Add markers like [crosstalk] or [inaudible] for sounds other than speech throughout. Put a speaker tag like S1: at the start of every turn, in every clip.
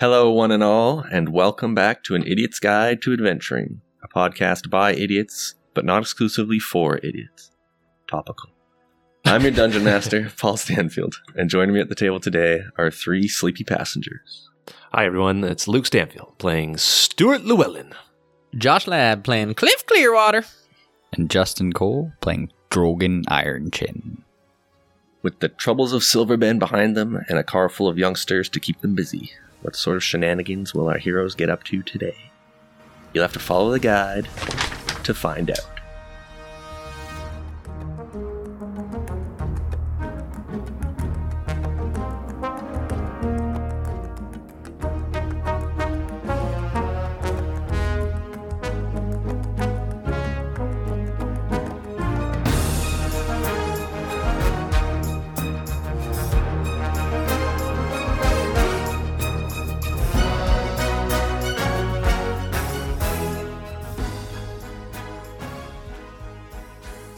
S1: Hello, one and all, and welcome back to An Idiot's Guide to Adventuring, a podcast by idiots, but not exclusively for idiots. Topical. I'm your dungeon master,
S2: [laughs]
S1: Paul Stanfield, and joining me at the table today are three sleepy passengers.
S2: Hi, everyone. It's Luke Stanfield playing Stuart Llewellyn.
S3: Josh Ladd playing Cliff Clearwater.
S4: and Justin Cole playing Drogon Ironchin.
S1: With the troubles of Silver Bend behind them and a car full of youngsters to keep them busy, what sort of shenanigans will our heroes get up to today? You'll have to follow the guide to find out.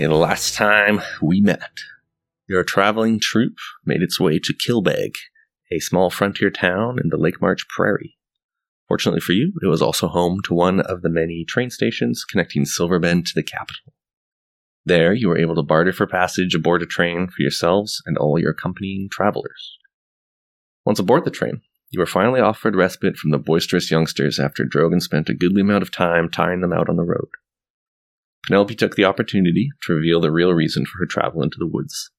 S1: And last time we met, your traveling troop made its way to Kilbeg, a small frontier town in the Lake March Prairie. Fortunately for you, it was also home to one of the many train stations connecting Silver Bend to the capital. There, you were able to barter for passage aboard a train for yourselves and all your accompanying travelers. Once aboard the train, you were finally offered respite from the boisterous youngsters after Drogon spent a goodly amount of time tying them out on the road. Penelope took the opportunity to reveal the real reason for her travel into the woods.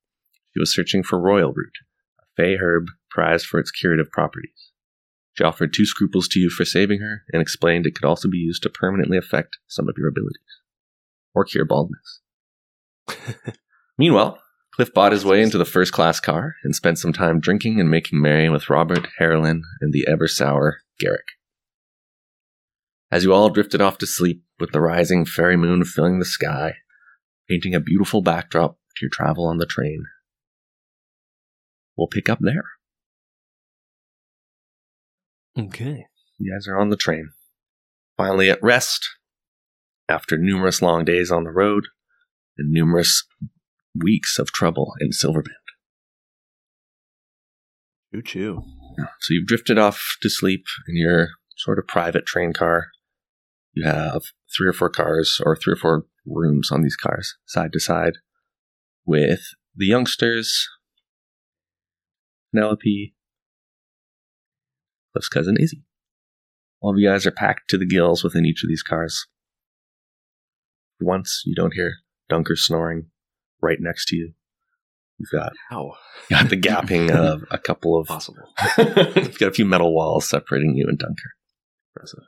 S1: She was searching for royal root, a fey herb prized for its curative properties. She offered two scruples to you for saving her and explained it could also be used to permanently affect some of your abilities or cure baldness. Meanwhile, Cliff bought his way into the first class car and spent some time drinking and making merry with Robert, Harlan, and the ever sour Garrick. As you all drifted off to sleep, with the rising fairy moon filling the sky, painting a beautiful backdrop to your travel on the train, we'll pick up there.
S2: Okay.
S1: You guys are on the train. Finally at rest, after numerous long days on the road and numerous weeks of trouble in Silverbend.
S2: Choo choo.
S1: So you've drifted off to sleep in your sort of private train car. You have three or four cars or three or four rooms on these cars, side to side, with the youngsters, Penelope, Cliff's cousin Izzy. All of you guys are packed to the gills within each of these cars. For once, you don't hear Dunker snoring right next to you. You've got,
S2: How
S1: you got the gapping
S2: [laughs]
S1: of a couple of
S2: uh, possible?
S1: You've got a few metal walls separating you and Dunker.
S2: Impressive.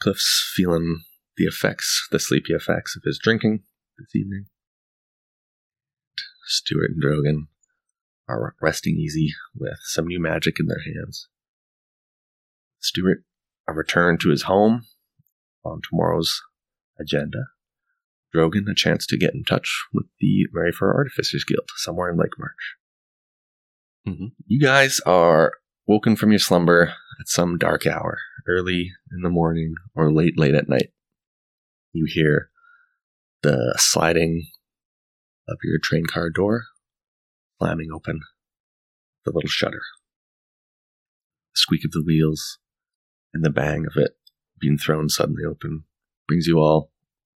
S1: Cliff's feeling the effects, the sleepy effects of his drinking this evening. Stuart and Drogon are resting easy with some new magic in their hands. Stuart, a return to his home on tomorrow's agenda. Drogon, a chance to get in touch with the Merryfur Artificers Guild somewhere in Lake March.
S2: Mhm.
S1: Mm-hmm. You guys are woken from your slumber at some dark hour, early in the morning or late, late at night. You hear the sliding of your train car door, slamming open, the little shutter, the squeak of the wheels, and the bang of it being thrown suddenly open brings you all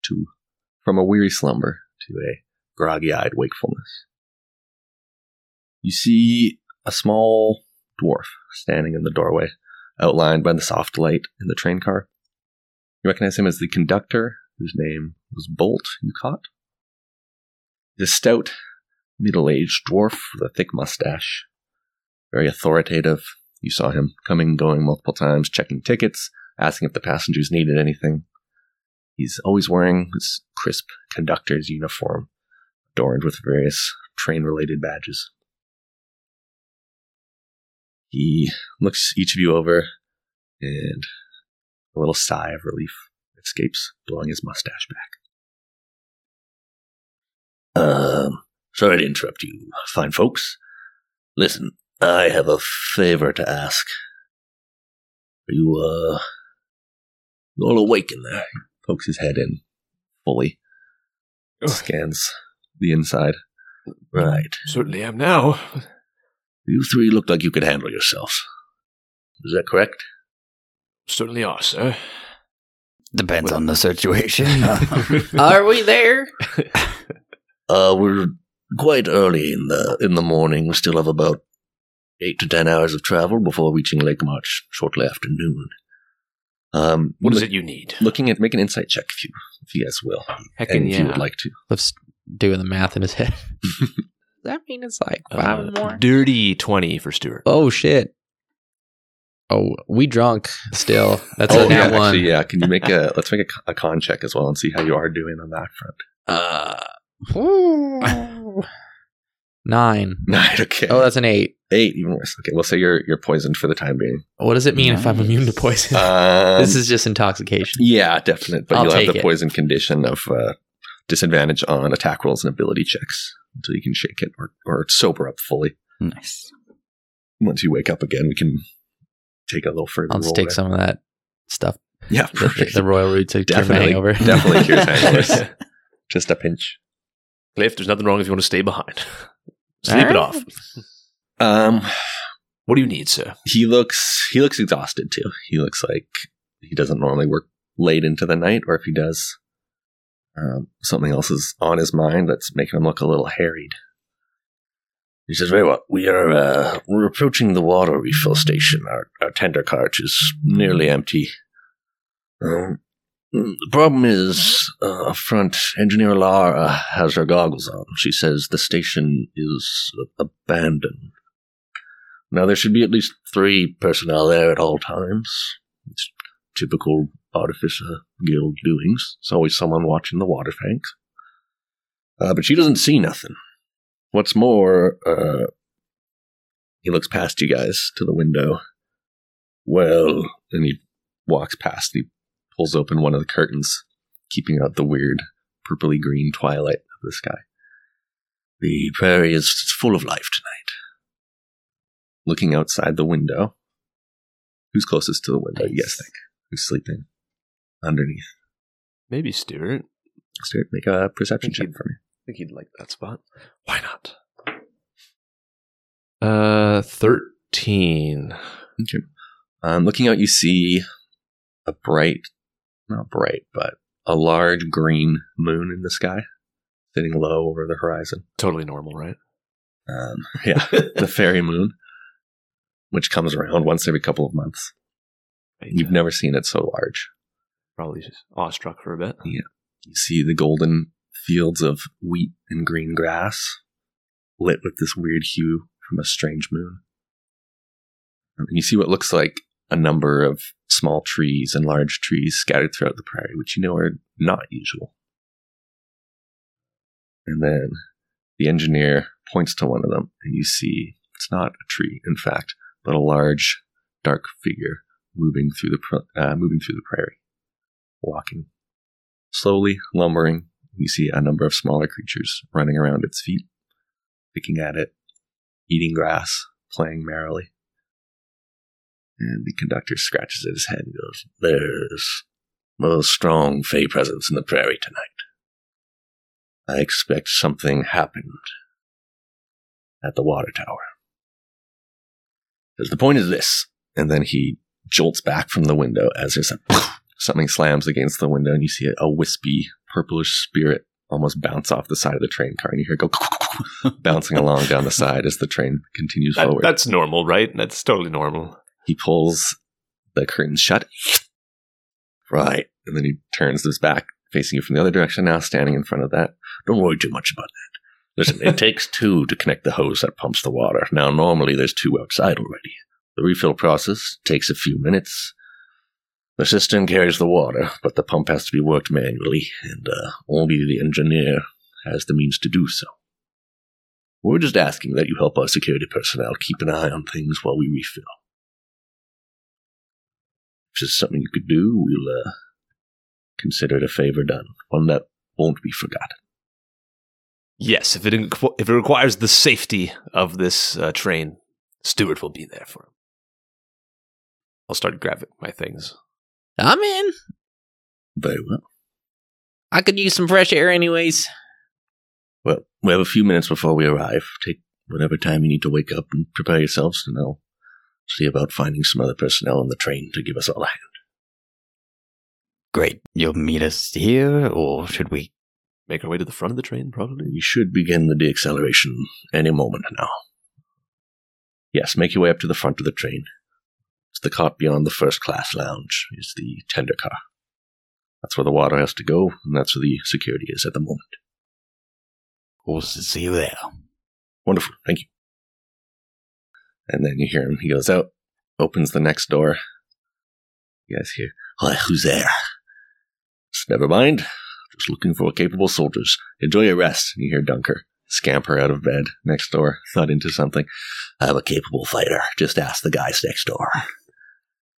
S1: to from a weary slumber to a groggy-eyed wakefulness. You see a small dwarf standing in the doorway, outlined by the soft light in the train car. You recognize him as the conductor, whose name was Bolt, you caught. The stout, middle aged dwarf with a thick mustache. Very authoritative. You saw him coming and going multiple times, checking tickets, asking if the passengers needed anything. He's always wearing his crisp conductor's uniform, adorned with various train related badges. He looks each of you over, and a little sigh of relief escapes, blowing his mustache back. Um, sorry to interrupt you, fine folks. Listen, I have a favor to ask. Are you, uh, you all awake in there? Pokes his head in fully, scans the inside. Right.
S2: Certainly am now.
S1: You three look like you could handle yourselves. Is that correct?
S2: Certainly are, sir.
S4: Mm-hmm. Depends on the situation.
S2: [laughs]
S3: Are we there?
S1: Uh, we're quite early in the in the morning. We still have about eight to ten hours of travel before reaching Lake March shortly after noon. Um,
S2: What is
S1: look-
S2: it you need?
S1: Looking at make an insight check if you if you guys will, and if you would like to.
S3: Cliff's [laughs] doing the math in his [laughs] head. Does that mean it's like five
S2: Uh,
S3: more?
S2: dirty 20 for Stuart.
S3: Oh shit. Oh, we drunk still. That's a
S1: Oh, yeah,
S3: nat one.
S1: actually, yeah. Can you make a [laughs] let's make a, co- a con check as well and see how you are doing on that front. [laughs]
S3: Uh, ooh. nine.
S1: Nine, okay.
S3: Oh, that's an eight.
S1: eight, even worse. Okay, we'll say you're you're poisoned for the time being.
S3: What does it mean if I'm immune to poison?
S1: Um,
S3: [laughs] this is just intoxication.
S1: yeah, definite. But
S3: I'll
S1: you'll have
S3: take
S1: the
S3: it.
S1: poison condition of uh, disadvantage on attack rolls and ability checks until you can shake it or or sober up fully.
S4: nice.
S1: Once you wake up again, we can take a little further.
S3: I'll
S1: roll
S3: just take
S1: there.
S3: some of that stuff.
S1: Yeah,
S3: [laughs] The,
S1: [laughs]
S3: the- the royal root to cure my
S1: Definitely.
S3: hangover.
S2: Oh,
S1: definitely cures
S2: [laughs]
S3: [laughs]
S1: hangovers. just a pinch.
S2: Cliff, there's nothing wrong if you want to stay behind. Sleep
S3: All
S2: it
S3: right.
S2: off.
S1: Um,
S2: What do you need, sir?
S1: he looks he looks exhausted too. He looks like he doesn't normally work late into the night, or if he does, um, something else is on his mind that's making him look a little harried. He says, "Very well. We are uh, we're approaching the water refill station. Our our tender cart is nearly empty. Um, the problem is, uh, up front engineer Lara has her goggles on. She says the station is abandoned." Now, there should be at least three personnel there at all times. It's typical Artificer Guild doings. It's always someone watching the water tank. Uh, but she doesn't see nothing. What's more, uh, he looks past you guys to the window. Well, and he walks past and he pulls open one of the curtains, keeping out the weird purpley green twilight of the sky. The prairie is full of life tonight looking outside the window. Who's closest to the window? You guys
S3: Nice.
S1: think? Who's sleeping underneath?
S2: Maybe Stuart. I
S1: Stuart, make a perception
S2: Thank
S1: check
S2: you.
S1: for me.
S2: think he'd like that spot. Why not? Uh, 13.
S1: Okay. Um, looking out, you see a bright, not bright, but a large green moon in the sky, sitting low over the horizon.
S2: Totally normal, right?
S1: Um, [laughs] yeah, the fairy moon, which comes around once every couple of months. You've never seen it so large.
S2: Probably just awestruck for a bit.
S1: You see the golden fields of wheat and green grass lit with this weird hue from a strange moon. And you see what looks like a number of small trees and large trees scattered throughout the prairie, which you know are not usual. And then the engineer points to one of them, and you see it's not a tree, in fact, but a large, dark figure moving through the pr- uh, moving through the prairie, walking slowly lumbering. You see a number of smaller creatures running around its feet, picking at it, eating grass, playing merrily. And the conductor scratches at his head and goes, There's a strong Fey presence in the prairie tonight. I expect something happened at the water tower. Because the point is this. And then he jolts back from the window as there's a [coughs] something slams against the window and you see a, a wispy purplish spirit almost bounce off the side of the train car and you hear it go [coughs] bouncing along down the side as the train continues forward
S2: that's normal, right? That's totally normal.
S1: he pulls the curtains shut right and then he turns his back facing you from the other direction now standing in front of that don't worry too much about that listen it takes two to connect the hose that pumps the water now normally there's two outside already the refill process takes a few minutes the cistern carries the water, but the pump has to be worked manually, and uh, only the engineer has the means to do so. We're just asking that you help our security personnel keep an eye on things while we refill. If there's something you could do, we'll uh, consider it a favor done, one that won't be forgotten.
S2: Yes, if it, inqu- if it requires the safety of this uh, train, Stuart will be there for him. I'll start grabbing my things.
S3: I'm in.
S1: Very well.
S3: I could use some fresh air anyways.
S1: Well, we have a few minutes before we arrive. Take whatever time you need to wake up and prepare yourselves, and I'll see about finding some other personnel on the train to give us all a hand.
S4: Great. You'll meet us here, or should we?
S2: Make our way to the front of the train, probably.
S1: We should begin the deacceleration any moment now. Yes, make your way up to the front of the train. It's the cart beyond the first class lounge, is the tender car. That's where the water has to go, and that's where the security is at the moment.
S4: We'll see you there.
S1: Wonderful. Thank you. And then you hear him. He goes out, opens the next door. You guys hear, Hi, who's there? Just never mind. Just looking for capable soldiers. Enjoy your rest. And you hear Dunker scamper out of bed next door, thud into something. I'm a capable fighter. Just ask the guys next door.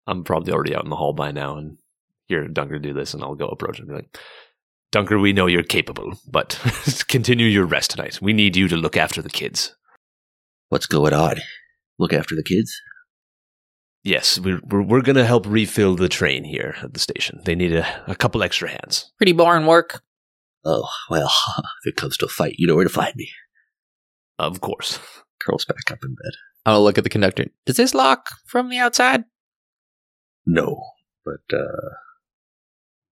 S2: I'm probably already out in the hall by now and hear Dunker do this, and I'll go approach him and be like, Dunker, we know you're capable, but [laughs] continue your rest tonight. We need you to look after the kids.
S1: What's going on? Look after the kids?
S2: Yes, we're, we're, we're going to help refill the train here at the station. They need a, a couple extra hands.
S5: Pretty boring work.
S1: Oh, well, [laughs] if it comes to a fight, you know where to find me.
S2: Of course.
S1: Curls back up in bed.
S3: I'll look at the conductor.
S5: Does this lock from the outside?
S1: No, but, uh,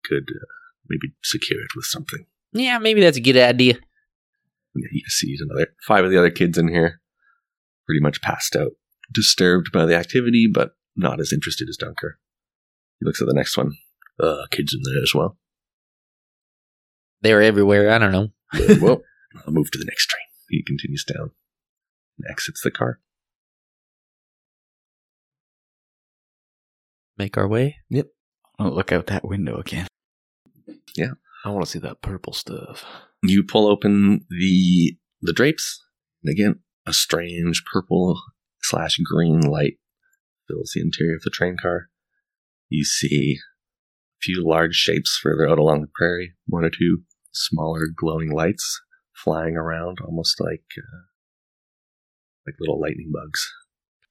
S1: could uh, maybe secure it with something.
S5: Yeah, maybe that's a good idea.
S1: Yeah, he sees another five of the other kids in here, pretty much passed out, disturbed by the activity, but not as interested as Dunker. He looks at the next one. Uh, kids in there as well.
S3: They were everywhere. I don't know.
S1: Very well, I'll move to the next train. He continues down and exits the car.
S3: Make our way.
S4: I'll look out that window again.
S2: I want to see that purple stuff.
S1: You pull open the the drapes, and again, a strange purple slash green light fills the interior of the train car. You see a few large shapes further out along the prairie, one or two smaller glowing lights flying around, almost like uh, like little lightning bugs.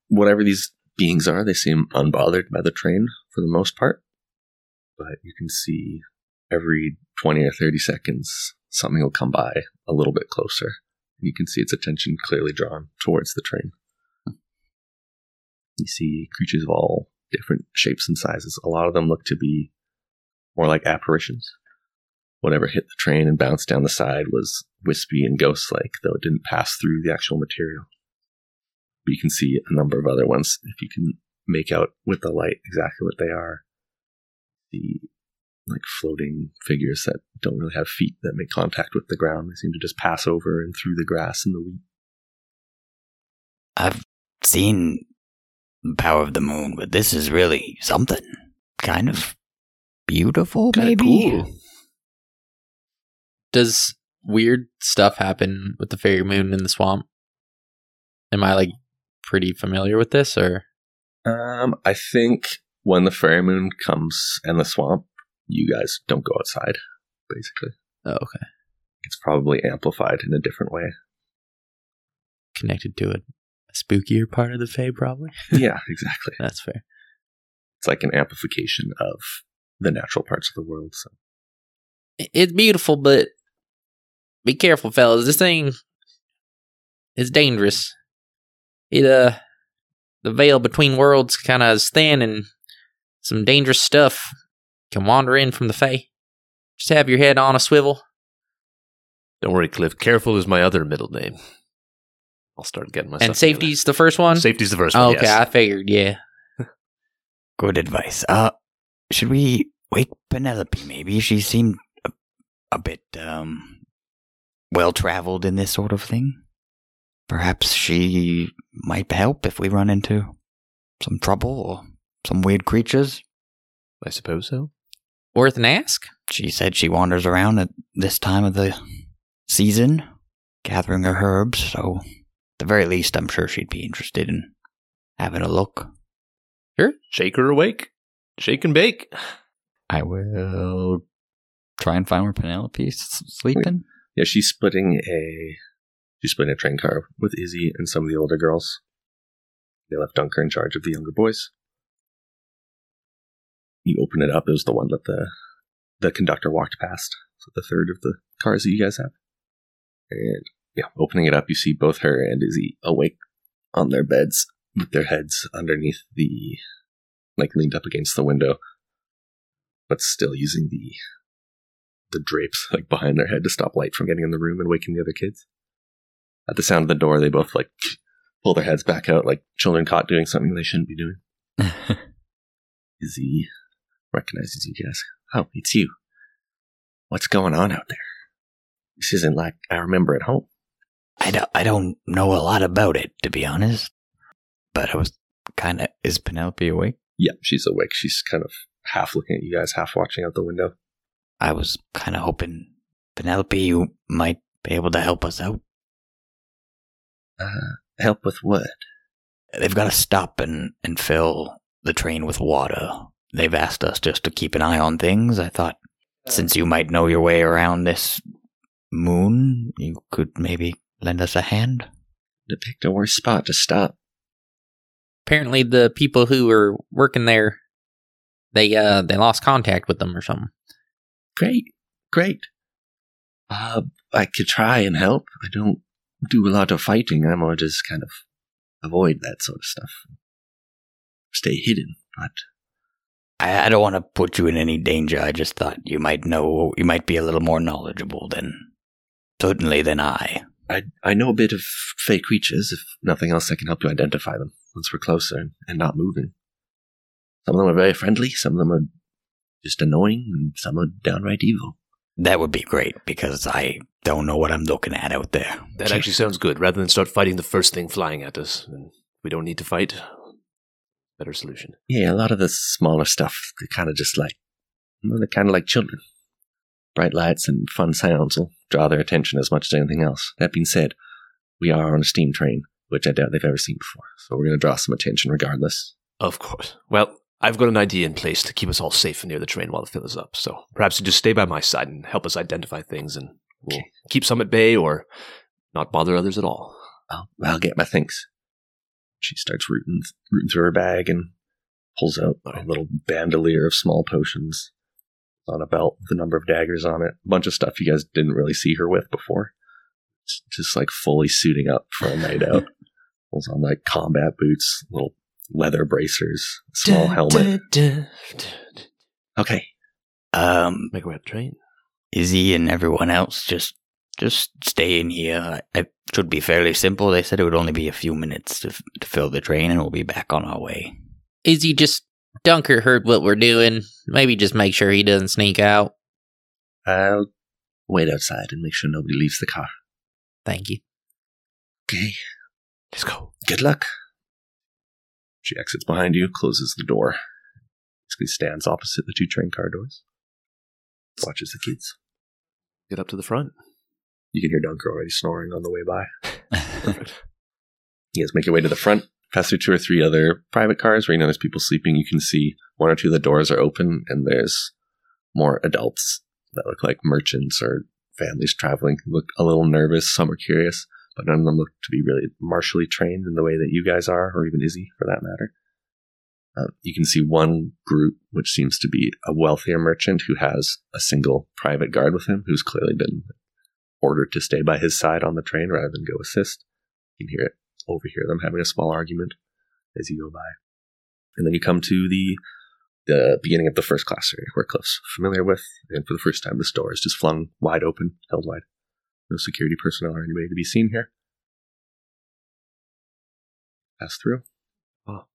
S1: Whatever these beings are, they seem unbothered by the train for the most part. But you can see every 20 or 30 seconds, something will come by a little bit closer. And you can see its attention clearly drawn towards the train. You see creatures of all different shapes and sizes. A lot of them look to be more like apparitions. Whatever hit the train and bounced down the side was wispy and ghost like, though it didn't pass through the actual material. But you can see a number of other ones if you can make out with the light exactly what they are. The like floating figures that don't really have feet that make contact with the ground. They seem to just pass over and through the grass and the wheat.
S4: I've seen the power of the moon, but this is really something. Kind of beautiful,
S2: Kinda
S4: maybe.
S2: cool.
S3: Does weird stuff happen with the fairy moon in the swamp? Am I like pretty familiar with this or
S1: Um, I think when the fairy moon comes and the swamp, you guys don't go outside. Basically,
S3: oh, okay.
S1: it's probably amplified in a different way.
S3: Connected to a, a spookier part of the fae probably?
S1: yeah, [laughs] exactly.
S3: That's fair.
S1: It's like an amplification of the natural parts of the world. So
S5: I- It's beautiful, but be careful, fellas. This thing is dangerous. It uh, the veil between worlds kind of is thin, and some dangerous stuff can wander in from the fay. Just have your head on a swivel.
S2: Don't worry, Cliff. Careful is my other middle name. I'll start getting myself.
S5: and safety's the first one.
S2: Safety's the first
S5: Oh,
S2: one.
S5: okay,
S2: yes.
S5: I figured. Yeah,
S4: Good advice. Uh, should we wake Penelope? Maybe she seemed a, a bit um well traveled in this sort of thing. Perhaps she might help if we run into some trouble or some weird creatures.
S2: I suppose so.
S5: worth an ask.
S4: She said she wanders around at this time of the season, gathering her herbs. So, at the very least, I'm sure she'd be interested in having a look.
S2: Shake her awake. Shake and bake.
S4: I will try and find where Penelope's
S1: sleeping. yeah, she's splitting a she's splitting a train car with Izzy and some of the older girls. They left Dunker in charge of the younger boys. You open it up. It was the one that the the conductor walked past. So the third of the cars that you guys have, and yeah, opening it up, you see both her and Izzy awake on their beds with their heads underneath the, like leaned up against the window, but still using the, the drapes like behind their head to stop light from getting in the room and waking the other kids. At the sound of the door, they both like pull their heads back out, like children caught doing something they shouldn't be doing.
S4: [laughs]
S1: Izzy recognizes you guys. Oh, it's you. What's going on out there? This isn't like I remember at home.
S4: I don't, I don't know a lot about it, to be honest. But I was kind of. Is Penelope awake?
S1: Yeah, she's awake. She's kind of half looking at you guys, half watching out the window.
S4: I was kind of hoping, Penelope, you might be able to help us out.
S1: Uh, help with what?
S4: They've got to stop and, and fill the train with water. They've asked us just to keep an eye on things. I thought, since you might know your way around this moon, you could maybe lend us a hand.
S1: They picked a worse spot to stop.
S5: Apparently, the people who were working there, they uh they lost contact with them or something.
S1: Great, great. Uh, I could try and help. I don't do a lot of fighting. I more just kind of avoid that sort of stuff. Stay hidden, but
S4: I, I don't want to put you in any danger. I just thought you might know, you might be a little more knowledgeable than, certainly than I.
S1: I I know a bit of fey creatures. If nothing else, I can help you identify them once we're closer and, and not moving. Some of them are very friendly. Some of them are just annoying, and some are downright evil.
S4: That would be great because I don't know what I'm looking at out there.
S2: That actually sounds good. Rather than start fighting the first thing flying at us, and we don't need to fight. Better solution.
S1: Yeah, a lot of the smaller stuff. They're kind of just like well, they're kind of like children. Bright lights and fun sounds will draw their attention as much as anything else. That being said, we are on a steam train, which I doubt they've ever seen before. So we're going to draw some attention regardless.
S2: Of course. Well, I've got an idea in place to keep us all safe near the train while the fill is up. So perhaps you just stay by my side and help us identify things, and we'll keep some at bay or not bother others at all.
S1: I'll, I'll get my things. She starts rooting, rooting through her bag and pulls out a little bandolier of small potions on a belt with a number of daggers on it. A bunch of stuff you guys didn't really see her with before. It's just like fully suiting up for a night out. Pulls on like combat boots, little leather bracers, small helmet. Okay.
S4: Um,
S2: Make way up the train.
S4: Izzy and everyone else just just stay in here. I- It should be fairly simple. They said it would only be a few minutes to, f- to fill the train, and we'll be back on our way.
S5: Izzy just Dunker heard what we're doing. Maybe just make sure he doesn't sneak out.
S1: I'll wait outside and make sure nobody leaves the car.
S5: Thank you.
S1: Okay.
S2: Let's go.
S1: Good luck. She exits behind you, closes the door. Basically stands opposite the two train car doors. Watches the kids.
S2: Get up to the front.
S1: You can hear Dunker already snoring on the way by.
S4: [laughs]
S1: You guys make your way to the front, pass through two or three other private cars where you notice people sleeping. You can see one or two of the doors are open, and there's more adults that look like merchants or families traveling who look a little nervous. Some are curious, but none of them look to be really martially trained in the way that you guys are, or even Izzy for that matter. Uh, you can see one group, which seems to be a wealthier merchant who has a single private guard with him who's clearly been ordered to stay by his side on the train rather than go assist. You can hear it overhear them having a small argument as you go by. And then you come to the the beginning of the first class area where Cliff's familiar with, and for the first time this door is just flung wide open, held wide. No security personnel or anybody to be seen here. Pass through. Oh.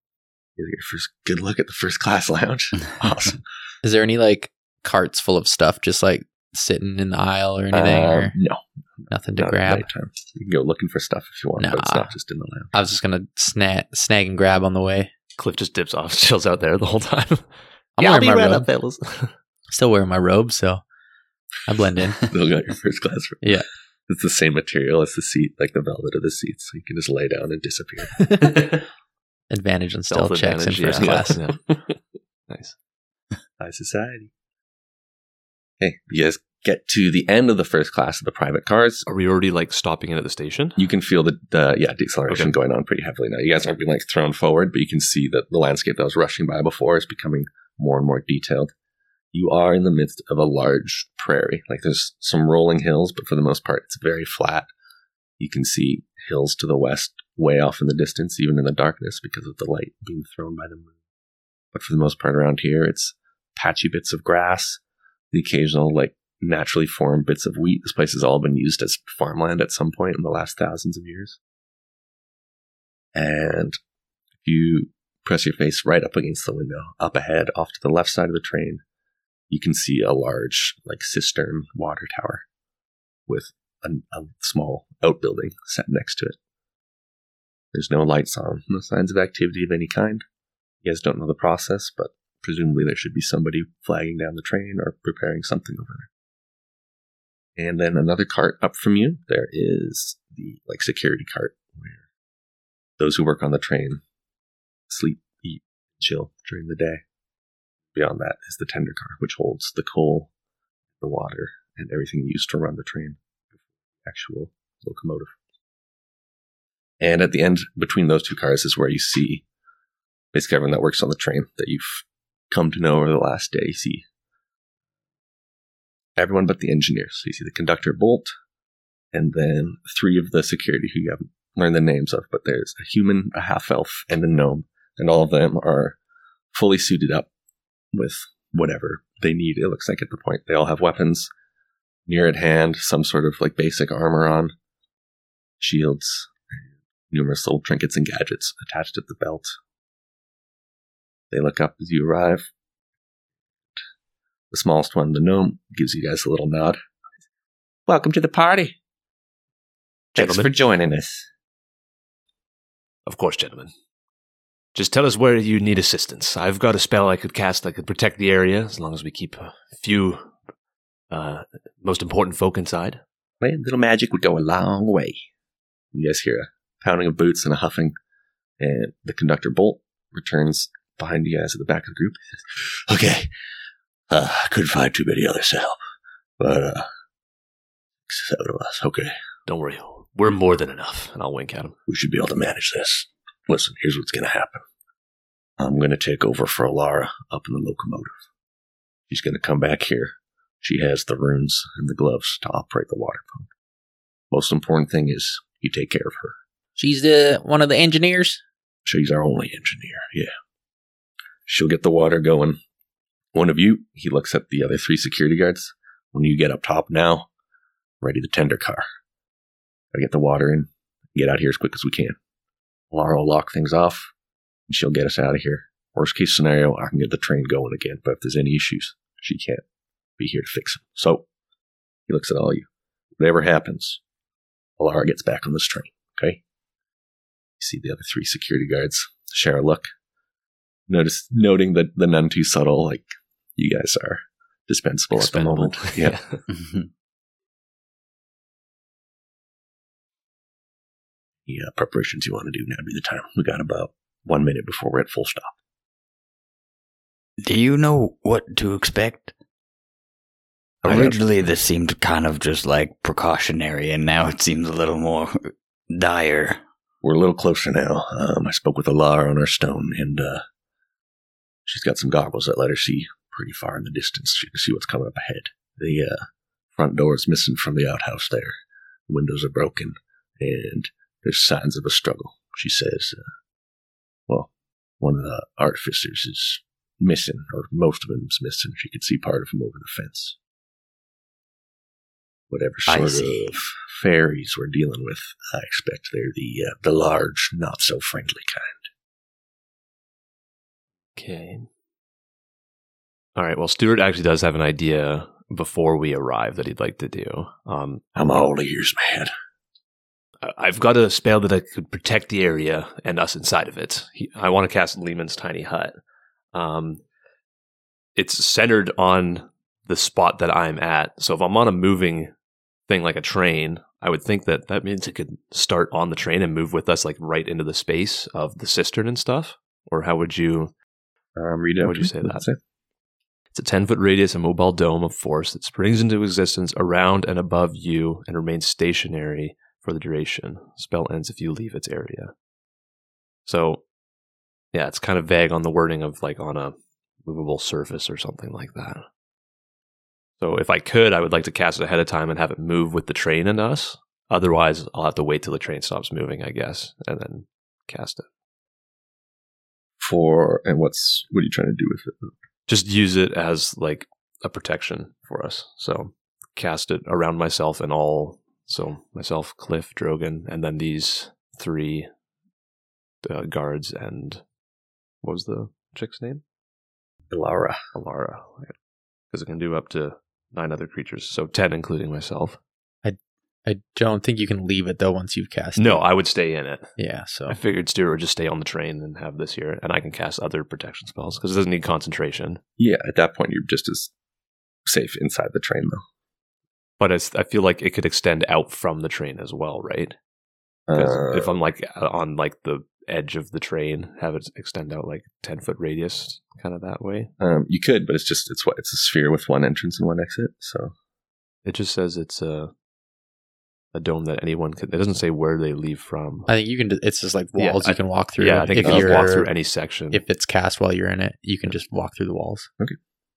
S1: You get your first good look at the first class
S3: [laughs]
S1: lounge. awesome.
S3: Is there any like carts full of stuff just like sitting in the aisle or anything
S1: Um,
S3: or
S1: no,
S3: nothing to
S1: not at
S3: grab?
S1: nighttime. You can go looking for stuff if you want, but it's
S3: Nah.
S1: not just in the lounge.
S3: I was just gonna snag snag and grab on the way.
S2: Cliff just dips off, [laughs] chills out there the whole time. [laughs]
S3: I'm
S2: yeah, I'll
S3: wearing
S2: be
S3: my
S2: right
S3: robe.
S2: up, fellas.
S3: Still wearing my robe, so I blend
S2: [laughs]
S3: in.
S1: [laughs] They'll got your first class room.
S3: Yeah.
S1: It's the same material as the seat, like the velvet of the seat, so you can just lay down and disappear.
S3: Advantage on stealth checks in
S2: [laughs] Self-advantage,
S3: first
S2: yeah.
S3: class.
S2: [laughs] Yeah. nice.
S1: High society. Hey, you guys get to the end of the first class of the private cars.
S2: Are we already like stopping in at the station?
S1: You can feel the, the yeah deceleration
S2: Okay.
S1: going on pretty heavily now. You guys aren't being like thrown forward, but you can see that the landscape that was rushing by before is becoming more and more detailed. You are in the midst of a large prairie. Like there's some rolling hills, but for the most part, it's very flat. You can see hills to the west, way off in the distance, even in the darkness, because of the light being thrown by the moon. But for the most part, around here, it's patchy bits of grass, the occasional, like, naturally formed bits of wheat. This place has all been used as farmland at some point in the last thousands of years. And if you press your face right up against the window, up ahead, off to the left side of the train, you can see a large, like, cistern water tower with a, a small outbuilding set next to it. There's no lights on, no signs of activity of any kind. You guys don't know the process, but presumably there should be somebody flagging down the train or preparing something over there. And then another cart up from you, there is the like security cart where those who work on the train sleep, eat, chill during the day. Beyond that is the tender car, which holds the coal, the water, and everything used to run the train actual locomotive. And at the end, between those two cars, is where you see basically everyone that works on the train that you've come to know over the last day. You see everyone but the engineer. So you see the conductor Bolt, and then three of the security who you haven't learned the names of, but there's a human, a half elf, and a gnome. And all of them are fully suited up with whatever they need, it looks like at the point. They all have weapons near at hand, some sort of like basic armor on, shields, numerous little trinkets and gadgets attached at the belt. They look up as you arrive. The smallest one, the gnome, gives you guys a little nod. Welcome to the party. Thanks for
S2: Gentlemen.
S1: joining us.
S2: Of course, gentlemen. Just tell us where you need assistance. I've got a spell I could cast that could protect the area as long as we keep a few uh, most important folk inside.
S1: A little magic would go a long way. You guys hear a pounding of boots and a huffing, and the conductor Bolt returns behind you guys at the back of the group. He says, okay, uh, I couldn't find too many others to help, but uh, seven of us. Okay,
S2: Don't worry, we're more than enough. And I'll wink at him.
S1: we should be able to manage this. Listen, here's what's going to happen. I'm going to take over for Alara up in the locomotive. She's going to come back here. She has the runes and the gloves to operate the water pump. Most important thing is you take care of her.
S5: She's the one of the engineers.
S1: She's our only engineer. Yeah. She'll get the water going. One of you, he looks at the other three security guards. When you get up top now, ready the tender car. Gotta get the water in, get out of here as quick as we can. Lara will lock things off, and she'll get us out of here. Worst case scenario, I can get the train going again, but if there's any issues, she can't be here to fix them. So, he looks at all you. Whatever happens, Lara gets back on this train, okay? You see the other three security guards share a look, notice noting that the none too subtle, like you guys are dispensable
S2: Expendable.
S1: at
S2: [laughs]
S1: the moment. Yeah. yeah, uh, preparations you want to do now be the time. We got about one minute before we're at full stop.
S4: Do you know what to expect?
S1: I don't-
S4: Originally, this seemed kind of just like precautionary, and now it seems a little more dire.
S1: We're a little closer now. Um, I spoke with Alara on our stone, and uh, she's got some goggles that let her see pretty far in the distance. She can see what's coming up ahead. The uh, front door is missing from the outhouse there. The windows are broken, and there's signs of a struggle. She says, uh, well, one of the artificers is missing, or most of him's missing. She could see part of him over the fence. Whatever
S4: I
S1: sort
S4: see.
S1: of fairies we're dealing with, I expect they're the uh, the large, not so friendly kind.
S2: Okay. All right. Well, Stuart actually does have an idea before we arrive that he'd like to do. Um,
S1: I'm all ears, man.
S2: I- I've got a spell that I could protect the area and us inside of it. He, I want to cast Lehman's Tiny Hut. Um, it's centered on the spot that I'm at. So if I'm on a moving thing like a train, I would think that that means it could start on the train and move with us like right into the space of the cistern and stuff. Or how would you?
S1: Um, read
S2: Why'd you say that? It's a 10 foot radius, a mobile dome of force that springs into existence around and above you and remains stationary for the duration. Spell ends if you leave its area. So, yeah, it's kind of vague on the wording of like on a movable surface or something like that. So, if I could, I would like to cast it ahead of time and have it move with the train and us. Otherwise, I'll have to wait till the train stops moving, I guess, and then cast it.
S1: For and what's what are you trying to do with it?
S2: Just use it as like a protection for us. So cast it around myself and all. So myself, Cliff, Drogon, and then these three uh, guards and what was the chick's name?
S1: Ilara.
S2: Alara. Because it can do up to nine other creatures. So 10, including myself.
S3: I don't think you can leave it though once you've cast.
S2: No,
S3: it.
S2: I would stay in it.
S3: yeah. So
S1: Oh.
S2: I figured Stuart would just stay on the train and have this here, and I can cast other protection spells because it doesn't need concentration.
S1: Yeah, at that point you're just as safe inside the train though.
S2: But it's, I feel like it could extend out from the train as well, right? 'Cause
S1: Uh,
S2: if I'm like uh, on like the edge of the train, have it extend out like ten foot radius, kind of that way.
S1: um, you could, but it's just it's what it's a sphere with one entrance and one exit. So
S2: It just says it's a a dome that anyone can. It doesn't say where they leave from.
S3: I think you can. It's just like
S2: Yeah,
S3: walls
S2: I-
S3: you can walk through.
S2: yeah, I think
S3: if
S2: you can just walk
S3: you're-
S2: through any section.
S3: If it's cast while you're in it, you can just walk through the walls.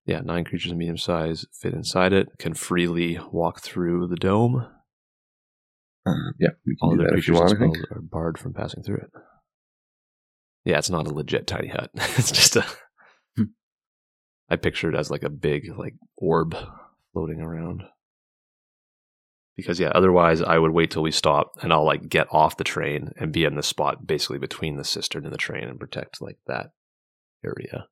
S2: yeah, nine creatures of medium size fit inside it, can freely walk through the dome.
S1: um, yeah, we can do
S2: All other
S1: that if you
S2: creatures
S1: want.
S2: and
S1: I think.
S2: spells are barred from passing through it. Yeah, it's not a legit tiny hut. [laughs] it's just a.
S4: Hmm.
S2: I picture it as like a big like orb floating around. Because yeah, otherwise I would wait till we stop and I'll like get off the train and be in the spot basically between the cistern and the train and protect like that area.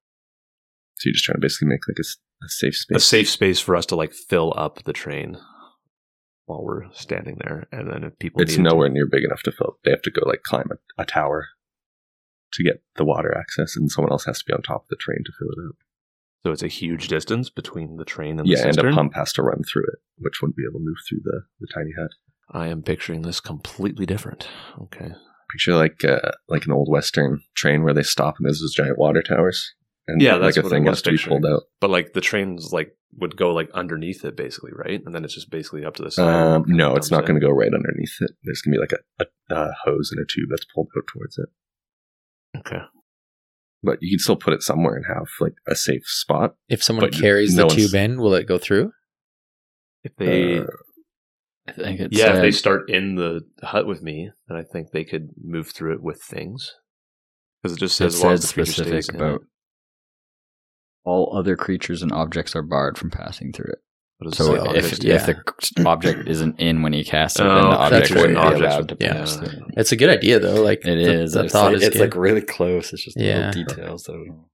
S1: So you're just trying to basically make like a, s- a safe space.
S2: A safe space for us to like fill up the train while we're standing there. And then if people
S1: It's
S2: needed to-
S1: nowhere near big enough to fill. They have to go like climb a, a tower to get the water access, and someone else has to be on top of the train to fill it up.
S2: So it's a huge distance between the train and
S1: yeah,
S2: the
S1: and
S2: cistern.
S1: a pump has to run through it, which wouldn't be able to move through the, the tiny hut.
S2: I am picturing this completely different. Okay.
S1: Picture like uh, like an old western train where they stop and there's those giant water towers, and
S2: Yeah,
S1: like
S2: that's
S1: a
S2: what I
S1: thing
S2: was
S1: has to be
S2: picturing.
S1: pulled out.
S2: But like the trains like would go like underneath it basically, right? And then it's just basically up to the side.
S1: Um, no, it's not going to go right underneath it. There's going to be like a, a, a hose and a tube that's pulled out towards it.
S2: go Okay.
S1: But you can still put it somewhere and have like a safe spot.
S3: If someone
S1: But
S3: carries
S1: no
S3: the
S1: one's-
S3: tube in, will it go through?
S2: If they
S1: Uh,
S4: I think it's
S2: Yeah, if they
S4: uh,
S2: start in the hut with me, then I think they could move through it with things. Because it just
S4: it
S2: says, as long
S4: says
S2: as the creature stays
S4: specific
S2: in
S4: about
S2: it.
S4: all other creatures and objects are barred from passing through it.
S2: What does it
S4: So
S2: say?
S3: like
S4: if,
S2: Objects-
S3: yeah.
S4: if the object isn't in when you cast it,
S2: Oh,
S4: then the
S2: that's
S4: object
S3: right,
S4: wouldn't
S3: the
S4: be
S2: objects
S4: allowed to
S2: would- yeah.
S4: pass through.
S3: It's a good idea though. Like
S4: It
S3: the,
S4: is.
S3: The
S4: it's
S3: thought
S4: like,
S3: is
S4: it's
S3: good.
S4: like really close. It's just
S3: Yeah.
S4: little details that we don't-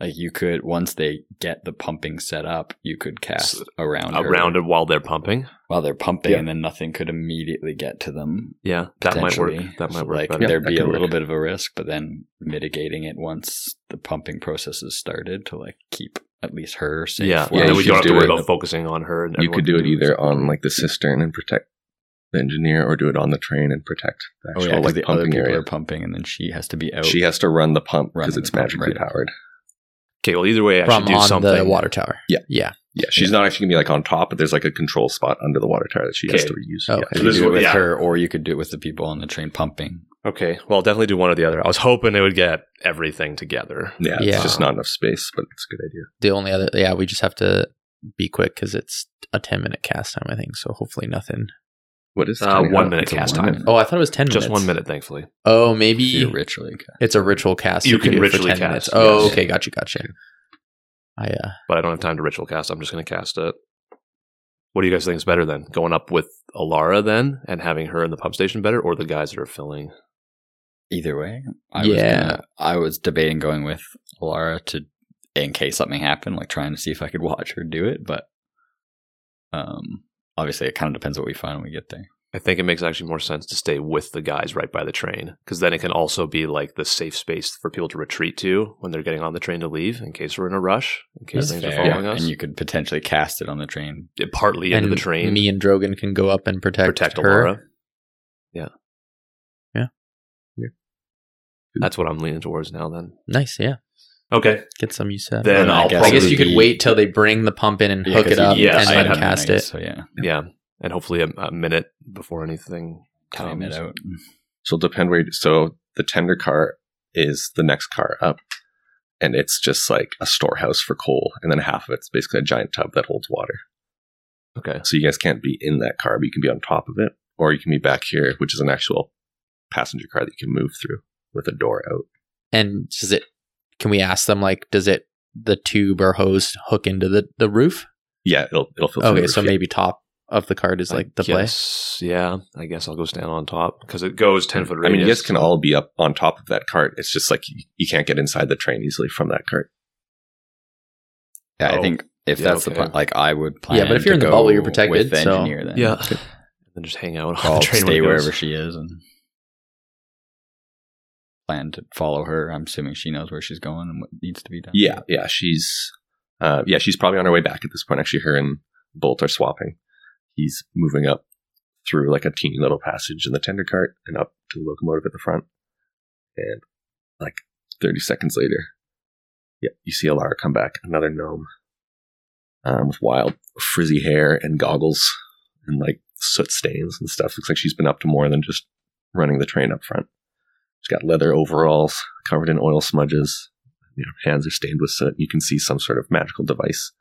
S4: like you could once they get the pumping set up, you could cast
S2: S-
S4: around her
S2: around it while they're pumping.
S4: while they're pumping,
S1: Yeah.
S4: and then nothing could immediately get to them.
S2: Yeah, that might work.
S4: potentially.
S2: That might
S4: So,
S2: work.
S4: Like
S2: better.
S1: Yeah,
S4: there'd
S1: that
S4: be a
S1: could
S4: little
S1: work.
S4: bit of a risk, but then mitigating it once the pumping process is started to like keep at least her safe.
S2: Yeah,
S1: Yeah,
S4: while
S2: and then
S1: you
S2: we
S4: she's
S2: don't have to
S1: do
S2: worry
S1: it.
S2: about focusing on her. And
S1: you
S2: everyone
S1: could do
S2: can
S1: it either on like the cistern and protect the engineer, or do it on the train and protect the
S4: Oh
S1: actual
S4: yeah, 'cause
S1: like
S4: the other
S1: pumping
S4: people
S1: area.
S4: are pumping, and then she has to be out.
S1: She has to run the pump
S4: Running
S1: because it's
S4: the pump,
S1: magically
S4: right.
S1: powered.
S2: Okay, well, either way, I
S3: from
S2: should do
S3: on
S2: something.
S3: the water tower.
S1: Yeah.
S3: Yeah.
S1: Yeah, she's not actually gonna be like on top, but there's like a control spot under the water tower that she has
S2: Okay.
S1: to use.
S3: Oh,
S1: Yeah.
S4: You
S2: So
S4: could
S2: this
S4: do
S2: is
S4: it
S2: what-
S4: with
S2: yeah.
S4: her, or you could do it with the people on the train pumping.
S2: Okay. Well, I'll definitely do one or the other. I was hoping it would get everything together.
S1: Yeah,
S3: Yeah.
S1: it's just not enough space, but it's a good idea.
S3: The only other yeah, we just have to be quick because it's a ten minute cast time I think. So hopefully nothing.
S1: What is
S2: Uh,
S1: tiny
S2: one
S1: hut?
S2: minute
S4: It's a
S2: cast
S4: one
S2: time.
S4: minute.
S3: Oh, I thought it was ten.
S2: Just
S3: minutes.
S2: one minute, thankfully.
S3: Oh,
S4: So you
S3: maybe
S4: ritually ca-
S3: it's a ritual cast.
S2: You
S3: so
S2: can
S3: do it for
S2: ritually
S3: 10
S2: cast,
S3: minutes. Oh,
S2: yes.
S3: okay, gotcha, gotcha. I uh,
S2: But I don't have time to ritual cast. I'm just going to cast it. What do you guys think is better then? Going up with Alara then and having her in the pump station better or the guys that are filling?
S4: either way. I
S3: Yeah.
S4: was gonna, I was debating going with Lara to in case something happened, like trying to see if I could watch her do it, but um obviously it kind of depends what we find when we get there.
S2: I think it makes actually more sense to stay with the guys right by the train because then it can also be like the safe space for people to retreat to when they're getting on the train to leave in case we're in a rush, in
S3: That's
S2: case things are
S3: fair.
S2: following us.
S4: And you could potentially cast it on the train.
S2: It partly into
S3: and
S2: the train,
S3: Me and Drogon can go up and protect,
S2: protect
S3: her.
S2: Alara. Yeah.
S3: Yeah.
S1: Yeah.
S2: That's what I'm leaning towards now then.
S3: Nice, yeah.
S2: Okay.
S3: Get some use out of it.
S2: Then
S4: I
S2: I'll
S4: guess-
S2: probably
S3: I guess you
S4: be-
S3: could wait till they bring the pump in and
S4: Yeah,
S3: hook
S4: 'cause
S3: it
S4: you
S3: up
S4: need
S2: yes,
S3: and
S4: to
S2: I'd
S3: then
S4: time
S2: have-
S3: cast
S4: night,
S3: it.
S4: So yeah.
S2: Yeah, and hopefully a, a minute before anything
S4: Time
S2: comes.
S4: it out.
S1: So it'll depend where. You, so the tender car is the next car up, and it's just like a storehouse for coal, and then half of it's basically a giant tub that holds water.
S2: Okay.
S1: So you guys can't be in that car, but you can be on top of it, or you can be back here, which is an actual passenger car that you can move through with a door out.
S3: And does it? Can we ask them like, does it the tube or hose hook into the the roof?
S1: Yeah, it'll it'll fill.
S3: Okay, so maybe top of the card is
S2: I
S3: like the place.
S2: guess, Yeah, I guess I'll go stand on top because it goes ten foot
S1: I
S2: radius.
S1: mean, you guys can all be up on top of that cart. It's just like you, you can't get inside the train easily from that cart.
S4: Yeah, I
S2: Oh.
S4: think if
S2: Yeah,
S4: that's the
S2: okay.
S4: plan, like I would plan.
S3: but if you're in
S4: to
S3: the
S4: go
S3: bubble, you're
S4: with
S3: protected,
S4: the
S3: so-
S4: engineer then.
S2: Yeah, and then just
S4: [laughs]
S2: hang out on
S4: I'll
S2: the train.
S4: stay
S2: when it goes.
S4: wherever she is and plan to follow her. I'm assuming she knows where she's going and what needs to be done.
S1: Yeah, yeah, she's uh, yeah, she's probably on her way back at this point. Actually, her and Bolt are swapping. He's moving up through like a teeny little passage in the tender cart and up to the locomotive at the front. And like thirty seconds later, yep, you see Alara come back, another gnome um, with wild frizzy hair and goggles and like soot stains and stuff. Looks like she's been up to more than just running the train up front. She's got leather overalls covered in oil smudges you know, hands are stained with soot. You can see some sort of magical device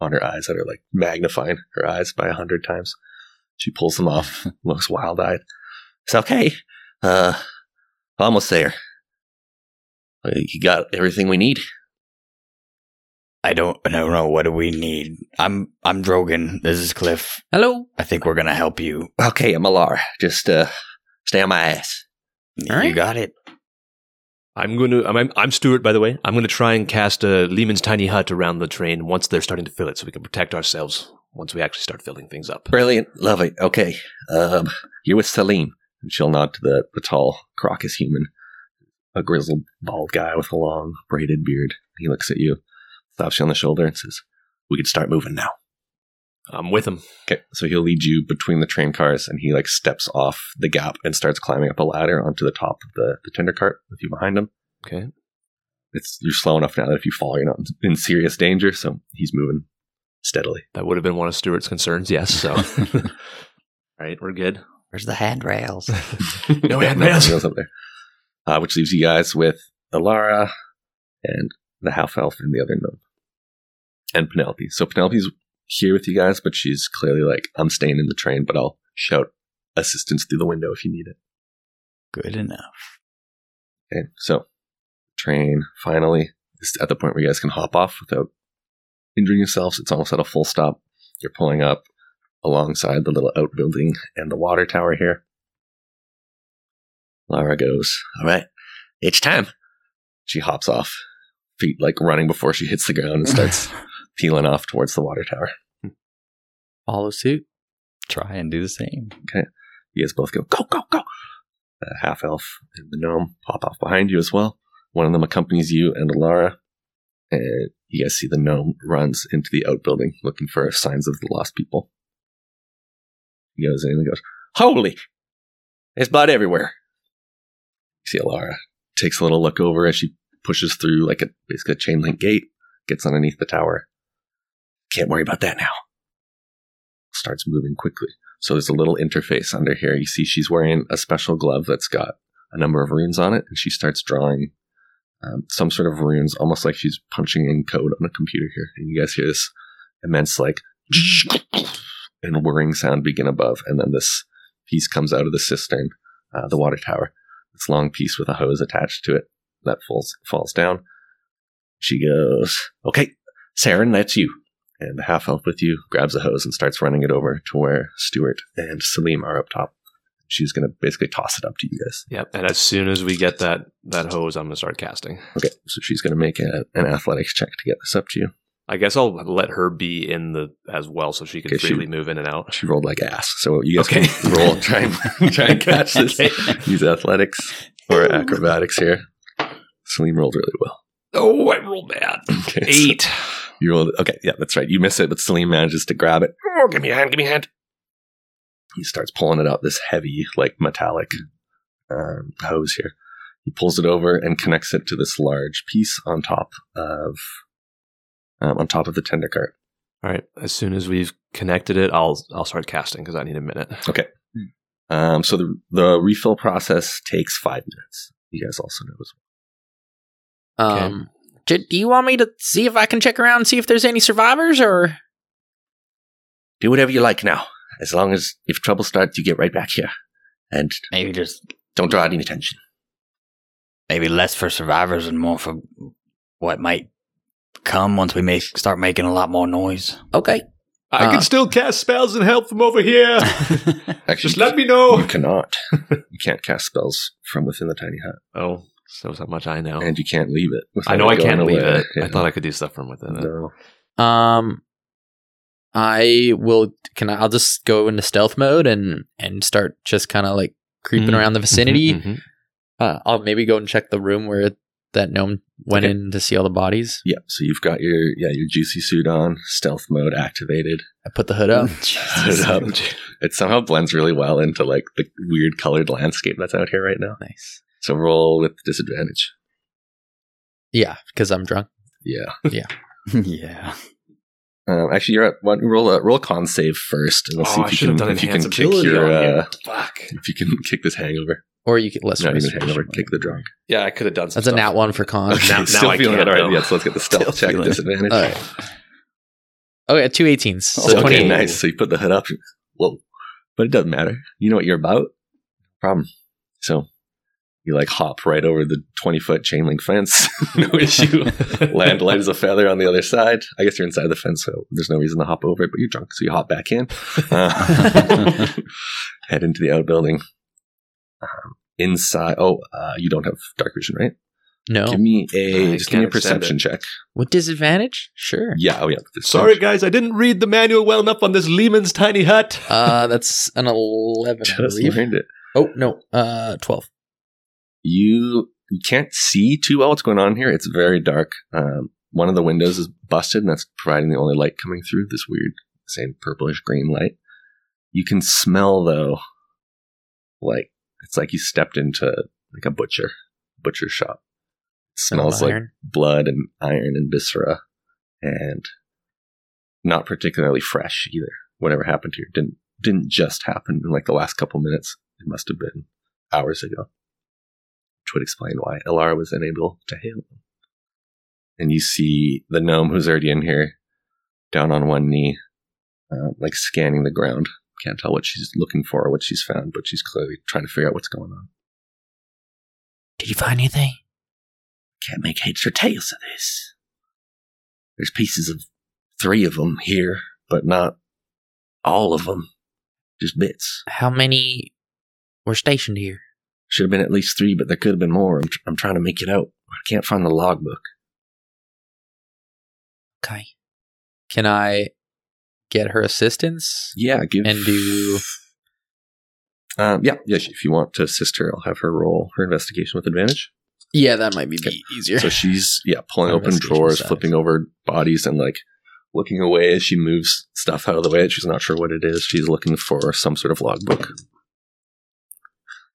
S1: on her eyes that are like magnifying her eyes by a hundred times. She pulls them off, looks wild eyed. It's okay. Uh, almost there. Uh, You got everything we need.
S4: I don't. I don't know. What do we need? I'm. I'm Drogan. This is Cliff.
S5: Hello.
S4: I think we're gonna help you.
S1: Okay, I'm Alar. Just uh, stay on my ass.
S5: All right.
S4: You got it.
S2: I'm going to. I'm, I'm, I'm Stuart, by the way. I'm going to try and cast a Lehman's tiny hut around the train once they're starting to fill it, so we can protect ourselves once we actually start filling things up.
S1: Brilliant. Love it. Okay. Um, you're with Salim. And she'll nod to the, the tall Crocus human, a grizzled, bald guy with a long, braided beard. He looks at you, slaps you on the shoulder, and says, We can start moving now.
S2: I'm with him.
S1: Okay. So he'll lead you between the train cars and he like steps off the gap and starts climbing up a ladder onto the top of the, the tender cart with you behind him.
S2: Okay.
S1: It's You're slow enough now that if you fall, you're not in- in serious danger. So he's moving steadily.
S2: That would have been one of Stuart's concerns. Yes. [laughs] So, all right, we're good.
S4: Where's the handrails?
S5: [laughs]
S2: No handrails.
S1: handrails up there. Uh, which leaves you guys with Alara and the half elf and the other gnome. And Penelope. So Penelope's here with you guys, but she's clearly like, I'm staying in the train, but I'll shout assistance through the window if you need it.
S4: Good enough.
S1: Okay, so train finally is at the point where you guys can hop off without injuring yourselves. It's almost at a full stop. You're pulling up alongside the little outbuilding and the water tower here. Lara goes, All right, it's time. She hops off, feet like running before she hits the ground and starts peeling off towards the water tower.
S3: Follow suit.
S4: Try and do the [laughs] same.
S1: You guys both go, go, go, go. The half elf and the gnome pop off behind you as well. One of them accompanies you and Alara. And you guys see the gnome runs into the outbuilding looking for signs of the lost people. He goes in and goes, Holy! There's blood everywhere. You see Alara takes a little look over as she pushes through like a basically a chain link gate, gets underneath the tower. Can't worry about that now. Starts moving quickly. So there's a little interface under here. You see, she's wearing a special glove that's got a number of runes on it, and she starts drawing um, some sort of runes, almost like she's punching in code on a computer here. And you guys hear this immense, like, [laughs] and whirring sound begin above, and then this piece comes out of the cistern, uh, the water tower. This long piece with a hose attached to it that falls falls down. She goes, "Okay, Saren, that's you." and the half elf with you grabs a hose and starts running it over to where Stuart and Salim are up top. She's going to basically toss it up to you guys.
S2: Yep. And as soon as we get that that hose, I'm going to start casting.
S1: Okay, so she's going to make a, an athletics check to get this up to you.
S2: I guess I'll let her be in the as well, so she can
S1: Okay, she-
S2: freely move in and out.
S1: She rolled like ass, so you guys
S2: Okay.
S1: can roll and try
S2: [laughs]
S1: and try and catch this.
S2: Okay.
S1: Use athletics or
S4: uh, [laughs]
S1: acrobatics here. Salim rolled really well. [laughs]
S2: Oh, I rolled bad.
S1: Okay, so
S2: [laughs] Eight.
S1: you rolled. Okay, yeah, that's right. You miss it, but Salim manages to grab it. Oh, give me a hand! Give me a hand! He starts pulling it out. This heavy, like metallic
S2: Mm.
S1: um, hose here. He pulls it over and connects it to this large piece on top of um, on top of the tender cart.
S2: All right. As soon as we've connected it, I'll I'll start casting because I need a minute.
S1: Um, so the the refill process takes five minutes. You guys also know as well.
S3: Um,
S5: Do, do you want me to see if I can check around and see if there's any survivors or
S1: do whatever you like now. As long as if trouble starts, you get right back here. And
S4: Maybe just
S1: don't draw any attention.
S4: maybe less for survivors and more for what might come once we make start making a lot more [laughs] noise.
S5: Okay.
S2: I
S5: Uh.
S2: can still cast spells and help from over here.
S1: Actually,
S2: Just let me know.
S1: you cannot. [laughs] you can't cast spells from within the tiny hut,
S2: Oh, so how much I know.
S1: and you can't leave it.
S2: Oh. I know I can't leave it. I thought I could do stuff from within it.
S1: No.
S5: Um, I will. Can I? I'll just go into stealth mode and and start just kind of like creeping
S2: Mhm.
S5: around the vicinity.
S2: Mhm, mhm.
S5: Uh, I'll maybe go and check the room where that gnome went
S1: Okay.
S5: in to see all the bodies.
S1: Yeah. So you've got your yeah your juicy suit on, stealth mode activated.
S5: I put the hood
S1: [laughs]
S5: up.
S1: It, up. It somehow blends really well into like the weird colored landscape that's out here right now.
S5: nice.
S1: So roll with disadvantage.
S5: Yeah, because I'm drunk.
S1: Yeah.
S4: yeah. [laughs]
S1: Um, actually, you're at one. Roll a roll a con save first, and we'll see
S2: Oh,
S1: if
S2: I
S1: you can
S2: should have done
S1: if you can kick
S2: enhanceability
S1: your
S2: on
S1: uh,
S2: here. Fuck.
S1: if you can kick this hangover.
S5: Or you can less.
S1: Not even
S5: restriction.
S1: hangover. Kick the drunk.
S2: Yeah, I could have done. Some
S5: That's a nat
S2: stuff.
S5: one for
S1: [laughs]
S5: con.
S2: Okay. [laughs] now
S1: still
S2: I
S1: feeling
S2: can't,
S1: it. All right.
S2: though.
S1: Yeah. So let's get
S2: [laughs]
S1: the stealth
S4: Still
S1: check
S4: feeling it.
S1: disadvantage.
S2: Uh,
S5: All right. Okay, two 18s. So
S1: Oh,
S5: 28.
S1: okay, nice. So you put the hood up. Whoa. But it doesn't matter. You know what you're about. Problem. So you like hop right over the 20 foot chain link
S2: [laughs]
S1: fence. no issue.
S5: [laughs]
S1: Land light as a feather on the other side. I guess you're inside the fence, so there's no reason to hop over it, but you're drunk, so you hop back in.
S2: [laughs]
S1: Uh, head into the outbuilding. Um, inside. Oh, uh, you don't have dark vision, right?
S5: No.
S1: Give me a
S2: I
S1: just give me a
S2: can't extend
S1: perception check.
S5: With disadvantage? Sure.
S1: Yeah. Oh, yeah.
S2: Sorry, guys, I didn't read the manual well enough on this Lehman's tiny hut.
S5: Uh, that's an 11, I
S1: Just
S5: believe.
S1: learned it.
S5: Oh, no. Uh, 12.
S1: you you can't see too well what's going on here. It's very dark. Um, one of the windows is busted, and that's providing the only light coming through. This weird, same purplish green light. You can smell though, like it's like you stepped into like a butcher butcher shop. It smells like
S5: Iron.
S1: blood and iron and viscera, and not particularly fresh either. Whatever happened here didn't didn't just happen in like the last couple minutes. It must have been hours ago which would explain why Elara was unable to hail them. And you see the gnome who's already in here, down on one knee, uh, like scanning the ground. Can't tell what she's looking for or what she's found, but she's clearly trying to figure out what's going on.
S5: Did you find anything?
S1: Can't make heads or tails of this. There's pieces of three of them here, but not all of them. Just bits.
S5: How many were stationed here?
S1: Should have been at least three, but there could have been more. I'm, tr- I'm trying to make it out. I can't find the logbook.
S5: Okay. Can I get her assistance?
S1: Yeah, give
S5: And do-
S1: Um, yeah, yeah. If you want to assist her, I'll have her roll her investigation with advantage.
S5: Yeah, that might be easier.
S1: So she's yeah pulling
S5: Her
S1: open
S5: investigation
S1: drawers,
S5: sucks.
S1: flipping over bodies, and like looking away as she moves stuff out of the way. She's not sure what it is. She's looking for some sort of logbook.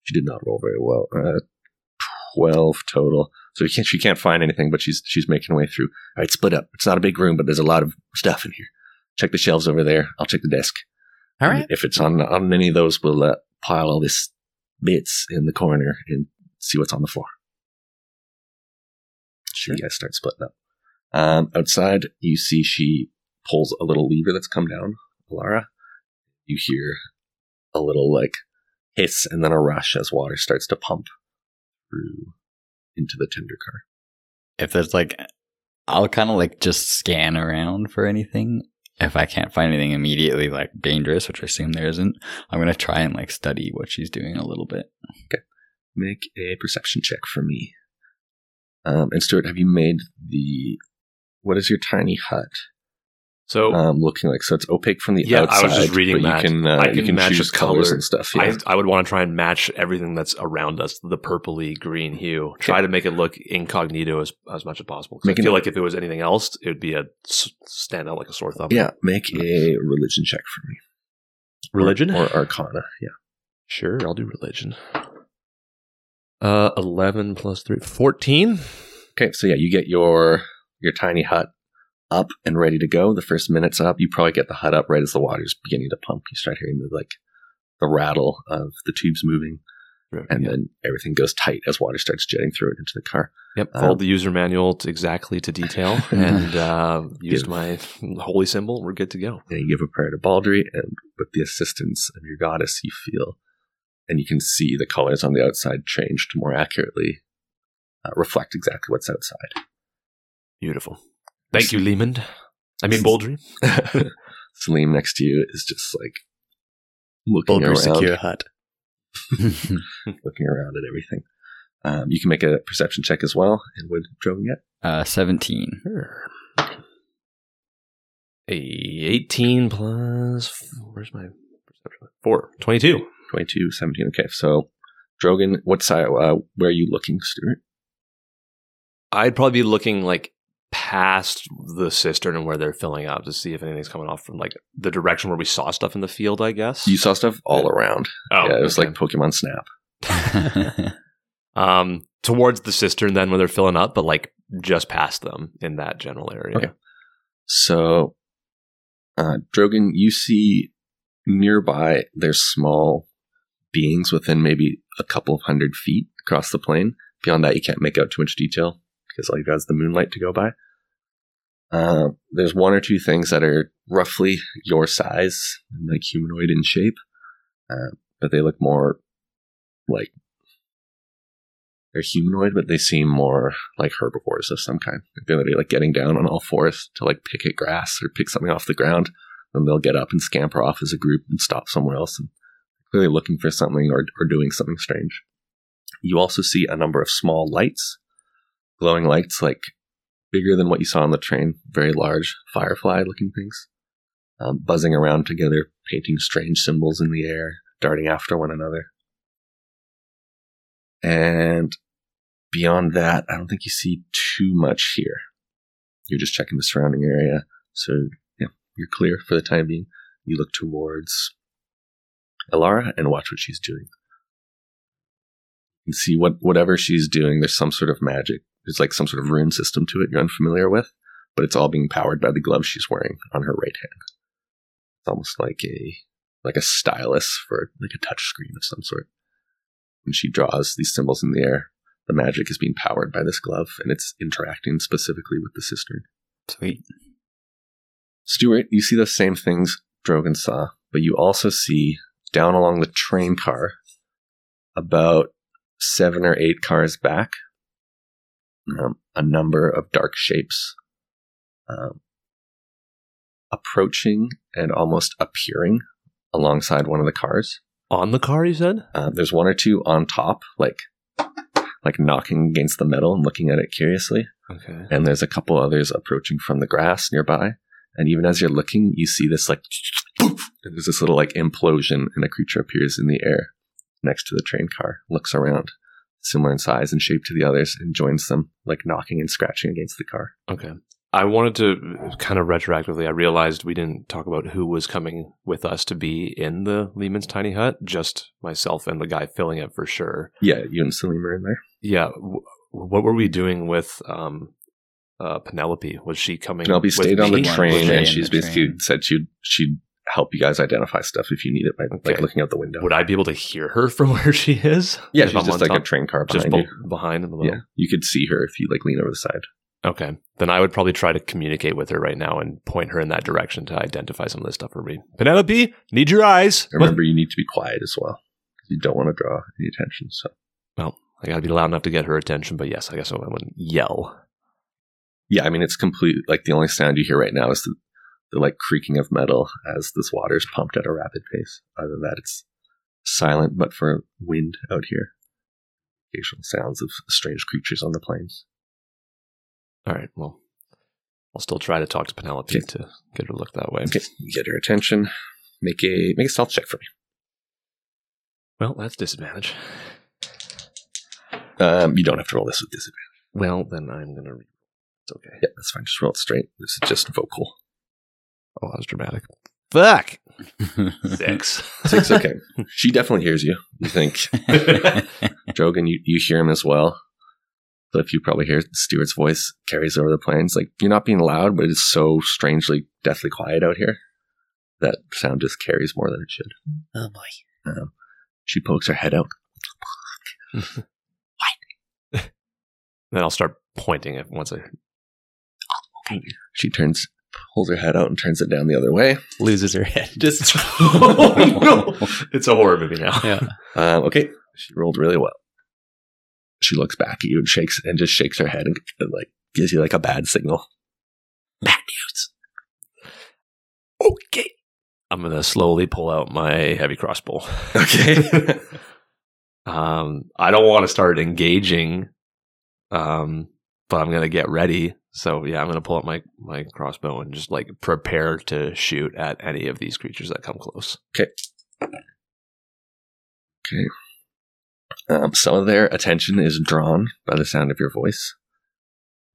S1: She did not roll very well. Uh, Twelve total. So you can't, she can't find anything, but she's she's making her way through. All right, split up. It's not a big room, but there's a lot of stuff in here. Check the shelves over there. I'll check the desk.
S5: All right.
S1: If it's on on any of those, we'll uh, pile all this bits in the corner and see what's on the floor. Sure. You guys start splitting up. Um, outside, you see she pulls a little lever that's come down. Lara, you hear a little like hiss and then a rush as water starts to pump through into the tender car.
S4: If there's like, I'll kind of like just scan around for anything. If I can't find anything immediately like dangerous, which I assume there isn't, I'm gonna try and like study what she's doing a little bit.
S1: Make a perception check for me. Um, and Stuart, have you made the what is your tiny hut?
S2: So
S1: um, looking like. So it's opaque from the
S2: Oh. Yeah, I was
S1: outside.
S2: just
S1: but
S2: reading that.
S1: You can, uh,
S2: I
S1: you
S2: can
S1: can
S2: match
S1: choose
S2: the
S1: colors
S2: color.
S1: and stuff. Yeah.
S2: I, I would want to try and match everything that's around us, the purpley green hue. Try to make it look incognito as, as much as possible. 'Cause I
S1: Make an-
S2: feel like if it was anything else, it would be a s- stand out like a sore thumb.
S1: yeah, make a religion check for me.
S2: Religion?
S1: or, or Arcana? Yeah,
S2: Sure, I'll do religion. Uh, 11 plus 3, 14?
S1: okay. So yeah, you get your your tiny hut up and ready to go. The first minute's up. You probably get the hut up right as the water's beginning to pump. You start hearing the like the rattle of the tubes moving. and then everything goes tight as water starts jetting through it into the car.
S2: Yep.
S1: Um,
S2: Followed the user manual to exactly
S1: [laughs]
S2: to detail and uh, used
S1: Give-
S2: my holy symbol. We're good to go.
S1: And you give a prayer to Baldry, and with the assistance of your goddess, you feel and you can see the colors on the outside change to more accurately uh, reflect exactly what's outside.
S2: Beautiful. Thank you, Lehman. I
S1: [laughs]
S2: mean, Baldry.
S1: Salim next to you is just like looking
S3: Boulder
S1: around,
S3: Secure Hut.
S1: looking around at everything. Um, you can make a perception check as well, and would drone yet?
S4: uh, 17. [laughs]
S2: A 18 plus, where's my perception? Four. 22.
S1: 22, 17. Okay, so Drogon, what side? Uh, where are you looking, Stuart?
S2: I'd probably be looking like past the cistern and where they're filling up to see if anything's coming off from like the direction where we saw stuff in the field, I guess.
S1: You saw stuff all around.
S2: oh,
S1: yeah, it was
S2: okay.
S1: like Pokemon Snap.
S2: um, towards the cistern then where they're filling up, but like just past them in that general area.
S1: Okay. So, uh, Drogon, you see nearby there's small beings within maybe a couple of hundred feet across the plain. Beyond that, you can't make out too much detail because all you've got is the moonlight to go by. Uh, there's one or two things that are roughly your size, like humanoid in shape, uh, but they look more like they're humanoid, but they seem more like herbivores of some kind. Like they're literally like getting down on all fours to like pick at grass or pick something off the ground. Then they'll get up and scamper off as a group and stop somewhere else and clearly looking for something or, or doing something strange. You also see a number of small lights, glowing lights like bigger than what you saw on the train, very large firefly looking things, um, buzzing around together, painting strange symbols in the air, darting after one another. And beyond that, I don't think you see too much here. You're just checking the surrounding area. So, yeah, you're clear for the time being. You look towards Elara and watch what she's doing. You see what whatever she's doing, there's some sort of magic. There's like some sort of rune system to it you're unfamiliar with, but it's all being powered by the glove she's wearing on her right hand. It's almost like a like a stylus for like a touch screen of some sort. And she draws these symbols in the air, the magic is being powered by this glove and it's interacting specifically with the cistern.
S4: [laughs] Sweet.
S1: Stuart, you see those same things Drogon saw, but you also see down along the train car, about seven or eight cars back, um, a number of dark shapes um, approaching and almost appearing alongside one of the cars.
S2: On the car, you said?
S1: Uh, there's one or two on top, like like knocking against the metal and looking at it curiously
S2: Okay.
S1: and there's a couple others approaching from the grass nearby. And even as you're looking, you see this like and there's this little like implosion, and a creature appears in the air next to the train car, looks around, similar in size and shape to the others, and joins them, like knocking and scratching against the car.
S2: Okay. I wanted to kind of retroactively, I realized we didn't talk about who was coming with us to be in the Lehman's tiny hut, just myself and the guy filling it for sure.
S1: Yeah, you and Salim are in there.
S2: Yeah. W- what were we doing with um, uh, Penelope? Was she coming?
S1: Penelope
S2: with
S1: stayed on the
S2: me?
S4: Pete?
S1: train,
S4: Stay in
S1: and she's
S4: the
S1: basically
S4: train.
S1: said she'd she'd help you guys identify stuff if you need it by like
S2: Okay.
S1: looking out the window.
S2: Would I be able to hear her from [laughs] where she is?
S1: yeah,
S2: If
S1: she's
S2: I'm
S1: just
S2: on
S1: like a
S2: top-
S1: train car behind
S2: just
S1: you.
S2: bo- behind him a little.
S1: Yeah, you could see her if you like lean over the side.
S2: Okay. Then I would probably try to communicate with her right now and point her in that direction to identify some of this stuff for me. Penelope, need your eyes.
S1: Remember, you need to be quiet as well. You don't want to draw any attention. So
S2: I gotta be loud enough to get her attention, but yes, I guess I wouldn't yell.
S1: yeah, I mean, it's complete. Like the only sound you hear right now is the, the like creaking of metal as this water is pumped at a rapid pace. Other than that, it's silent, but for wind out here, occasional sounds of strange creatures on the plains.
S2: All right, well, I'll still try to talk to Penelope
S1: Okay.
S2: to get her to look that way.
S1: Okay, you get her attention. Make a make a stealth check for me.
S2: Well, that's disadvantage.
S1: Um, you don't have to roll this with disadvantage.
S2: Well, then I'm gonna. Re- it's okay.
S1: Yeah, that's fine. Just roll it straight. This is just vocal.
S2: Oh, that was dramatic. Fuck.
S1: [laughs]
S2: Six.
S1: Six. Okay, she definitely hears you. You think Drogon, you, you hear him as well. Cliff, you probably hear Stewart's voice carries over the plains. Like, you're not being loud, but it's so strangely, deathly quiet out here. That sound just carries more than it should.
S5: Oh boy.
S1: She pokes her head out.
S2: Then I'll start pointing
S1: [laughs]
S2: at once I
S1: She turns, pulls her head out and turns it down the other way.
S3: Loses her head.
S2: just. oh, no. [laughs] It's a horror movie now.
S3: Yeah.
S1: Um, okay, she rolled really well. She looks back at you and shakes and just shakes her head and, and, like gives you like a bad signal.
S2: Okay. I'm gonna slowly pull out my heavy crossbow.
S1: Okay,
S2: [laughs] Um, I don't want to start engaging, um, but I'm gonna get ready. So yeah, I'm gonna pull out my my crossbow and just like prepare to shoot at any of these creatures that come close.
S1: um, some of their attention is drawn by the sound of your voice.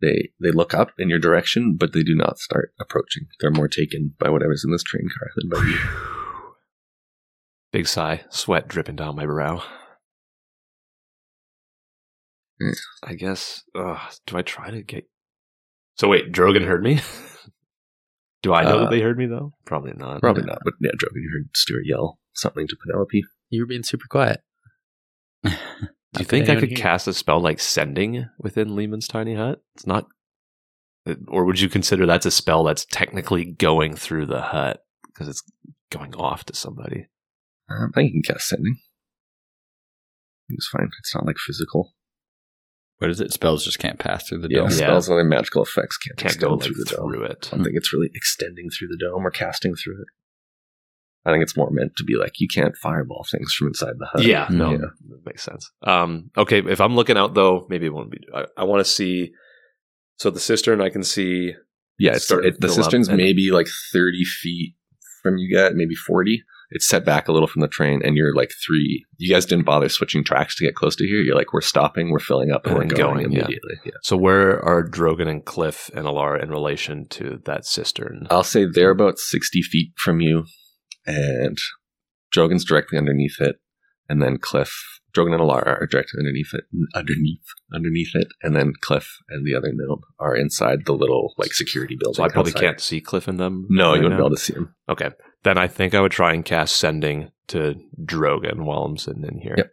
S1: They they look up in your direction, but they do not start approaching. They're more taken by whatever's in this train car than by you.
S2: Big sigh, sweat dripping down my brow.
S1: Mm.
S2: I guess. Uh, do I try to get? So wait, Drogon heard me. [laughs] do I know
S1: Uh,
S2: that they heard me though? Probably not.
S1: Probably not, but yeah, Drogon, you heard Stuart yell something to Penelope.
S3: You were being super quiet.
S2: Do you
S3: Not that
S2: think I
S3: anyone
S2: could
S3: here-
S2: cast a spell like sending within Lehman's tiny hut? It's not, uh, or would you consider that's a spell that's technically going through the hut because it's going off to somebody?
S1: Um, I think you can cast sending. It's fine. It's not like physical.
S4: What is it? Spells just can't pass through the
S1: Yeah,
S4: dome.
S2: Yeah.
S1: spells and other magical effects can't,
S2: Can't
S1: extend
S2: go like,
S1: through the dome.
S2: through it.
S1: I don't think it's really extending through the dome or casting through it. I think it's more meant to be like you can't fireball things from inside the hut.
S2: Yeah, no,
S1: Yeah.
S2: that makes sense. Um, okay, if I'm looking out though, maybe it won't be. I, I want to see. So the cistern, I can see.
S1: Yeah, it's,
S2: Sort of
S1: it, the
S2: fill up
S1: cistern's
S2: and-
S1: maybe like 30 feet from you guys, maybe 40. It's set back a little from the train, and you're like three. You guys didn't bother switching tracks to get close to here. You're like, we're stopping, we're filling up, and,
S2: And
S1: we're going,
S2: going, yeah.
S1: immediately. Yeah.
S2: So where are Drogon and Cliff and Alara in relation to that cistern?
S1: I'll say they're about 60 feet from you, and Drogon's directly underneath it, and then Cliff, Drogon and Alara are directly underneath it, underneath, underneath it, and then Cliff and the other gnome are inside the little like security building.
S2: so I probably
S1: outside.
S2: can't see Cliff and them.
S1: No,
S2: right
S1: you wouldn't
S2: now?
S1: be able to see him.
S2: Okay. Then I think I would try and cast sending to Drogon while I'm sitting in here.
S1: Yep.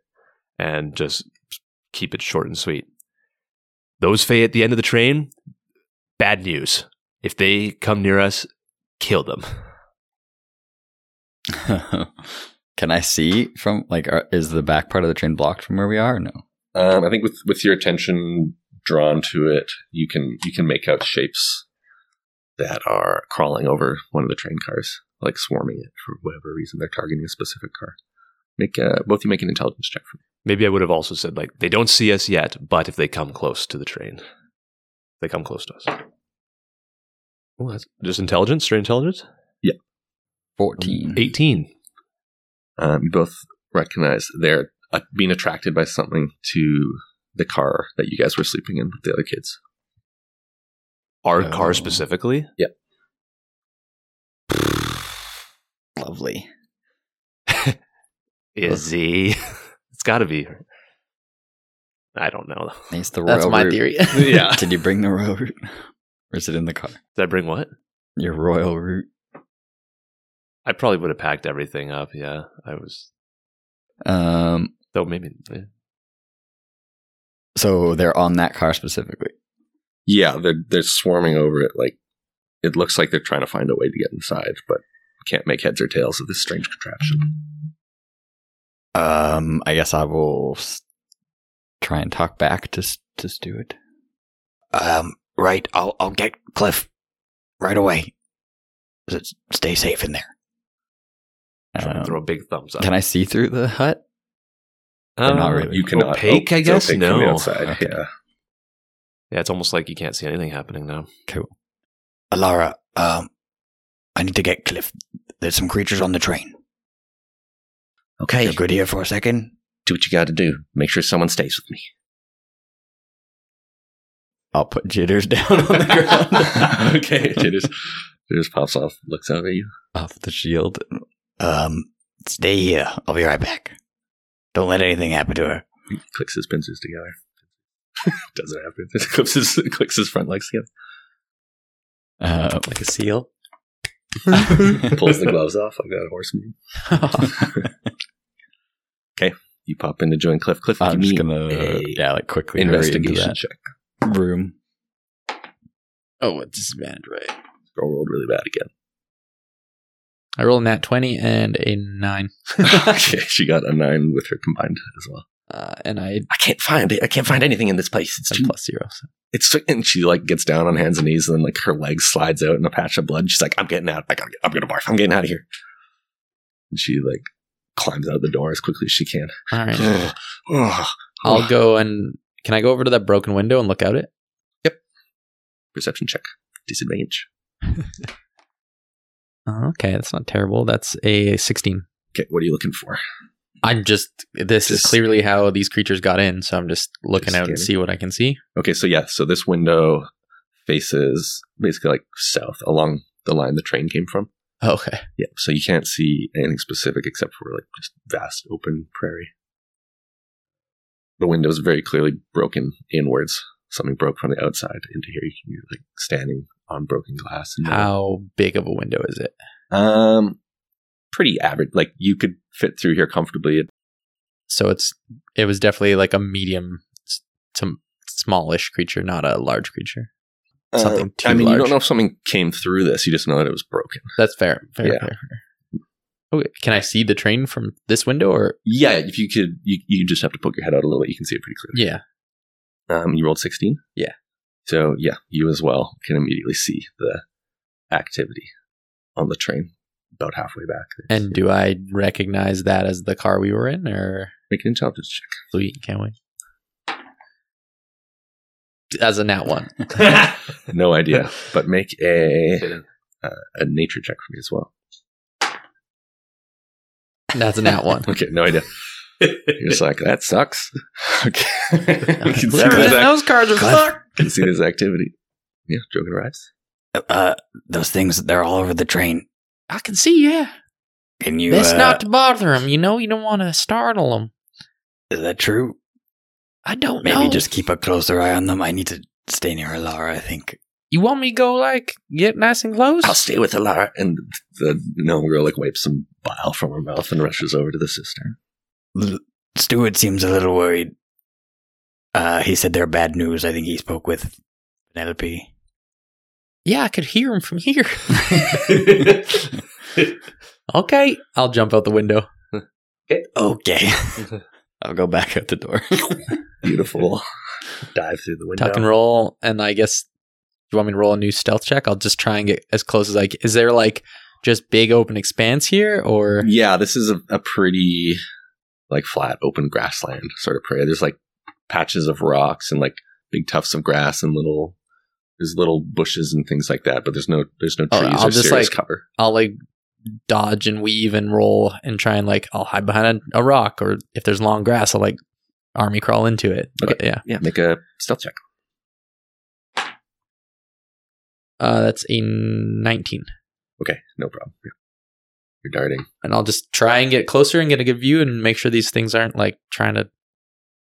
S2: And just keep it short and sweet. Those Fae at the end of the train, bad news. If they come near us, kill them. [laughs]
S4: [laughs] Can I see from like are, is the back part of the train blocked from where we are? or No.
S1: Um, I think with with your attention drawn to it, you can you can make out shapes that are crawling over one of the train cars, like swarming it for whatever reason. They're targeting a specific car. Make uh, both you make an intelligence check for me.
S2: Maybe I would have also said, like, they don't see us yet, but if they come close to the train, they come close to us. Oh, that's just intelligence, straight intelligence?
S4: Fourteen.
S2: 18.
S1: Um, you both recognize they're uh, being attracted by something to the car that you guys were sleeping in with the other kids.
S2: Our
S4: Oh.
S2: car specifically?
S4: Lovely.
S2: Izzy. [laughs] it's got to be. I don't know. [laughs]
S4: It's the royal
S5: That's my
S1: [laughs]
S4: root.
S5: theory.
S2: yeah.
S4: [laughs] Did you bring the royal root? Or is it in the car?
S2: Did I bring what?
S4: Your royal root.
S2: I probably would have packed everything up. Yeah. I was.
S4: Um.
S2: Though maybe. eh.
S4: So they're on that car specifically.
S1: Yeah, they're they're swarming over it. Like it looks like they're trying to find a way to get inside, but can't make heads or tails of this strange contraption.
S4: Um. I guess I will s- try and talk back to s- to Stuart. Um. Right. I'll I'll get Cliff right away. Stay safe in there.
S2: Trying to throw a big thumbs up.
S4: Um,
S2: Um,
S4: Can I see through the hut? or not really?
S1: You cannot
S2: Opaque, I
S1: it's
S2: guess?
S1: opaque from the
S2: No.
S1: outside,
S4: Okay.
S1: Yeah.
S2: Yeah. It's almost like you can't see anything
S4: [laughs]
S2: happening now.
S6: Alara, um, I need to get Cliff. There's some creatures on the train.
S1: Okay.
S6: You're good here for a second?
S1: Do what you got to do. Make sure someone stays with me.
S4: I'll put jitters [laughs] down on the
S1: [laughs]
S4: ground.
S1: okay. Jitters. Jitters pops off, looks out at you.
S4: Off the shield.
S6: Um, stay here. I'll be right back. Don't let anything happen to her.
S1: clicks his pincers together. [laughs] Doesn't have pincers. Clips his, clicks his front legs together.
S4: Uh,
S3: Like
S1: [laughs]
S3: a seal.
S4: [laughs]
S1: [laughs] Pulls the gloves off like that horse meme. You pop in to join Cliff. Cliff, give
S7: I'm
S1: me
S7: just gonna
S1: a
S7: yeah, like quickly hurry into
S1: investigation
S7: that
S1: check. [laughs]
S7: room.
S3: [laughs] Oh, at disadvantage, right?
S1: I rolled really bad again.
S3: I rolled a nat 20 and a 9.
S1: [laughs] okay, she got a nine with her combined as well.
S3: Uh, and I
S1: I can't find it. I can't find anything in this place. It's
S3: have
S1: too.
S3: plus zero. So.
S1: It's and she like gets down on hands and knees, and then like her leg slides out in a patch of blood. She's like, "I'm getting out. I gotta. Get, I'm gonna barf. I'm getting out of here." And she like climbs out the door as quickly as she can.
S3: All right.
S1: Ugh. Ugh.
S3: I'll go and can I go over to that broken window and look out it?
S1: Perception check. Disadvantage.
S3: Uh, okay, that's not terrible. That's a 16.
S1: Okay, what are you looking for?
S3: I'm just this is
S1: Just-
S3: clearly how these creatures got in, so I'm just looking
S1: Just
S3: out and
S1: scanning.
S3: see what I can see.
S1: Okay, so yeah, so this window faces basically like south along the line the train came from.
S3: Okay.
S1: Yeah, so you can't see anything specific except for like just vast open prairie. The window's very clearly broken inwards. Something broke from the outside into here. You- You're like standing on broken glass. And
S3: How big of a window is it?
S1: Um, pretty average. Like you could fit through here comfortably.
S3: So it's it was definitely like a medium s- to smallish creature, not a large creature. Something
S1: Um,
S3: too
S1: I mean, you
S3: large.
S1: don't know if something came through this. You just know that it was broken.
S3: That's fair. Fair,
S1: Yeah.
S3: fair, fair. Okay. Can I see the train from this window or
S1: Yeah, if you could, you, you just have to poke your head out a little bit. You can see it pretty clearly.
S3: yeah.
S1: Um, you rolled 16?
S3: Yeah.
S1: So, yeah, you as well can immediately see the activity on the train about halfway back. There.
S3: And do I recognize that as the car we were in or
S1: Make an intelligence check.
S3: sweet, can't we? As a nat one.
S1: No
S3: [laughs]
S1: idea, but make a
S2: Hidden.
S1: uh, a nature check for me as well.
S3: That's a nat one.
S1: Okay, no idea. You're just like, that sucks. [laughs]
S3: [laughs]
S1: Okay. [laughs] we can see, this ac-
S3: Those cards are fucked.
S1: can see this activity. Yeah, Jogan arrives.
S4: Uh, Uh, those things, they're all over the train.
S3: I can see, yeah.
S4: Can you,
S3: That's
S4: uh,
S3: not to bother him. You know, you don't want to startle him.
S4: is that true?
S3: I don't
S4: Maybe
S3: know.
S4: just keep a closer eye on them. I need to stay near Alara, I think.
S3: you want me to go like get nice and close?
S1: I'll stay with Alara. And the gnome girl like wipes some bile from her mouth and rushes over to the
S3: [laughs]
S1: cistern.
S4: L- Stuart seems a little worried. Uh, he said they're bad news. I think he spoke with Penelope.
S3: yeah, I could hear him from here. [laughs] okay, I'll jump out the window.
S4: Okay. [laughs] I'll go back out the door.
S1: Beautiful. [laughs] Dive through the window.
S3: Tuck and roll, and I guess you want me to roll a new stealth check? I'll just try and get as close as I. Can. Is there like just big open expanse here, or
S1: Yeah, this is a, a pretty like flat open grassland sort of prairie. There's like patches of rocks and like big tufts of grass and little there's little bushes and things like that, but there's no there's no
S3: Oh,
S1: trees
S3: I'll
S1: or
S3: just,
S1: serious
S3: like-
S1: cover.
S3: I'll like dodge and weave and roll and try and like I'll hide behind a, a rock, or if there's long grass, I'll like army crawl into it. But yeah,
S1: Yeah, make a stealth check.
S3: uh, that's a nineteen.
S1: Okay, no problem. Yeah. You're darting.
S3: and I'll just try and get closer and get a good view and make sure these things aren't like trying to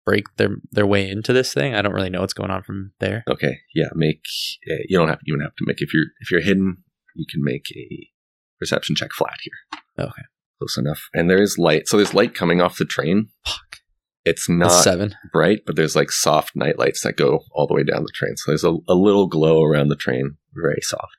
S3: break their their way into this thing. I don't really know what's going on from there.
S1: Okay, yeah, make a, you don't have to even have to make if you're if you're hidden, you can make a perception check flat here.
S3: Okay.
S1: Close enough. And there is light. So there's light coming off the train.
S3: Fuck.
S1: It's
S3: That's
S1: not
S3: seven.
S1: bright, but there's like soft night lights that go all the way down the train. So there's a, a little glow around the train, very soft.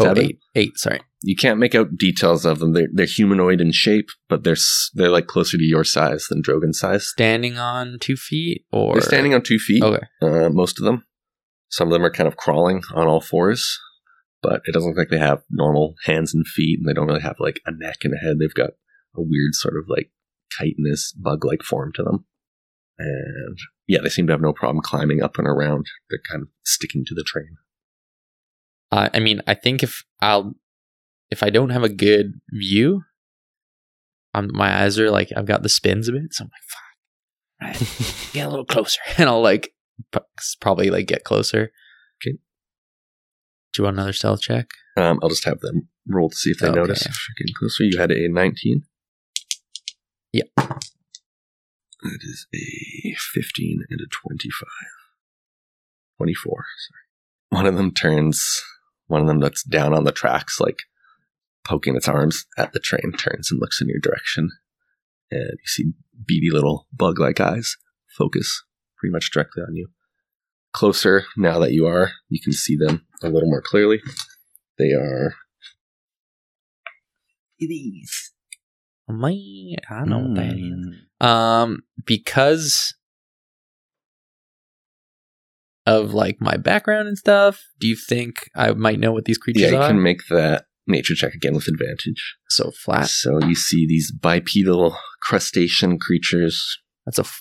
S3: Oh,
S1: Seven?
S3: eight. Eight, sorry.
S1: You can't make out details of them. They're, they're humanoid in shape, but they're s- they're like closer to your size than Drogon's size.
S3: Standing on two feet or
S1: They're standing on two feet.
S3: Okay.
S1: Uh, most of them. Some of them are kind of crawling on all fours, but it doesn't look like they have normal hands and feet, and they don't really have like a neck and a head. They've got a weird sort of like chitinous bug like form to them. And yeah, they seem to have no problem climbing up and around. They're kind of sticking to the train.
S3: Uh, I mean, I think if I'll if I don't have a good view, um, my eyes are like I've got the spins a bit, so I'm like, fuck, All right, get a little closer, [laughs] and I'll like p- probably like get closer.
S1: Okay.
S3: Do you want another stealth check?
S1: Um, I'll just have them roll to see if they
S3: Okay.
S1: notice. If you're getting closer, you had a 19.
S3: Yep.
S1: That is a 15 and a 25. 24, sorry. One of them turns, one of them that's down on the tracks, like poking its arms at the train, turns and looks in your direction. And you see beady little bug like eyes focus pretty much directly on you. Closer now that you are, you can see them a little more clearly. They are
S3: These. Man, I know what that is.
S1: Hmm.
S3: Um, because of like my background and stuff, do you think I might know what these creatures
S1: Yeah, you
S3: are?
S1: can make that nature check again with advantage.
S3: so flat.
S1: So you see these bipedal crustacean creatures.
S3: That's a f-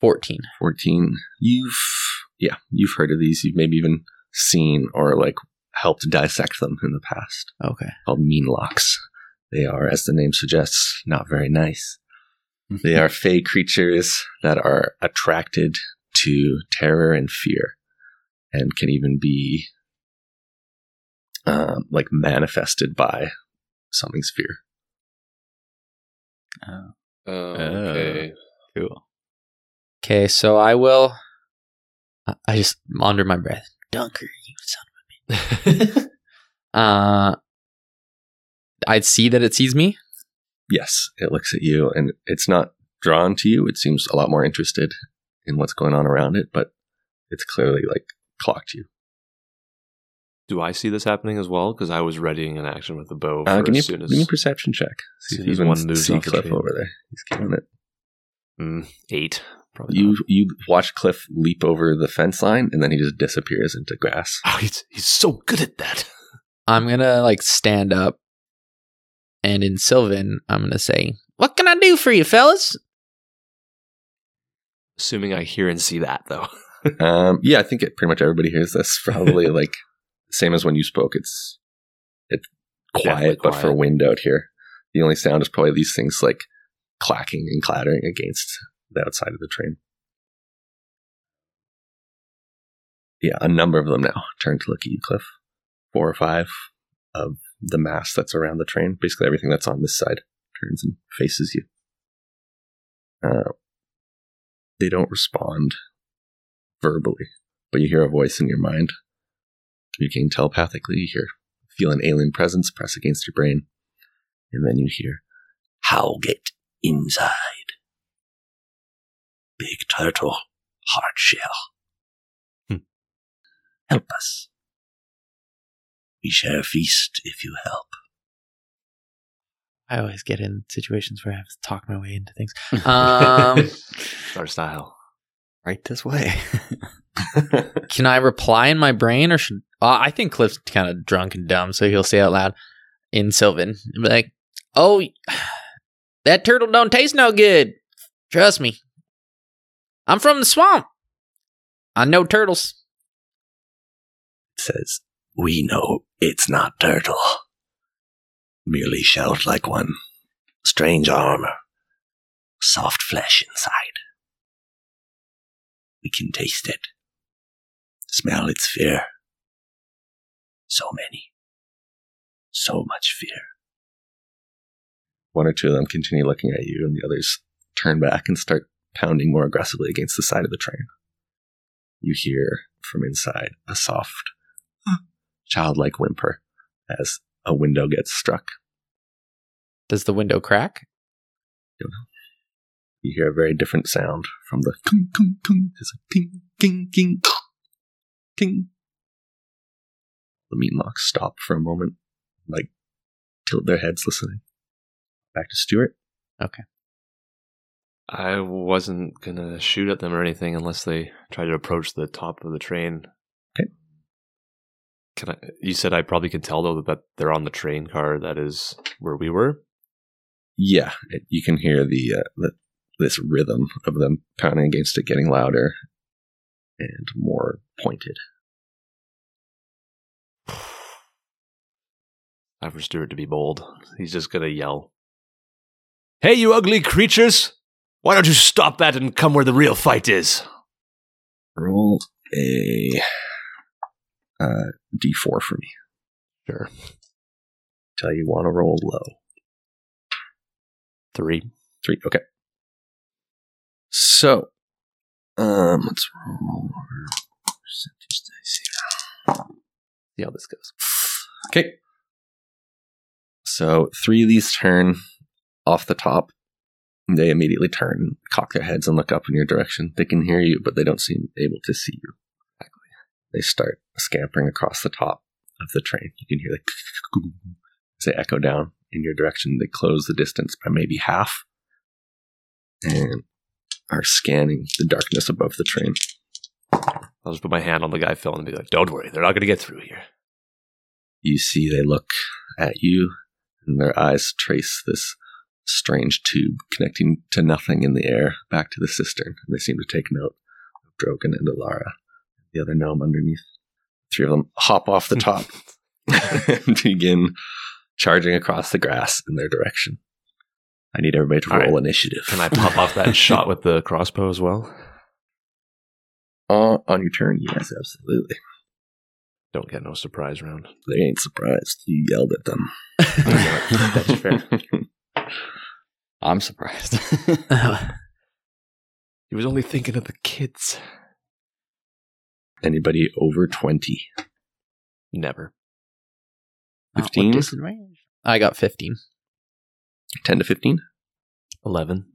S3: fourteen.
S1: Fourteen. You've yeah, you've heard of these. You've maybe even seen or like helped dissect them in the past.
S3: Okay.
S1: Called mean locks. They are, as the name suggests, not very nice.
S4: Hmm.
S1: They are fey creatures that are attracted to terror and fear, and can even be um, like manifested by something's fear.
S2: Oh, okay.
S4: [laughs]
S8: Cool.
S3: Okay, so I will. I- I just under my breath, Dunker, you son of a bitch. uh, I'd see that it sees me.
S1: Yes, it looks at you and it's not drawn to you. It seems a lot more interested in what's going on around it, but it's clearly like clocked you.
S2: [laughs] Do I see this happening as well? Because I was readying an action with the bow
S1: Uh,
S2: for
S1: give, me,
S2: as soon
S1: give me a
S2: as
S1: perception check. See
S2: soon
S1: if you
S2: as
S1: can
S2: one moves
S1: see
S2: off the
S1: Cliff
S2: chain.
S1: over there. He's killing it.
S2: Mm, eight. Probably
S1: You
S2: not.
S1: you watch Cliff leap over the fence line and then he just disappears into grass.
S2: Oh, he's he's so good at that.
S3: I'm gonna like stand up, and in Sylvan, I'm gonna say, "What can I do for you, fellas?"
S2: Assuming I hear and see that though. [laughs]
S1: um, yeah, I think it, pretty much everybody hears this. [laughs] Probably like same as when you spoke. It's it's
S2: Definitely
S1: quiet, but for
S2: quiet.
S1: wind out here, the only sound is probably these things like clacking and clattering against the outside of the train. Yeah, a number of them now turn to look at you, Cliff. Four or five of the mass that's around the train. Basically, everything that's on this side turns and faces you. Uh, they don't respond verbally, but you hear a voice in your mind. Communicating telepathically, you hear, feel an alien presence press against your brain, and then you hear,
S4: How get inside? Big turtle, hard shell. Hmm. Help us. We share a feast if you help.
S3: I always get in situations where I have to talk my way into things. Um,
S2: Our style.
S8: Right this way.
S3: can I reply in my brain, or should uh, I think Cliff's kind of drunk and dumb, so he'll say out loud in Sylvan, be like, "Oh, [sighs] that turtle don't taste no good. Trust me. I'm from the swamp. I know turtles.
S4: says, We know it's not turtle. Merely shelled like one. Strange armor. Soft flesh inside. We can taste it. Smell its fear. So many. So much fear.
S1: one or two of them continue looking at you, and the others turn back and start pounding more aggressively against the side of the train. You hear from inside a soft, childlike whimper as a window gets struck.
S3: Does the window crack?
S1: You hear a very different sound from the kung, kung, kung. It's a ting, ting, ting, ting. The meat locks stop for a moment, like tilt their heads listening. Back to Stuart.
S2: I wasn't gonna shoot at them or anything unless they tried to approach the top of the train.
S1: Okay.
S2: Can I? You said I probably can tell though that they're on the train car that is where we were.
S1: yeah, it, you can hear the, uh, the this rhythm of them pounding against it getting louder and more pointed.
S2: Time for Stuart to be bold. He's just gonna yell, "Hey, you ugly creatures! Why don't you stop that and come where the real fight is?"
S1: Roll a uh, d4 for me.
S2: Sure.
S1: Tell you want to roll low.
S2: Three.
S1: Three. Okay. So, um, let's roll. our percentage dice here. See how this goes. Okay. So three of these turn off the top, They immediately turn, cock their heads, and look up in your direction. They can hear you, but they don't seem able to see you. They start scampering across the top of the train. You can hear the as [laughs] they echo down in your direction. They close the distance by maybe half and are scanning the darkness above the train.
S2: I'll just put my hand on the guy Phil and be like, "Don't worry, they're not going to get through here."
S1: You see, they look at you, and their eyes trace this strange tube connecting to nothing in the air back to the cistern. And they seem to take note of Drogon and Alara, the other gnome underneath. Three of them hop off the
S2: [laughs]
S1: top and begin charging across the grass in their direction. I need everybody to
S2: All
S1: roll
S2: right.
S1: initiative.
S2: Can
S1: [laughs]
S2: I pop off that shot with the crossbow as well?
S1: Uh, on your turn, yes, absolutely.
S2: Don't get no surprise round.
S1: They ain't surprised. You yelled at them.
S3: [laughs]
S2: That's fair.
S4: I'm surprised.
S3: Uh,
S4: [laughs]
S2: He was only thinking of the kids.
S1: [laughs] Anybody over 20?
S2: Never.
S3: Not with
S1: 15?
S3: disadvantage. I got 15.
S1: 10 to 15?
S2: Eleven.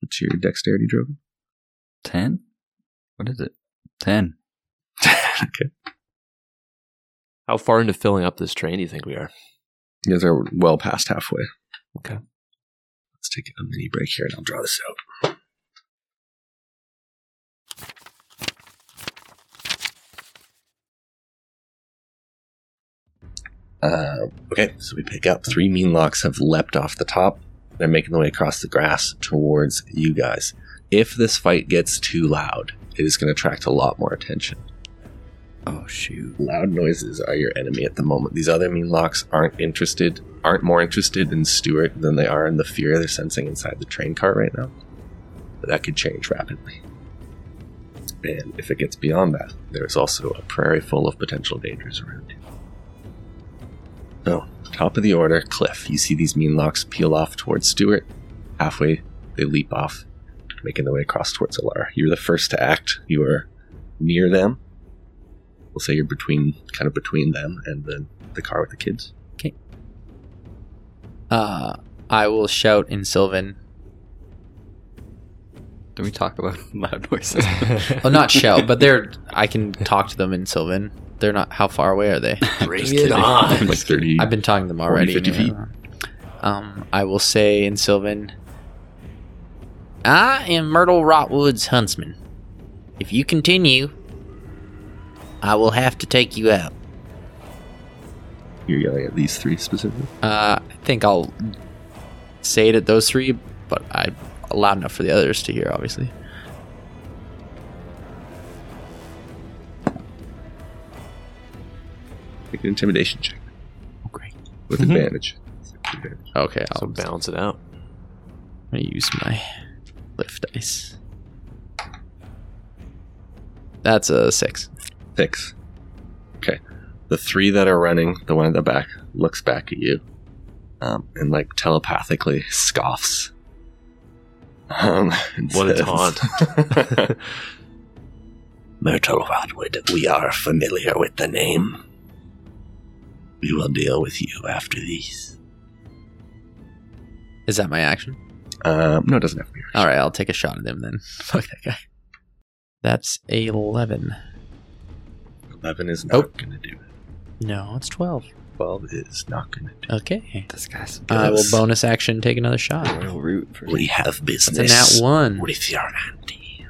S1: What's your dexterity, Drogon?
S4: Ten? What is it? Ten.
S1: okay.
S2: How far into filling up this train do you think we
S4: [laughs]
S2: are?
S1: You guys are well past halfway.
S2: Okay.
S1: Let's take a mini break here and I'll draw this out. Uh, okay, so we pick up three mean locks have leapt off the top. They're making their way across the grass towards you guys. If this fight gets too loud, it is going to attract a lot more attention.
S4: Oh shoot.
S1: Loud noises are your enemy at the moment. These other mean locks aren't interested, aren't more interested in Stuart than they are in the fear they're sensing inside the train car right now. But that could change rapidly. And if it gets beyond that, there's also a prairie full of potential dangers around you. So, top of the order, Cliff. You see these mean locks peel off towards Stuart. Halfway, they leap off, making their way across towards Alara. You're the first to act. You are near them we'll say you're between kind of between them and the, the car with the kids.
S3: Uh, I will shout in Sylvan.
S4: Did we talk [laughs] about loud noises?
S3: Oh, not shout, but they're. I can talk to them in Sylvan. They're not. How far away are they?
S2: Bring
S4: Just kidding. [laughs]
S1: Like 30.
S3: I've been talking to them
S1: 40,
S3: already.
S1: 50 feet.
S3: Um, I will say in Sylvan, I am Myrtle Rotwood's huntsman.
S5: If you continue, I will have to take you out.
S1: you're yelling at these three specifically.
S3: Uh, I think I'll say it at those three, but I loud enough for the others to hear, obviously.
S1: Make an intimidation check.
S3: Oh, great. Mm-hmm.
S1: With
S2: Mhm.
S1: advantage. Advantage.
S3: Okay,
S2: So
S3: I'll
S2: balance it out.
S3: I use my lift dice. That's a six.
S1: Six. Okay. The three that are running, the one at the back looks back at you, um, and like telepathically scoffs. Um, and
S2: What a
S1: says-
S2: taunt.
S1: [laughs]
S6: Myrtle Rodwood, we are familiar with the name. We will deal with you after these.
S3: Is that my action?
S1: um, no, it doesn't have to be.
S3: All right, I'll take a shot at him then. [laughs] Fuck that guy. That's a eleven.
S1: Eleven is not
S3: Oh.
S1: going to do it.
S3: No, it's twelve.
S1: Twelve is not going to do
S3: Okay.
S4: this guy's
S3: I will
S1: Yes.
S3: bonus action take another shot.
S4: royal root for
S6: We have
S3: It's a nat
S6: business
S3: one.
S6: with your auntie.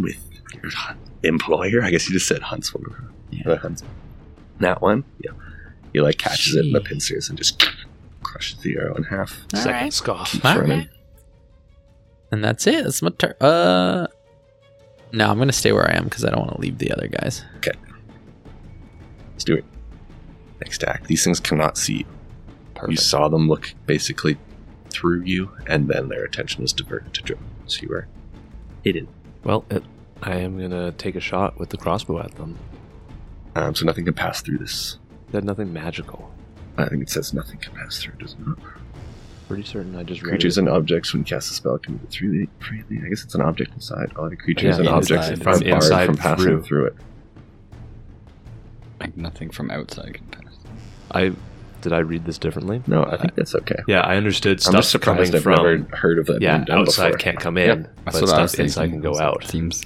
S1: it. Your hun- employer? I guess you just said huntsman.
S3: Yeah.
S1: The huntsman. That one? Yeah. He like catches it in the
S3: Jeez.
S1: pincers and just crushes the arrow in half.
S5: All
S2: Second
S5: right.
S2: scoff.
S1: Keeps running.
S3: And that's it. That's my turn. Uh, no, I'm gonna stay where I am because I don't want to leave the other guys.
S1: Let's do it. Next act. These things cannot see you. You saw them look basically through you, and then their attention was diverted to Joe. So you were hidden.
S2: Well, it, I am gonna take a shot with the crossbow at them.
S1: Um, so nothing can pass through this.
S2: That nothing magical.
S1: I think it says nothing can pass through, does it not?
S2: Pretty certain I just read
S1: Creatures
S2: it.
S1: and objects when cast a spell can move it through the freely. I guess it's an object inside. All the creatures and
S2: Yeah,
S4: inside.
S1: objects
S4: From
S1: are barred
S2: inside
S1: from passing
S2: through.
S1: through it.
S4: like nothing from outside can pass.
S2: I Did I read this differently?
S1: No, I think that's okay.
S2: Yeah, I understood
S1: I'm
S2: stuff
S1: just surprised
S2: coming
S1: I've
S2: from
S1: never heard of that
S2: yeah
S1: being done
S2: outside
S1: before.
S2: can't come in,
S1: Yep,
S2: but
S4: what I
S2: stuff
S4: was
S2: inside can
S4: thinking.
S2: go out.
S4: Seems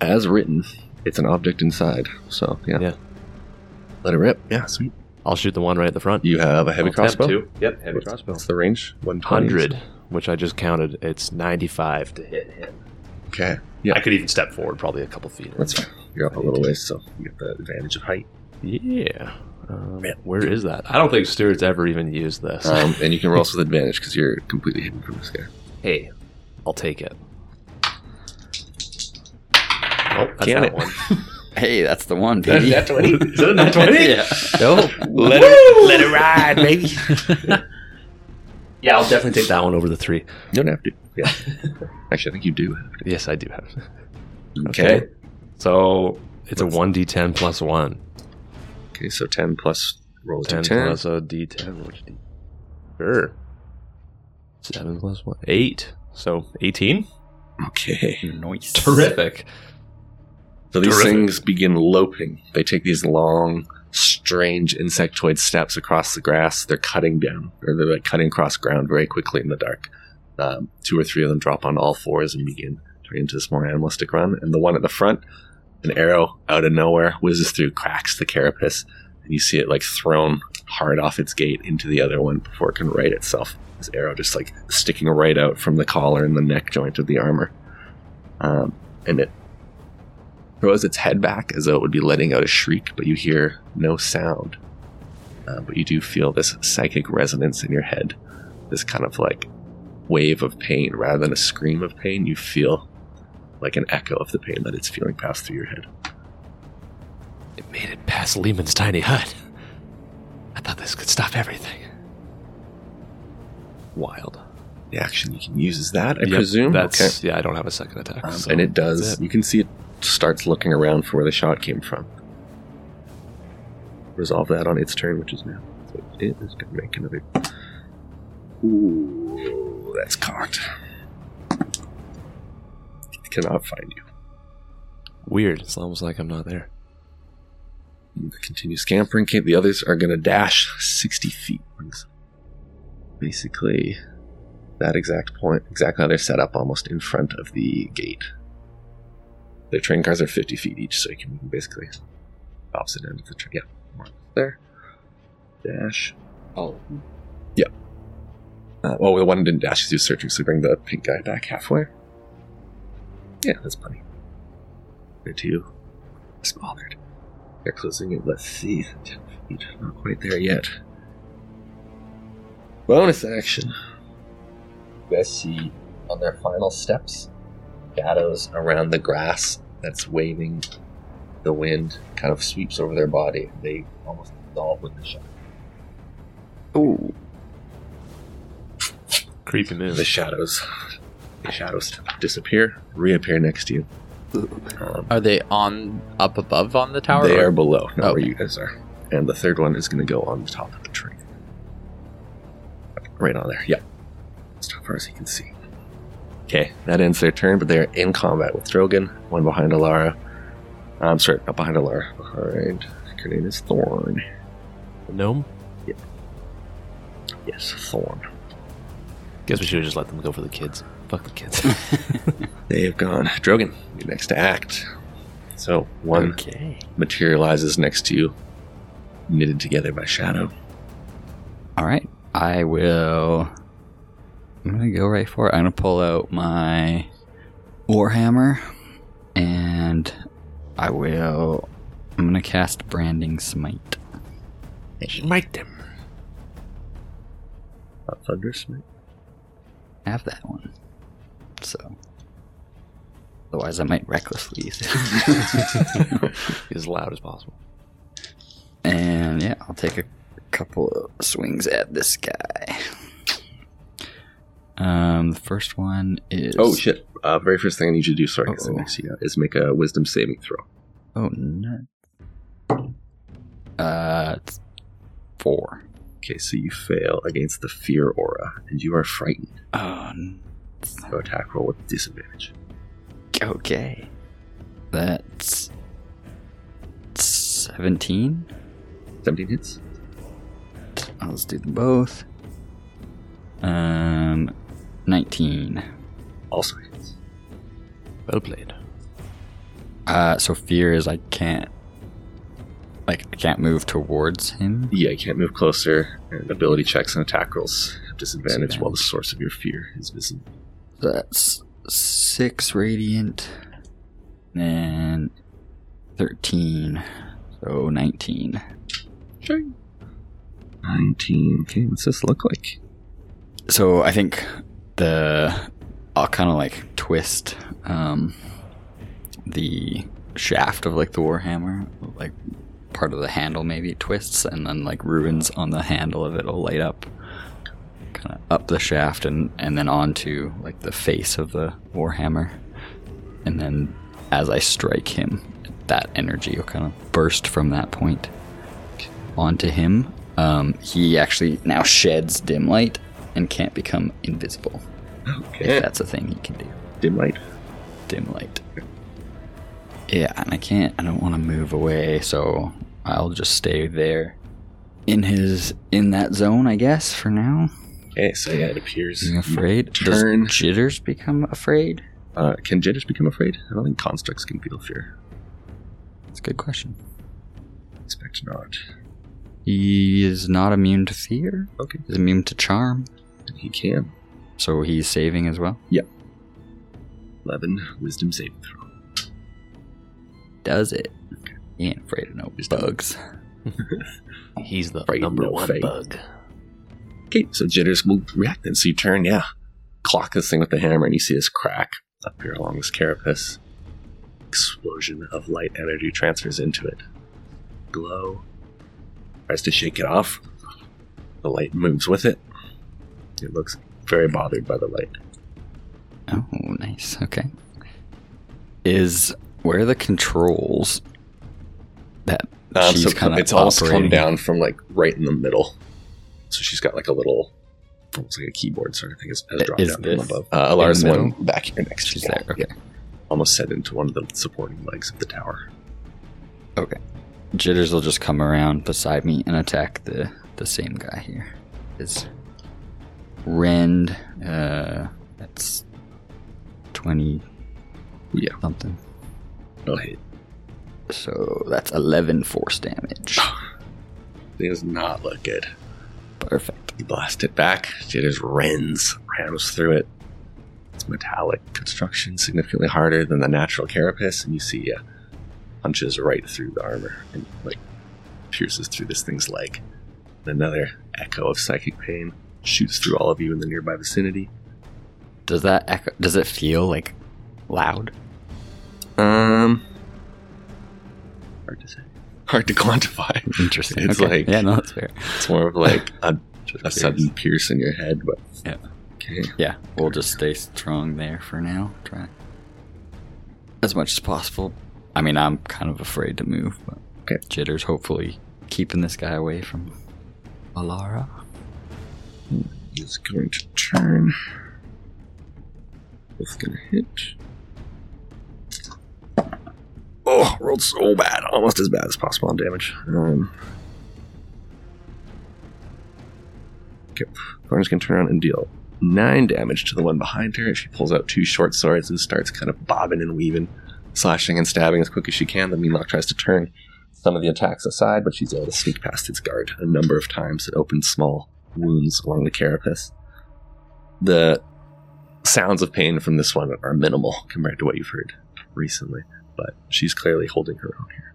S1: As written, it's an object inside. So yeah,
S2: Yeah.
S1: Let it rip. Yeah, sweet.
S2: I'll shoot the one right at the front.
S1: You have a heavy
S2: I'll attempt
S1: crossbow.
S2: to. Yep, heavy
S1: What's-
S2: crossbow.
S1: What's the range? One
S2: Hundred, which I just counted. It's ninety-five to hit him.
S1: Okay. Yeah.
S2: I could even step forward probably a couple feet.
S1: That's fine. You're up a little ways, so you get the advantage of
S2: [laughs]
S1: height.
S2: Yeah. Um, where is that? I don't think Stuart's ever even used this.
S1: Um, and you can roll with advantage because you're completely hidden from this guy.
S2: hey, I'll take it. Oh, that's
S1: Can
S2: that [laughs]
S1: it.
S2: one.
S4: Hey, that's the [laughs] one, baby.
S2: [laughs] Is that a nat 20?
S4: yeah.
S3: Nope.
S2: Let it, let it ride, baby. yeah, I'll definitely take that one over the three.
S1: You don't have to.
S2: [laughs]
S1: Yeah. Actually, I think you do have
S2: Yes, I do have.
S1: to.
S2: So it's a 1d10 plus 1.
S1: Okay, so 10 plus roll
S2: 10
S1: to 10.
S2: plus a d10. Which d- sure. 7 plus 1. 8. So 18?
S1: Okay.
S4: Nice.
S2: Terrific.
S1: So these
S2: Terrific.
S1: things begin loping. They take these long, strange insectoid steps across the grass. They're cutting down, or they're like cutting across ground very quickly in the dark. Um, two or three of them drop on all fours and begin turning into this more animalistic run. And the one at the front, an arrow out of nowhere whizzes through, cracks the carapace, and you see it like thrown hard off its gate into the other one before it can right itself. This arrow just like sticking right out from the collar and the neck joint of the armor. Um, and it throws its head back as though it would be letting out a shriek, but you hear no sound. Uh, but you do feel this psychic resonance in your head, this kind of like wave of pain rather than a scream of pain. You feel like an echo of the pain that it's feeling pass through your head.
S2: It made it past Lehman's tiny hut. I thought this could stop everything. Wild.
S1: The action you can use is that, I
S2: Yep,
S1: presume.
S2: That's yeah. I don't have a second attack,
S1: Um,
S2: so
S1: and it does.
S2: that's it.
S1: You can see it starts looking around for where the shot came from. Resolve that on its turn, which is now. So it is going to make another. Ooh, that's cocked. It cannot find you.
S2: Weird. It's almost like I'm not there.
S1: You continue scampering. Kate. The others are going to dash 60 feet. Brings Basically, that exact point, exactly how they're set up, almost in front of the gate. Their train cars are 50 feet each, so you can move basically opposite end of the train. Yeah, more or less there. Dash. Oh.
S4: All of
S1: Yeah. Uh, well, the one didn't dash because he was searching, so bring the pink guy back halfway. Yeah, that's plenty. There too. Smothered. They're closing it. Let's see. 10 feet. Not quite there yet. Bonus action. You guys see on their final steps shadows around the grass that's waving. The wind kind of sweeps over their body. They almost dissolve with the shadow.
S4: Ooh.
S2: Creepy move.
S1: The shadows, the shadows disappear, reappear next to you. Um,
S3: Are they on up above on the tower?
S1: they
S3: or-
S1: are below, not where
S3: Okay.
S1: you guys are. And the third one is going to go on the top of the tree, right on there. Yeah, as far as you can see. Okay, that ends their turn, but they are in combat with Drogon. One behind Alara. I'm sorry, not behind Alara. Behind Carnina's Thorn.
S2: Gnome.
S1: Yes, Thorn.
S2: Guess we should have just let them go for the kids. Fuck
S1: [laughs]
S2: the kids.
S1: They have gone. Drogon, you're next to act. So one
S4: Okay.
S1: materializes next to you, knitted together by shadow.
S4: All right. I will. I'm gonna go right for it. I'm gonna pull out my warhammer, and I will. I'm gonna cast branding smite.
S2: Smite them.
S1: Not thundersmith.
S4: I have that one. So. Otherwise, I might recklessly use it. [laughs]
S2: As loud as possible.
S4: and yeah, I'll take a couple of swings at this guy. Um, the first one is
S1: Oh shit! Uh, very first thing I need you to do, sorry, 'cause
S4: Uh-oh.
S1: it makes you out, is make a wisdom saving throw.
S4: Oh no. Uh, it's four.
S1: Okay, so you fail against the fear aura, and you are frightened.
S4: Oh, n-
S1: So attack roll with disadvantage.
S4: okay. That's seventeen. Oh,
S1: Seventeen hits.
S4: Let's do them both. Um, 19.
S1: Also hits.
S2: Well played.
S4: Uh, so fear is I can't, like I can't move towards him.
S1: Yeah, you can't move closer, and ability checks and attack rolls have disadvantage while the source of your fear is visible.
S4: That's six radiant, and thirteen, so 19.
S1: 19. Okay, what's this look like?
S4: So I think the I'll kind of like twist um, the shaft of like the warhammer, like part of the handle maybe it twists, and then like ruins on the handle of it will light up, kind of up the shaft and and then onto like the face of the warhammer, and then as I strike him, that energy will kind of burst from that point onto him. Um, he actually now sheds dim light and can't become invisible.
S1: Eh.
S4: If that's a thing he can do.
S1: Dim light.
S4: Dim light. Yeah, and I can't, I don't want to move away, so I'll just stay there in his, in that zone, I guess, for now.
S1: Okay, so yeah, it appears.
S4: Being afraid.
S1: Turn.
S4: Does jitters become afraid?
S1: Uh, can jitters become afraid? I don't think constructs can feel fear.
S4: That's a good question.
S1: Expect not.
S4: He is not immune to fear.
S1: Okay.
S4: He's immune to charm,
S1: He can.
S4: so he's saving as well.
S1: 11. Wisdom save throw.
S4: Does it? He ain't afraid of no bugs.
S2: He's the
S1: Right,
S2: number
S1: no
S2: one
S1: fate.
S2: bug.
S1: Okay, so jitters will react then. So you turn, yeah, clock this thing with the hammer, and you see this crack up here along this carapace. Explosion of light energy transfers into it. Glow tries to shake it off. The light moves with it. It looks very bothered by the light.
S4: Oh, nice. Okay. Is where are the controls that
S1: Um,
S4: she's
S1: so
S4: kind of
S1: it's almost come down from like right in the middle. So she's got like a little, almost like a keyboard sort of thing. Has, has
S4: I-
S1: dropped
S4: is
S1: down
S4: this
S1: from above. Uh, Alara's the one
S4: middle?
S1: back here next. to
S4: She's
S1: you.
S4: there. Okay.
S1: almost set into one of the supporting legs of the tower.
S4: Jitters will just come around beside me and attack the the same guy here. Is rend uh that's 20
S1: Yeah.
S4: something.
S1: No hit.
S4: So that's 11
S1: [gasps]
S4: force damage.
S1: It does not look good.
S4: Perfect.
S1: You blast it back. Jitters rends, rams through it. It's metallic construction, significantly harder than the natural carapace, and you see uh, punches right through the armor and like pierces through this thing's leg. And another echo of psychic pain shoots through all of you in the nearby vicinity.
S4: Does that echo, does it feel like loud?
S1: Um, hard to say. Hard to [laughs] quantify.
S4: Interesting.
S1: It's
S4: okay.
S1: like-
S4: yeah, no, that's fair.
S1: It's more of like a,
S4: Just
S1: a
S4: curious.
S1: sudden pierce in your head, but
S4: Yeah.
S1: Okay.
S4: Yeah, we'll just stay strong there for now. Try as much as possible. I mean, I'm kind of afraid to move, but
S1: Okay.
S4: jitters hopefully keeping this guy away from Alara.
S1: is going to turn. It's going to hit. Oh, rolled so bad. Almost as bad as possible on damage. Um, okay. Thorn's going to turn around and deal nine damage to the one behind her. She pulls out two short swords and starts kind of bobbing and weaving, slashing and stabbing as quick as she can. The Meanlock tries to turn some of the attacks aside, but she's able to sneak past its guard a number of times. It opens small wounds along the carapace. The sounds of pain from this one are minimal compared to what you've heard recently, but she's clearly holding her own here.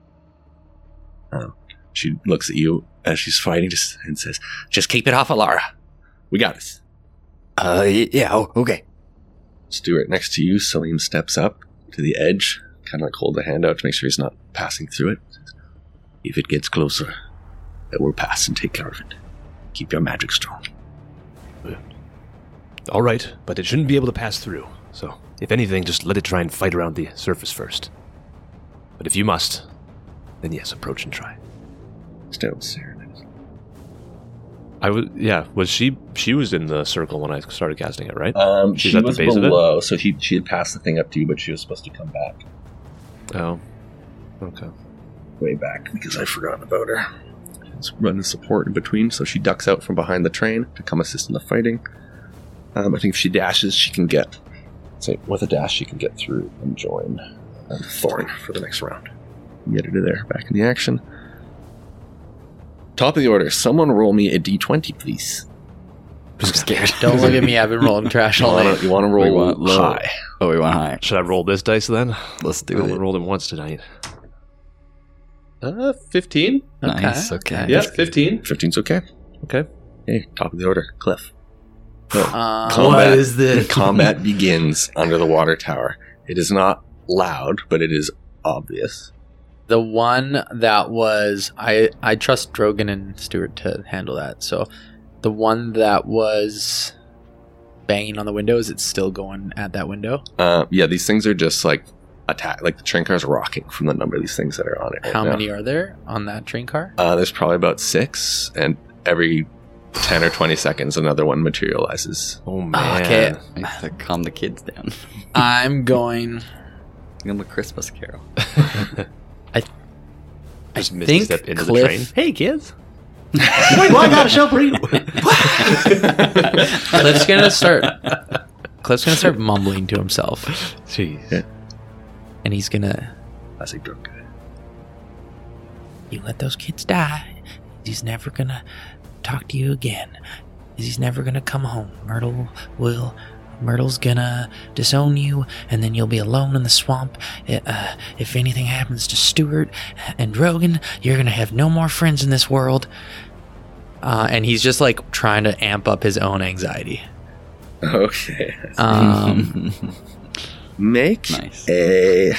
S1: Um, she looks at you as she's fighting just- and says, Just keep it off Alara. We got this.
S4: Uh, y- yeah, oh, okay.
S1: Stuart next to you, Salim steps up to the edge, kind of like hold the hand out to make sure he's not passing through it.
S6: If it gets closer, I will pass and take care of it. Keep your magic strong.
S2: All right, but it shouldn't be able to pass through. So, if anything, just let it try and fight around the surface first. But if you must, then yes, approach and try.
S1: Still, Sarah.
S2: I was yeah. Was she? She was in the circle when I started casting it, right?
S1: Um,
S2: She's
S1: she
S2: at the
S1: was
S2: base of it?
S1: below, so she, she had passed the thing up to you, but she was supposed to come back,
S2: oh, okay.
S1: way back, because I forgot about her. run the support in between, so she ducks out from behind the train to come assist in the fighting. Um, I think if she dashes, she can get. Say, with a dash, she can get through and join um, Thorn for the next round. Get her to there, back in the action. Top of the order, someone roll me a d20, please.
S4: I'm scared.
S3: Don't
S1: [laughs]
S3: look at me. I've been rolling trash
S1: You
S4: [laughs]
S3: all
S1: wanna,
S3: night.
S1: you wanna
S4: We
S1: roll
S4: want low.
S1: high.
S4: Oh, we went high.
S2: Should I roll this dice then?
S4: Let's
S2: I
S4: do
S2: only
S4: it.
S2: rolled it once tonight.
S9: Uh, 15?
S4: Nice. Okay.
S9: Yeah, 15.
S1: 15's okay.
S9: Okay.
S1: Hey, top of the order, Cliff. [laughs]
S5: Um,
S1: Combat.
S9: What is
S4: [laughs]
S9: this?
S1: Combat begins under the water tower. It is not loud, but it is obvious.
S3: The one that was I I trust Drogon and Stewart to handle that. So the one that was banging on the windows, it's still going at that window.
S1: Uh, yeah, these things are just like attack. Like the train cars rocking from the number of these things that are on it.
S2: Oh,
S1: right
S3: How
S1: now.
S3: many are there on that train car?
S1: Uh, there's probably about six, and every ten or twenty seconds, another one materializes.
S2: Oh man.
S3: Okay.
S4: I have to calm the kids down.
S3: I'm going.
S4: Give them a Christmas carol.
S2: [laughs] Just
S3: I
S2: misstep
S3: think
S2: into the
S3: Cliff-
S2: train.
S9: Hey, kids. Wait, well, I got a show for
S1: [laughs]
S9: you.
S3: Cliff's gonna
S2: [laughs]
S3: start. Cliff's gonna start mumbling to himself,
S2: Jeez.
S3: and he's gonna.
S1: Classic drunk guy.
S5: you let those kids die. He's never gonna talk to you again. He's never gonna come home. Myrtle will. Myrtle's gonna disown you, and then you'll be alone in the swamp. I- Uh, if anything happens to Stuart and Rogan, you're gonna have no more friends in this world.
S3: Uh, and he's just like trying to amp up his own anxiety.
S1: Okay.
S3: Um,
S1: [laughs] Make
S4: nice.
S1: a.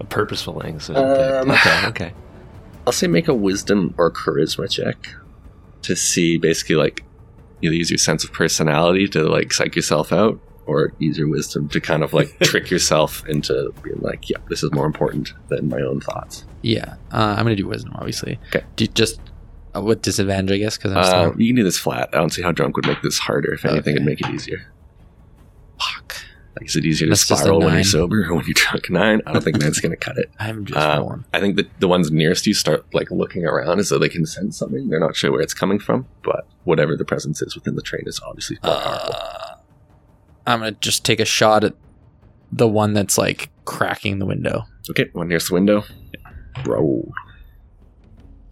S2: A purposeful anxiety.
S1: Um,
S2: okay, okay.
S1: [laughs] I'll say make a wisdom or charisma check to see basically like either use your sense of personality to like psych yourself out or use your wisdom to kind of
S3: [laughs]
S1: like trick yourself into being like, yeah, this is more important than my own thoughts.
S3: yeah, uh, I'm gonna do wisdom, obviously.
S1: Okay.
S3: Do, just uh, with disadvantage, I guess, because I'm
S1: Uh,
S3: still
S1: you can do this flat. I don't see how drunk would make this harder. If anything, it'd make it easier.
S3: fuck.
S1: Like, is it easier to
S3: That's just a
S1: spiral when you're
S3: nine.
S1: sober or when you're drunk? Nine? I don't think nine's going to cut it.
S3: I'm just
S1: Um,
S3: rolling.
S1: I think the, the ones nearest you start like looking around as though they can sense something. They're not sure where it's coming from, but whatever the presence is within the train is obviously more powerful.
S3: Uh, I'm gonna just take a shot at the one that's like cracking the window.
S1: Okay, one nearest the window. Bro.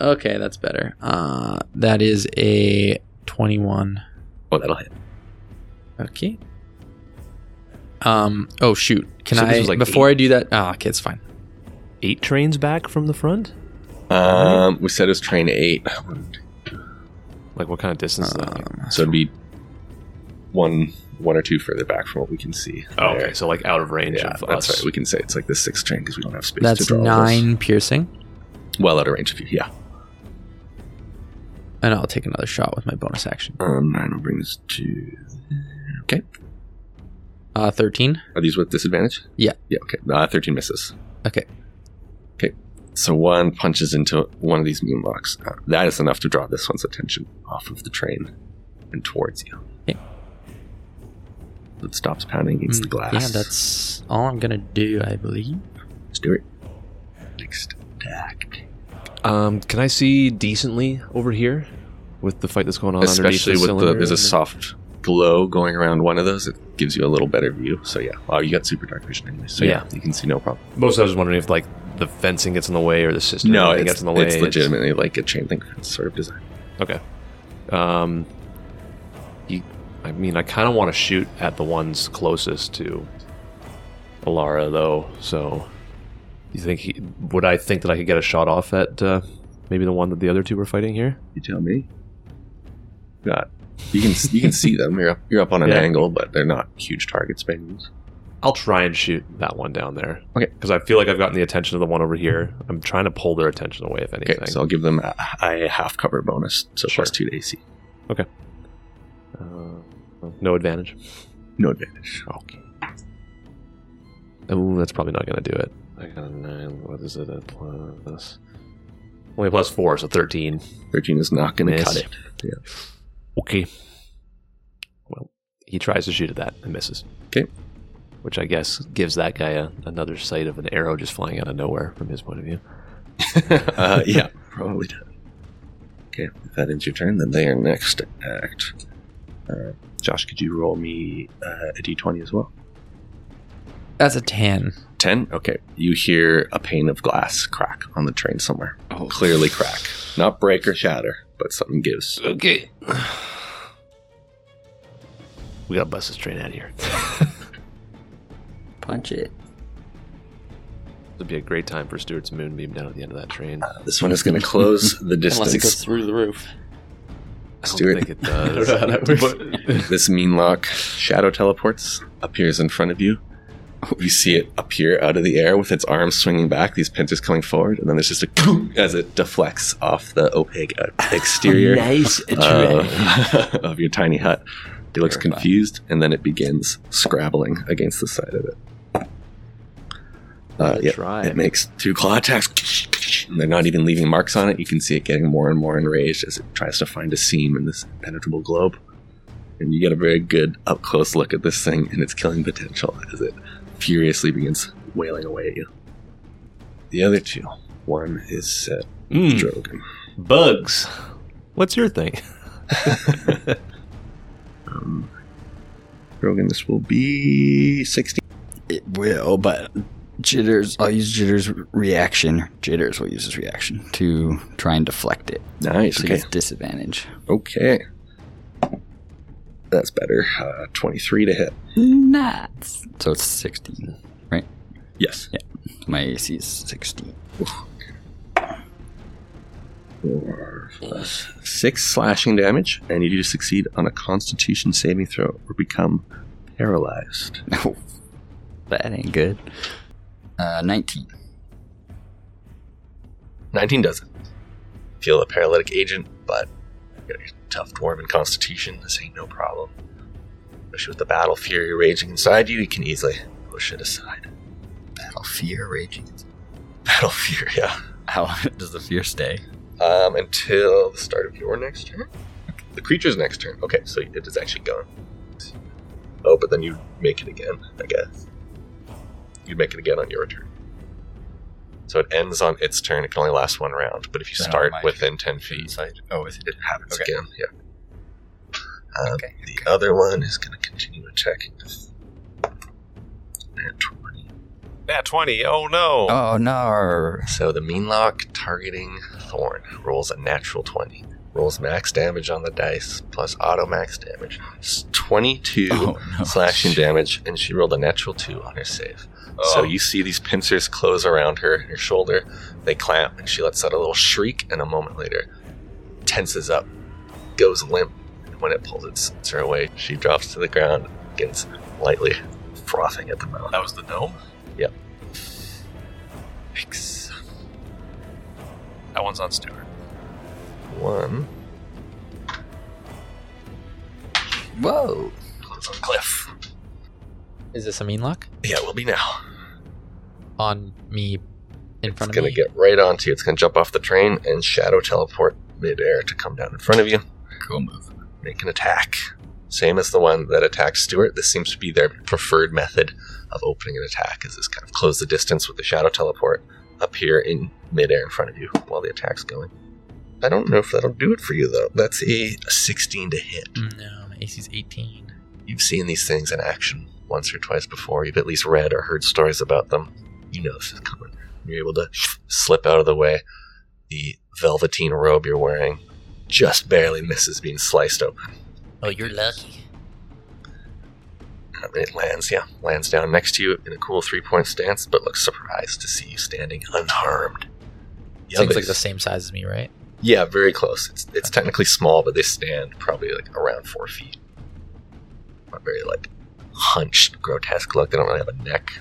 S3: Okay, that's better. Uh, that is a 21.
S1: Oh, that'll hit.
S3: Okay. Um. Oh shoot! Can
S2: So this
S3: I
S2: was like
S3: before I do that? Oh, okay, it's fine.
S2: Eight trains back from the front?
S1: Um, we said it was train eight,
S2: Like what kind of distance is that?
S3: Um,
S1: so it'd be one, one or two further back from what we can see.
S2: Oh,
S1: there.
S2: okay, so like out of range
S1: Yeah,
S2: of
S1: that's
S2: us.
S1: right. We can say it's like the sixth train because we don't have space. to
S3: that's
S1: draw all those.
S3: nine piercing,
S1: Well, out of range of you. Yeah.
S3: and I'll take another shot with my bonus action.
S1: Um, nine will bring us to. Okay.
S3: Uh, 13.
S1: Are these with disadvantage?
S3: Yeah.
S1: Yeah. Okay. Uh, Thirteen misses.
S3: Okay.
S1: Okay. So one punches into one of these moonlocks. Uh, that is enough to draw this one's attention off of the train and towards you.
S3: Okay.
S1: It stops pounding against the
S3: Mm,
S1: glass.
S3: Yeah, that's all I'm gonna do, I believe.
S1: Stuart. Next attack.
S2: Um, can I see decently over here with the fight that's going on
S1: Especially
S2: underneath
S1: with the
S2: cylinder
S1: there's a
S2: and
S1: soft glow going around one of those. It gives you a little better view. So yeah. Oh, you got super dark vision anyway. So yeah,
S2: Yeah.
S1: you can see no problem.
S2: Most I was wondering if like the fencing gets in the way or the system
S1: no, it's,
S2: gets in the way.
S1: it's legitimately like a chain link fence sort of design.
S2: um, you, I mean, I kind of want to shoot at the ones closest to Alara though. So, you think he, would I think that I could get a shot off at uh, maybe the one that the other two were fighting here?
S1: You tell me. God, you can you can see them. You're up you're up on an
S2: Yeah.
S1: angle, but they're not huge targets by any means.
S2: I'll try and shoot that one down there.
S1: Okay.
S2: Because I feel like I've gotten the attention of the one over here. I'm trying to pull their attention away, if
S1: Okay,
S2: anything.
S1: so I'll give them a, a half cover bonus, so
S2: Sure.
S1: plus two to AC.
S2: uh, no advantage.
S1: No advantage.
S2: Okay. Ooh, that's probably not going to do it. I got a nine. What is it? A plus. Only plus four, so 13.
S1: Thirteen is not going to
S2: Miss.
S1: cut it.
S2: Okay. Well, he tries to shoot at that and misses.
S1: Okay.
S2: Which I guess gives that guy a, another sight of an
S1: [laughs]
S2: arrow just flying out of nowhere from his point of view.
S1: uh, yeah, probably. Does. Okay, if that ends your turn, then they are next to act. Uh, Josh, could you roll me uh, a d20 as well?
S5: That's a 10.
S1: 10? Okay. You hear a pane of glass crack on the train somewhere.
S5: Oh.
S1: Clearly crack. Not break or shatter, but something gives.
S2: Okay. We gotta bust this train out of here.
S10: Punch it.
S2: It'd be a great time for Stuart's moonbeam down at the end of that train. I
S1: Uh, this one
S5: [laughs]
S1: is going to close the
S5: Unless it
S1: distance.
S5: goes through the roof.
S2: don't
S1: Stuart.
S2: think it
S9: I don't know
S2: does.
S9: how that works.
S1: this mean lock shadow teleports, appears in front of you.
S5: Oh.
S1: You see it appear out of the air with its arms swinging back, these pincers coming forward, and then there's just a [laughs] as it deflects off the opaque
S5: [laughs]
S1: uh,
S5: Oh,
S1: exterior
S4: [laughs]
S10: Nice
S1: uh, [laughs] of your tiny hut. It looks
S10: Terrifying.
S1: confused, and then it begins scrabbling against the side of it. Uh,
S2: Let it
S1: yeah,
S2: try.
S1: it makes two claw attacks. And they're not even leaving marks on it. You can see it getting more and more enraged as it tries to find a seam in this impenetrable globe. And you get a very good up close look at this thing and its killing potential as it furiously begins wailing away at you. The other two. One is set
S2: Mm,
S1: Drogon.
S2: bugs. What's your thing?
S1: Um, Drogon, this will be 16.
S4: It will, but jitters. I'll use jitters reaction. Jitters will use his reaction to try and deflect it.
S1: Nice.
S4: So he
S1: Okay.
S4: gets disadvantage.
S1: Okay. That's better. Uh, 23 to hit.
S4: Nuts. So it's sixteen.
S1: Yes.
S4: My AC is sixteen.
S1: Four, five, six slashing damage, and you do succeed on a constitution saving throw or become paralyzed.
S4: [laughs] No, that ain't good. Uh, nineteen.
S1: 19 doesn't. Feel a paralytic agent, but you got your tough dwarven constitution. This ain't no problem. Especially with the battle fury raging inside you, you can easily push it aside.
S4: Battle fear raging.
S1: Battle fury, yeah.
S4: How [laughs] does the fear stay?
S1: um, until the start of your next turn. The creature's next turn. Okay, so it is actually gone. Oh, but then you make it again, I guess. You make it again on your turn. So it ends on its turn. It can only last one round, but if you
S4: Then on
S1: start
S4: my
S1: within 10 feet,
S4: Oh, is it?
S1: it happens
S4: Okay.
S1: again. Yeah. Um,
S4: Okay,
S1: The other one is going to continue attacking. Nat 20.
S2: Nat 20. Oh no.
S4: Oh no!
S1: So the mean lock targeting Thorn rolls a natural 20. Rolls max damage on the dice plus auto max damage. It's 22
S4: Oh,
S1: [laughs]
S4: no!
S1: slashing damage, and she rolled a natural 2 on her save.
S2: Oh.
S1: So you see these pincers close around her, her shoulder. They clamp, and she lets out a little shriek, and a moment later tenses up, goes limp. And when it pulls its pincer away, she drops to the ground, begins lightly frothing at the mouth.
S2: That was the gnome?
S1: Yep.
S2: Thanks. That one's on Stuart.
S1: One
S4: Whoa!
S1: goes on cliff.
S5: Is this a mean lock?
S1: Yeah, it will be now.
S5: On me in front
S1: It's
S5: of
S1: going
S5: me?
S1: to get right onto you. It's going to jump off the train and shadow teleport midair to come down in front of you.
S4: Cool move.
S1: Make an attack. Same as the one that attacked Stuart. This seems to be their preferred method of opening an attack, is this kind of close the distance with the shadow teleport, appear in midair in front of you while the attack's going. I don't know if that'll do it for you, though. That's a 16 to hit.
S5: no, my AC's 18.
S1: You've seen these things in action once or twice before. You've at least read or heard stories about them. You know this is coming. You're able to slip out of the way. The velveteen robe you're wearing just barely misses being sliced open.
S5: Oh, you're lucky.
S1: Um, It lands, yeah, lands down next to you in a cool three point stance, but looks surprised to see you standing unharmed. The
S5: Seems like
S1: others-
S5: the same size as me, right?
S1: Yeah, very close. It's, it's technically small, but they stand probably like around four feet. A very like hunched, grotesque look. They don't really have a neck.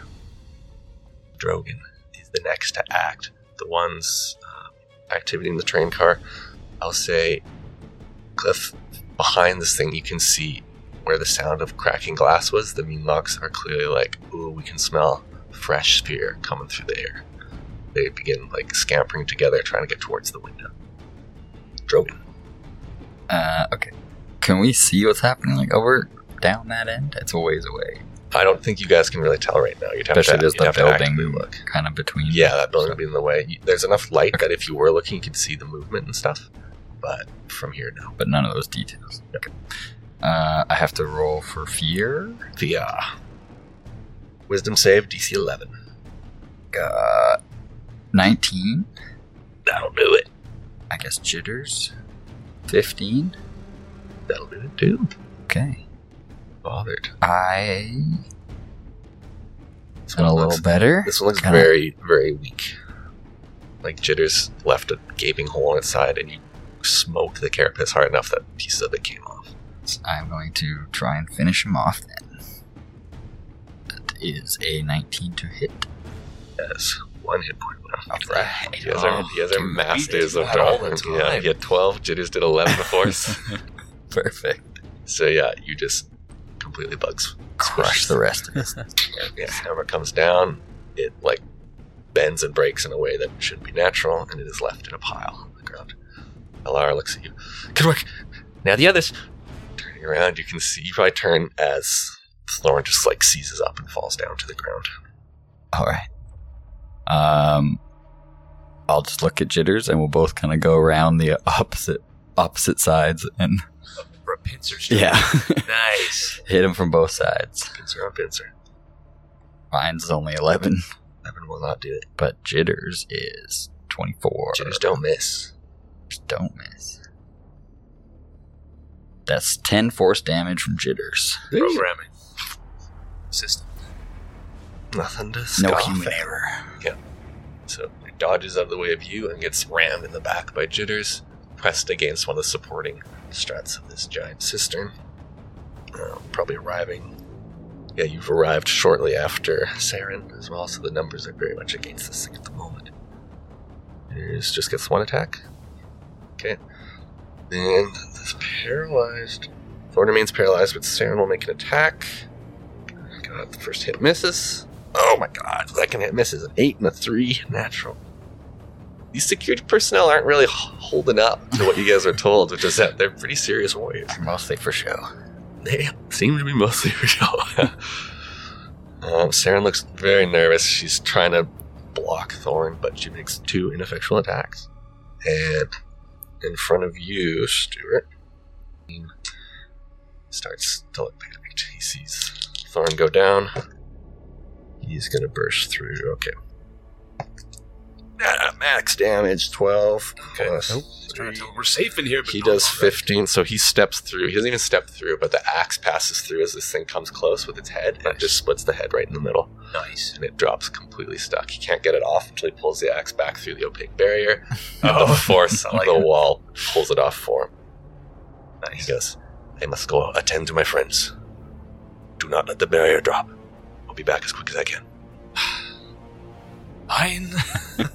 S1: Drogon is the next to act. The ones uh, activity in the train car. I'll say, Cliff, behind this thing, you can see where the sound of cracking glass was. The mean locks are clearly like, ooh, we can smell fresh fear coming through the air. They begin like scampering together, trying to get towards the window. Drogon.
S4: Uh, okay. Can we see what's happening? Like over down that end? It's a ways away.
S1: I don't think you guys can really tell right now. You'd have
S4: Especially
S1: to,
S4: there's
S1: you'd
S4: the
S1: have to
S4: building
S1: actively look.
S4: kind of between.
S1: Yeah, that building would be in the way. You- There's enough light that if you were looking, you could see the movement and stuff.
S4: but from here no. But none of those details. Okay. Uh, I have to roll for fear.
S1: The uh, wisdom save DC 11.
S4: Uh, Nineteen.
S1: That'll do it.
S4: I guess jitters. Fifteen.
S1: That'll do it too.
S4: Okay.
S1: Bothered.
S4: I
S1: This
S4: done a little
S1: looks,
S4: better.
S1: This one looks
S4: Kinda-
S1: very, very weak. Like Jitters left a gaping hole in its side, and you smoked the carapace hard enough that pieces of it came off.
S4: I'm going to try and finish him off then. That is a 19 to hit.
S1: Yes, one hit point left.
S4: Alright.
S1: You guys are, you guys are
S4: Oh, dude,
S1: masters
S4: we
S1: of
S4: do that all
S1: drawing.
S4: the
S1: Yeah,
S4: time.
S1: you had 12, Jitters did 11
S4: [laughs]
S1: before.
S4: Perfect.
S1: so yeah, you just completely bugs.
S4: Crush the rest of it.
S1: Yeah, hammer comes down, it like bends and breaks in a way that should be natural, and it is left in a pile on the ground. Alara looks at you. Good work. Now the others. Turning around, you can see you probably turn as Thorn just like seizes up and falls down to the ground.
S4: Alright. Um, I'll just look at Jitters and we'll both kind of go around the opposite opposite sides and
S11: For a pincer stroke.
S4: yeah,
S11: Nice.
S4: [laughs] hit him from both sides.
S1: Pincer on pincer.
S4: Mine's only 11,
S1: Evan will not do it.
S4: but Jitters is 24.
S1: Jitters don't miss.
S4: Just don't miss. That's 10 force damage from Jitters.
S11: Programming. System.
S1: Nothing to
S4: No
S1: scoff
S4: human
S1: at.
S4: error.
S1: So it dodges out of the way of you and gets rammed in the back by Jitters, pressed against one of the supporting struts of this giant cistern. Uh, probably arriving. Yeah, you've arrived shortly after Saren as well, so the numbers are very much against this thing at the moment. Jitters just gets one attack. Okay. And this paralyzed. Thorn remains paralyzed, but Saren will make an attack. God, the first hit misses. Oh my god, second hit misses an eight and a three natural. These security personnel aren't really h- holding up to what you guys are told, which is that they're pretty serious warriors.
S4: Mostly for show.
S1: They seem to be mostly [laughs] real. um, Saren looks very nervous. She's trying to block Thorn, but she makes two ineffectual attacks. And in front of you, Stuart, he starts to look panicked. He sees Thorn go down. He's going to burst through. Okay. Ah, max damage 12.
S11: Okay.
S1: plus
S11: Trying
S1: three.
S11: to tell him we're safe in here, but
S1: He
S11: no,
S1: does
S11: all right.
S1: 15, so he steps through. He doesn't even step through, but the axe passes through as this thing comes close with its head and just splits the head right in the middle. Nice. And it drops completely stuck. He can't get it off until he pulls the axe back through the opaque barrier. The force of the wall pulls it off for him. Nice. He goes, I must go attend to my friends. Do not let the barrier drop. I'll be back as quick as I can.
S4: [laughs]
S11: Fine.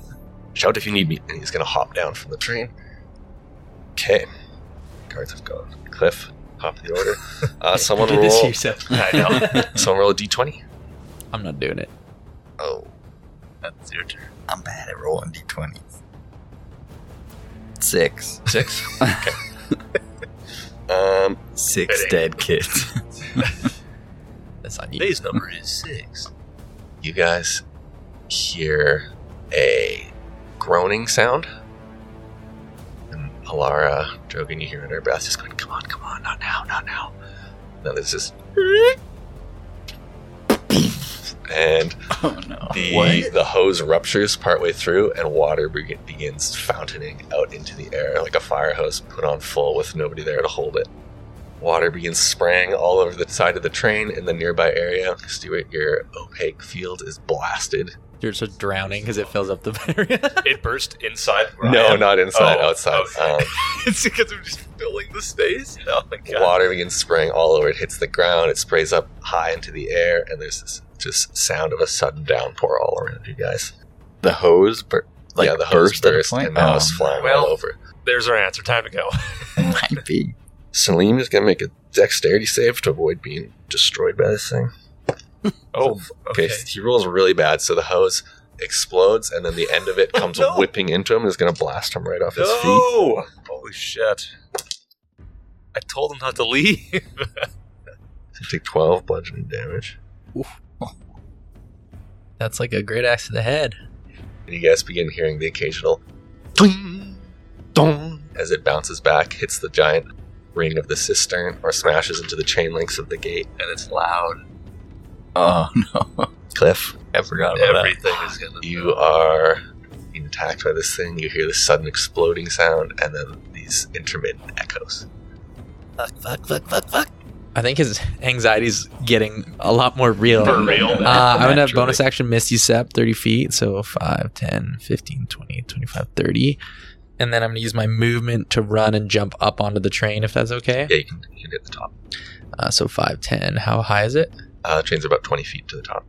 S1: Shout if you need me. And he's going to hop down from the train. Okay. Cards have gone. Cliff, hop the order. Uh, someone
S12: You did this to
S1: roll.
S12: yourself.
S1: [laughs] I
S12: [laughs]
S1: know. someone roll a d20.
S3: I'm not doing it.
S4: Oh,
S1: That's your turn.
S4: I'm bad at rolling d20s. Six.
S12: [laughs]
S1: Six. Um,
S4: Six
S1: Kidding.
S4: dead
S11: [laughs]
S4: kids.
S3: That's on you.
S11: Today's number is six.
S1: you guys hear a groaning sound. And Alara, Drogon, you hear in her breath, just going, come on, come on, not now, not now. Now there's this. And
S4: Oh no.
S1: the the hose ruptures partway through, and water be- begins fountaining out into the air like a fire hose put on full with nobody there to hold it. Water begins spraying all over the side of the train in the nearby area. Stuart, your opaque field is blasted.
S3: You're just drowning because it fills up the [laughs] barrier.
S11: It burst inside. where I
S1: No,
S11: am.
S1: not inside,
S11: Oh,
S1: outside.
S4: [laughs]
S11: okay.
S1: Um,
S11: [laughs] it's because I'm just filling the space. Oh my god.
S1: water begins spraying all over. It hits the ground. It sprays up high into the air, and there's this just sound of a sudden downpour all around you guys.
S4: The hose, bur- like
S1: yeah, the hose
S4: at a
S1: burst,
S4: point?
S1: and now
S4: Oh,
S1: it's flying
S11: Well-
S1: all over.
S11: There's our answer. Time to go. [laughs]
S4: Might be.
S1: Salim is gonna make a dexterity save to avoid being destroyed by this thing.
S11: Oh,
S1: Okay,
S11: okay.
S1: he rolls really bad, so the hose explodes, and then the end
S11: [laughs]
S1: of it comes
S11: Oh, no.
S1: whipping into him and is gonna blast him right off his feet.
S11: No! Holy shit. I told him not to leave.
S1: Take twelve bludgeoning damage,
S3: That's like a great axe to the head.
S1: and you guys begin hearing the occasional "ding, dong," as it bounces back, hits the giant ring of the cistern, or smashes into the chain links of the gate, and it's loud.
S10: Oh no!
S1: Cliff,
S10: I forgot about that.
S1: everything is gonna. You are being attacked by this thing. You hear the sudden exploding sound, and then these intermittent echoes.
S3: I think his anxiety's getting a lot more real.
S2: For real.
S3: Uh, I'm going to have bonus action Misty Step 30 feet. So 5, 10, 15, 20, 25, 30. And then I'm going to use my movement to run and jump up onto the train if that's okay.
S1: Yeah, you can, you can hit the top.
S3: Uh, so 5, 10. How high is it?
S1: Uh, train's about 20 feet to the top.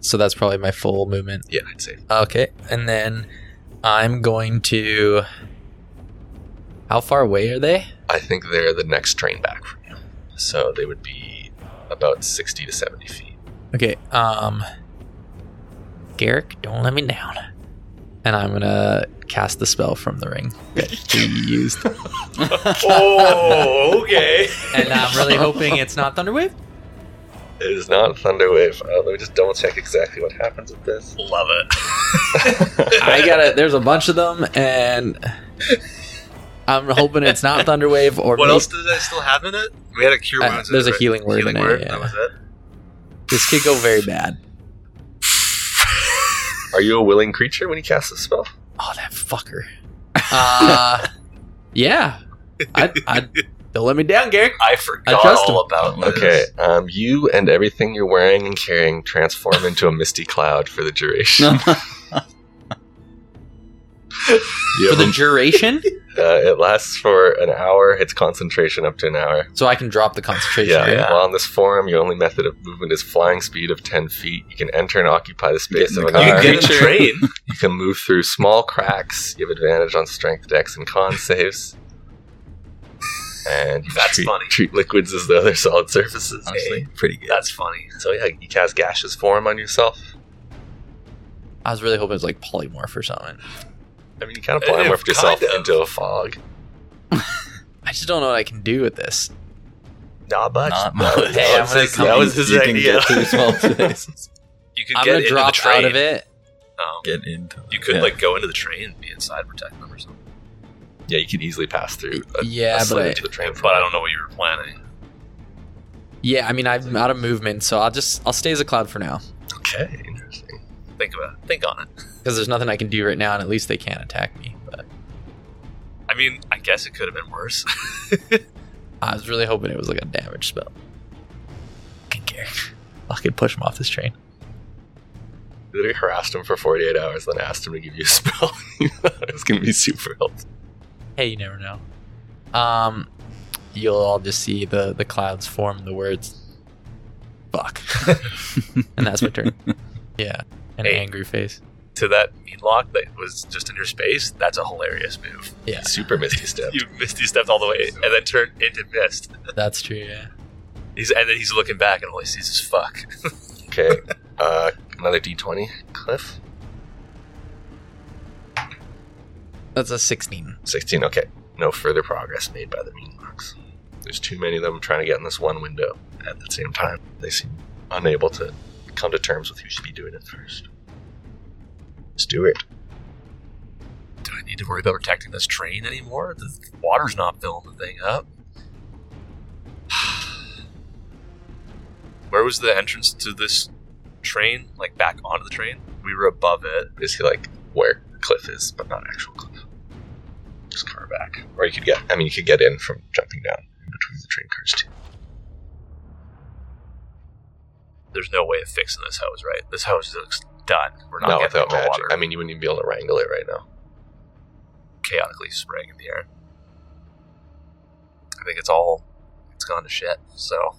S3: So that's probably my full movement.
S1: Yeah, I'd say.
S3: Okay, and then I'm going to. How far away are they?
S1: I think they're the next train back from you. So they would be about 60 to 70 feet.
S3: Okay, um, Garrick, don't let me down. And I'm gonna cast the spell from the ring that he used,
S2: oh, okay.
S3: and I'm really hoping it's not Thunderwave.
S1: It is not Thunderwave. Uh, let me just double check exactly what happens with this.
S2: Love it.
S3: I got it. There's a bunch of them, and I'm hoping it's not Thunderwave or
S11: What
S3: maybe-
S11: else does I still have in it? We had a cure
S3: Uh,
S11: wounds. in
S3: there's
S11: it,
S3: a
S11: right?
S3: healing word in it, yeah.
S11: That was it.
S3: This could go very bad.
S1: Are you a willing creature when you cast this spell?
S3: Oh, that fucker. Uh, [laughs] yeah. I, I, don't let me down, Garrick.
S11: I forgot
S3: trust
S11: all
S3: him.
S11: about this.
S1: Okay, um, you and everything you're wearing and carrying transform into a misty cloud for the
S3: [laughs]
S1: duration. [laughs] You
S3: For
S1: have
S3: the duration?
S1: a- uh, it lasts for an hour. It's concentration up to an hour.
S3: so I can drop the concentration.
S1: Yeah.
S3: right?
S1: While on this forum, your only method of movement is flying speed of 10 feet. You can enter and occupy the
S10: Get
S1: space
S10: in
S1: of an
S10: the
S1: hour.
S10: car.
S11: Get
S3: [laughs]
S11: a train.
S1: You can move through small cracks. You have advantage on strength decks and [laughs] con saves. And you
S11: That's
S1: treat,
S11: funny.
S1: treat liquids as though they're solid surfaces.
S10: Honestly,
S1: Hey,
S10: pretty good.
S11: That's funny.
S1: So yeah, you cast gaseous form on yourself.
S3: I was really hoping it was like polymorph or something.
S1: I mean, you kind of
S11: Uh,
S1: polymorphed
S11: kind
S1: yourself
S11: of.
S1: into a fog.
S3: I just don't know what I can do with this.
S1: Nah, but
S10: Not
S13: [laughs]
S10: much.
S3: Hey, I'm gonna come-
S11: that was his
S10: you can
S3: [laughs]
S11: idea.
S10: get through
S1: [laughs]
S10: small spaces.
S11: You could
S3: I'm
S11: get
S3: gonna
S11: into
S3: drop
S11: the train.
S3: out of it.
S11: Um,
S10: Get into.
S11: you could
S10: yeah.
S11: like go into the train and be inside, protect them or something.
S1: yeah, you can easily pass through. A,
S3: yeah,
S1: a slit
S3: but I,
S1: into the train,
S11: But I don't know what you were planning.
S3: yeah, I mean I'm out of movement, so I'll just I'll stay as a cloud for now
S1: Okay, interesting.
S11: Think about it. Think on it.
S3: because there's nothing I can do right now, and at least they can't attack me. But
S11: I mean, I guess it could have been worse. [laughs]
S3: I was really hoping it was like a damage spell. Fucking Garrick. Fucking push him off this train.
S1: You Literally harassed him for 48 hours, then asked him to give you a spell. [laughs] it was gonna be super helpful.
S3: Hey, you never know. Um, you'll all just see the the clouds form the words, "fuck," [laughs] and that's my [laughs] turn. Yeah, an
S11: Hey.
S3: angry face.
S11: to that meatlock that was just in your space, that's a hilarious move.
S3: Yeah,
S1: Super misty step.
S11: You misty stepped all the way and then turned into mist.
S3: that's true. Yeah.
S11: He's and then he's looking back and all he sees is fuck.
S1: Okay, uh, another d20, Cliff.
S3: That's a sixteen.
S1: 16. Okay, no further progress made by the mean box. There's too many of them trying to get in this one window at the same time. They seem unable to come to terms with who should be doing it first. Stuart.
S11: Do I need to worry about protecting this train anymore? The water's not filling the thing up. [sighs] Where was the entrance to this train? Like back onto the train? We were above it.
S1: basically like where Cliff is, but not actual Cliff. Just car back, or you could get. I mean, you could get in from jumping down in between the train cars too.
S11: There's no way of fixing this hose, right? This hose looks done. We're not,
S1: Not,
S11: getting
S1: without
S11: more
S1: magic.
S11: water.
S1: I mean, you wouldn't even be able to wrangle it right now.
S11: chaotically spraying in the air. I think it's all it's gone to shit. So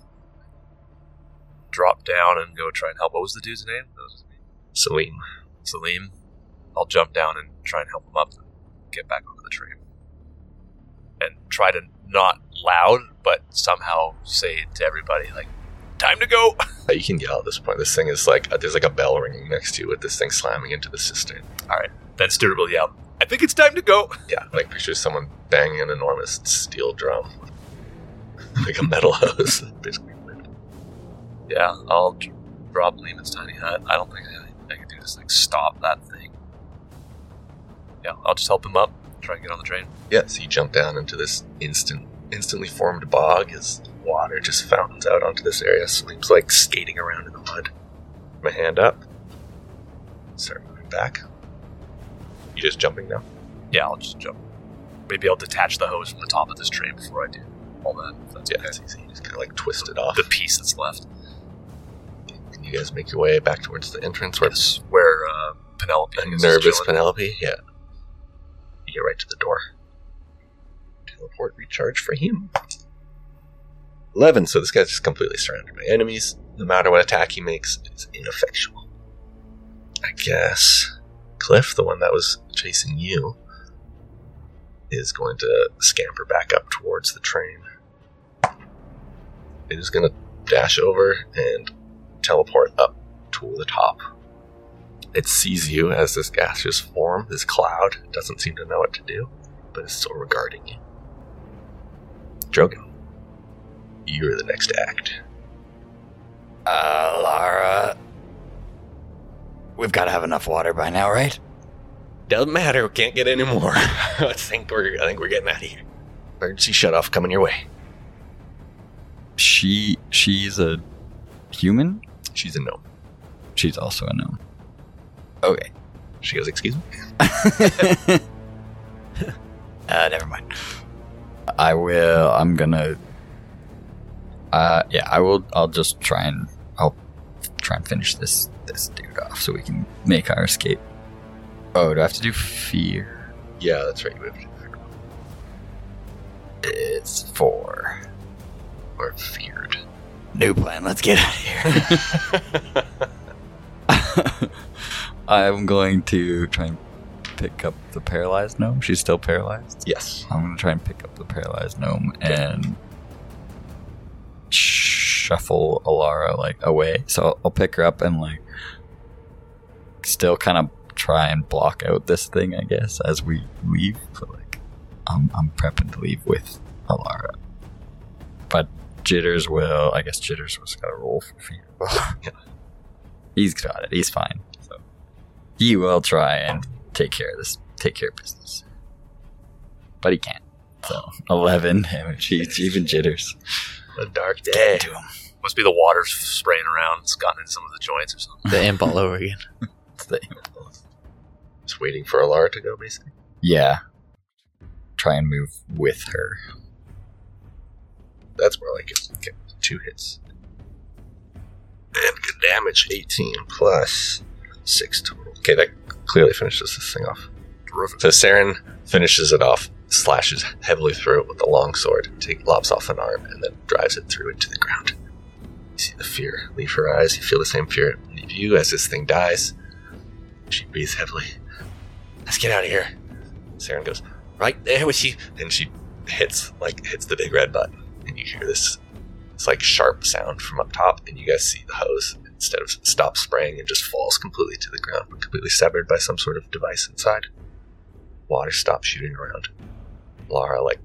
S11: drop down and go try and help. What was the dude's name? That was his name.
S1: Salim,
S11: Salim. I'll jump down and try and help him up and get back onto the train. And try to not loud, but somehow say to everybody like, "Time to go." [laughs]
S1: Uh, you can yell at this point. This thing is like uh, there's like a bell ringing next to you with this thing slamming into the cistern.
S11: Then Stuart will yell, "I think it's time to go."
S1: Yeah, like picture someone banging an enormous steel drum, [laughs] like a metal hose. [laughs] Basically,
S11: Yeah, I'll dr- drop Lehman's tiny hut. I don't think I, I can do this. Like, stop that thing. Yeah, I'll just help him up, try and get on the train.
S1: Yeah, so you jump down into this instant, instantly formed bog as water just fountains out onto this area. Salim's like skating around in the mud. My hand up. Start moving back. You just jumping now?
S11: Yeah, I'll just jump. Maybe I'll detach the hose from the top of this train before I do all that. If that's
S1: Yeah,
S11: okay.
S1: that's easy. You just kind of like twist it off.
S11: The piece that's left.
S1: And you guys make your way back towards the entrance where
S11: Yes, where uh, Penelope
S1: a
S11: is
S1: nervous
S11: chilling.
S1: Penelope. Yeah. You get right to the door. Teleport recharge for him. 11. So this guy's just completely surrounded by enemies. No matter what attack he makes, it's ineffectual. I guess Cliff, the one that was chasing you, is going to scamper back up towards the train. It is going to dash over and teleport up to the top. It sees you as this gaseous form, this cloud. It doesn't seem to know what to do, but it's still regarding you. Drogon, you're the next to act.
S13: Uh, Lara. We've got to have enough water by now, right?
S1: Doesn't matter. We can't get any more. [laughs] I think we're. I think we're getting out of here. Emergency shutoff coming your way.
S4: She she's a human.
S1: She's a gnome.
S4: She's also a gnome. [laughs]
S1: She goes, "Excuse me."
S13: [laughs] Uh, never mind.
S4: I will. I'm gonna. Uh, yeah, I will. I'll just try and I'll try and finish this this dude off so we can make our escape. Oh, do I have to do fear?
S1: Yeah, that's right. You moved.
S4: It's four.
S1: Or feared.
S13: New plan. Let's get out of here.
S4: [laughs] I'm going to try and pick up the paralyzed gnome. She's still paralyzed.
S1: Yes.
S4: I'm gonna try and pick up the paralyzed gnome and shuffle Alara like away. So I'll, I'll pick her up and like still kind of try and block out this thing, I guess, as we leave. But like, I'm I'm prepping to leave with Alara. But Jitters will, I guess Jitters was gonna roll for fear. He's got it. He's fine. So he will try and take care of this. Take care of business but he can't. So [laughs] eleven. and She she even jitters.
S1: A dark day.
S13: to him.
S11: Must be the water's spraying around. It's gotten in some of the joints or something.
S3: The imp all over [laughs] again.
S1: Just waiting for Alara to go, basically.
S4: Yeah. Try and move with her.
S1: That's more like it. Okay, two hits. And good damage, 18 plus 6 total. Okay, that clearly finishes this thing off. So Saren finishes it off, slashes heavily through it with a long sword, take, lops off an arm, and then drives it through into the ground. You see the fear leave her eyes. You feel the same fear leave you as this thing dies. She breathes heavily. Let's get out of here. Saren goes, right there with you. And she hits, like, hits the big red button and you hear this it's like sharp sound from up top and you guys see the hose instead of stop spraying it just falls completely to the ground completely severed by some sort of device inside water stops shooting around lara like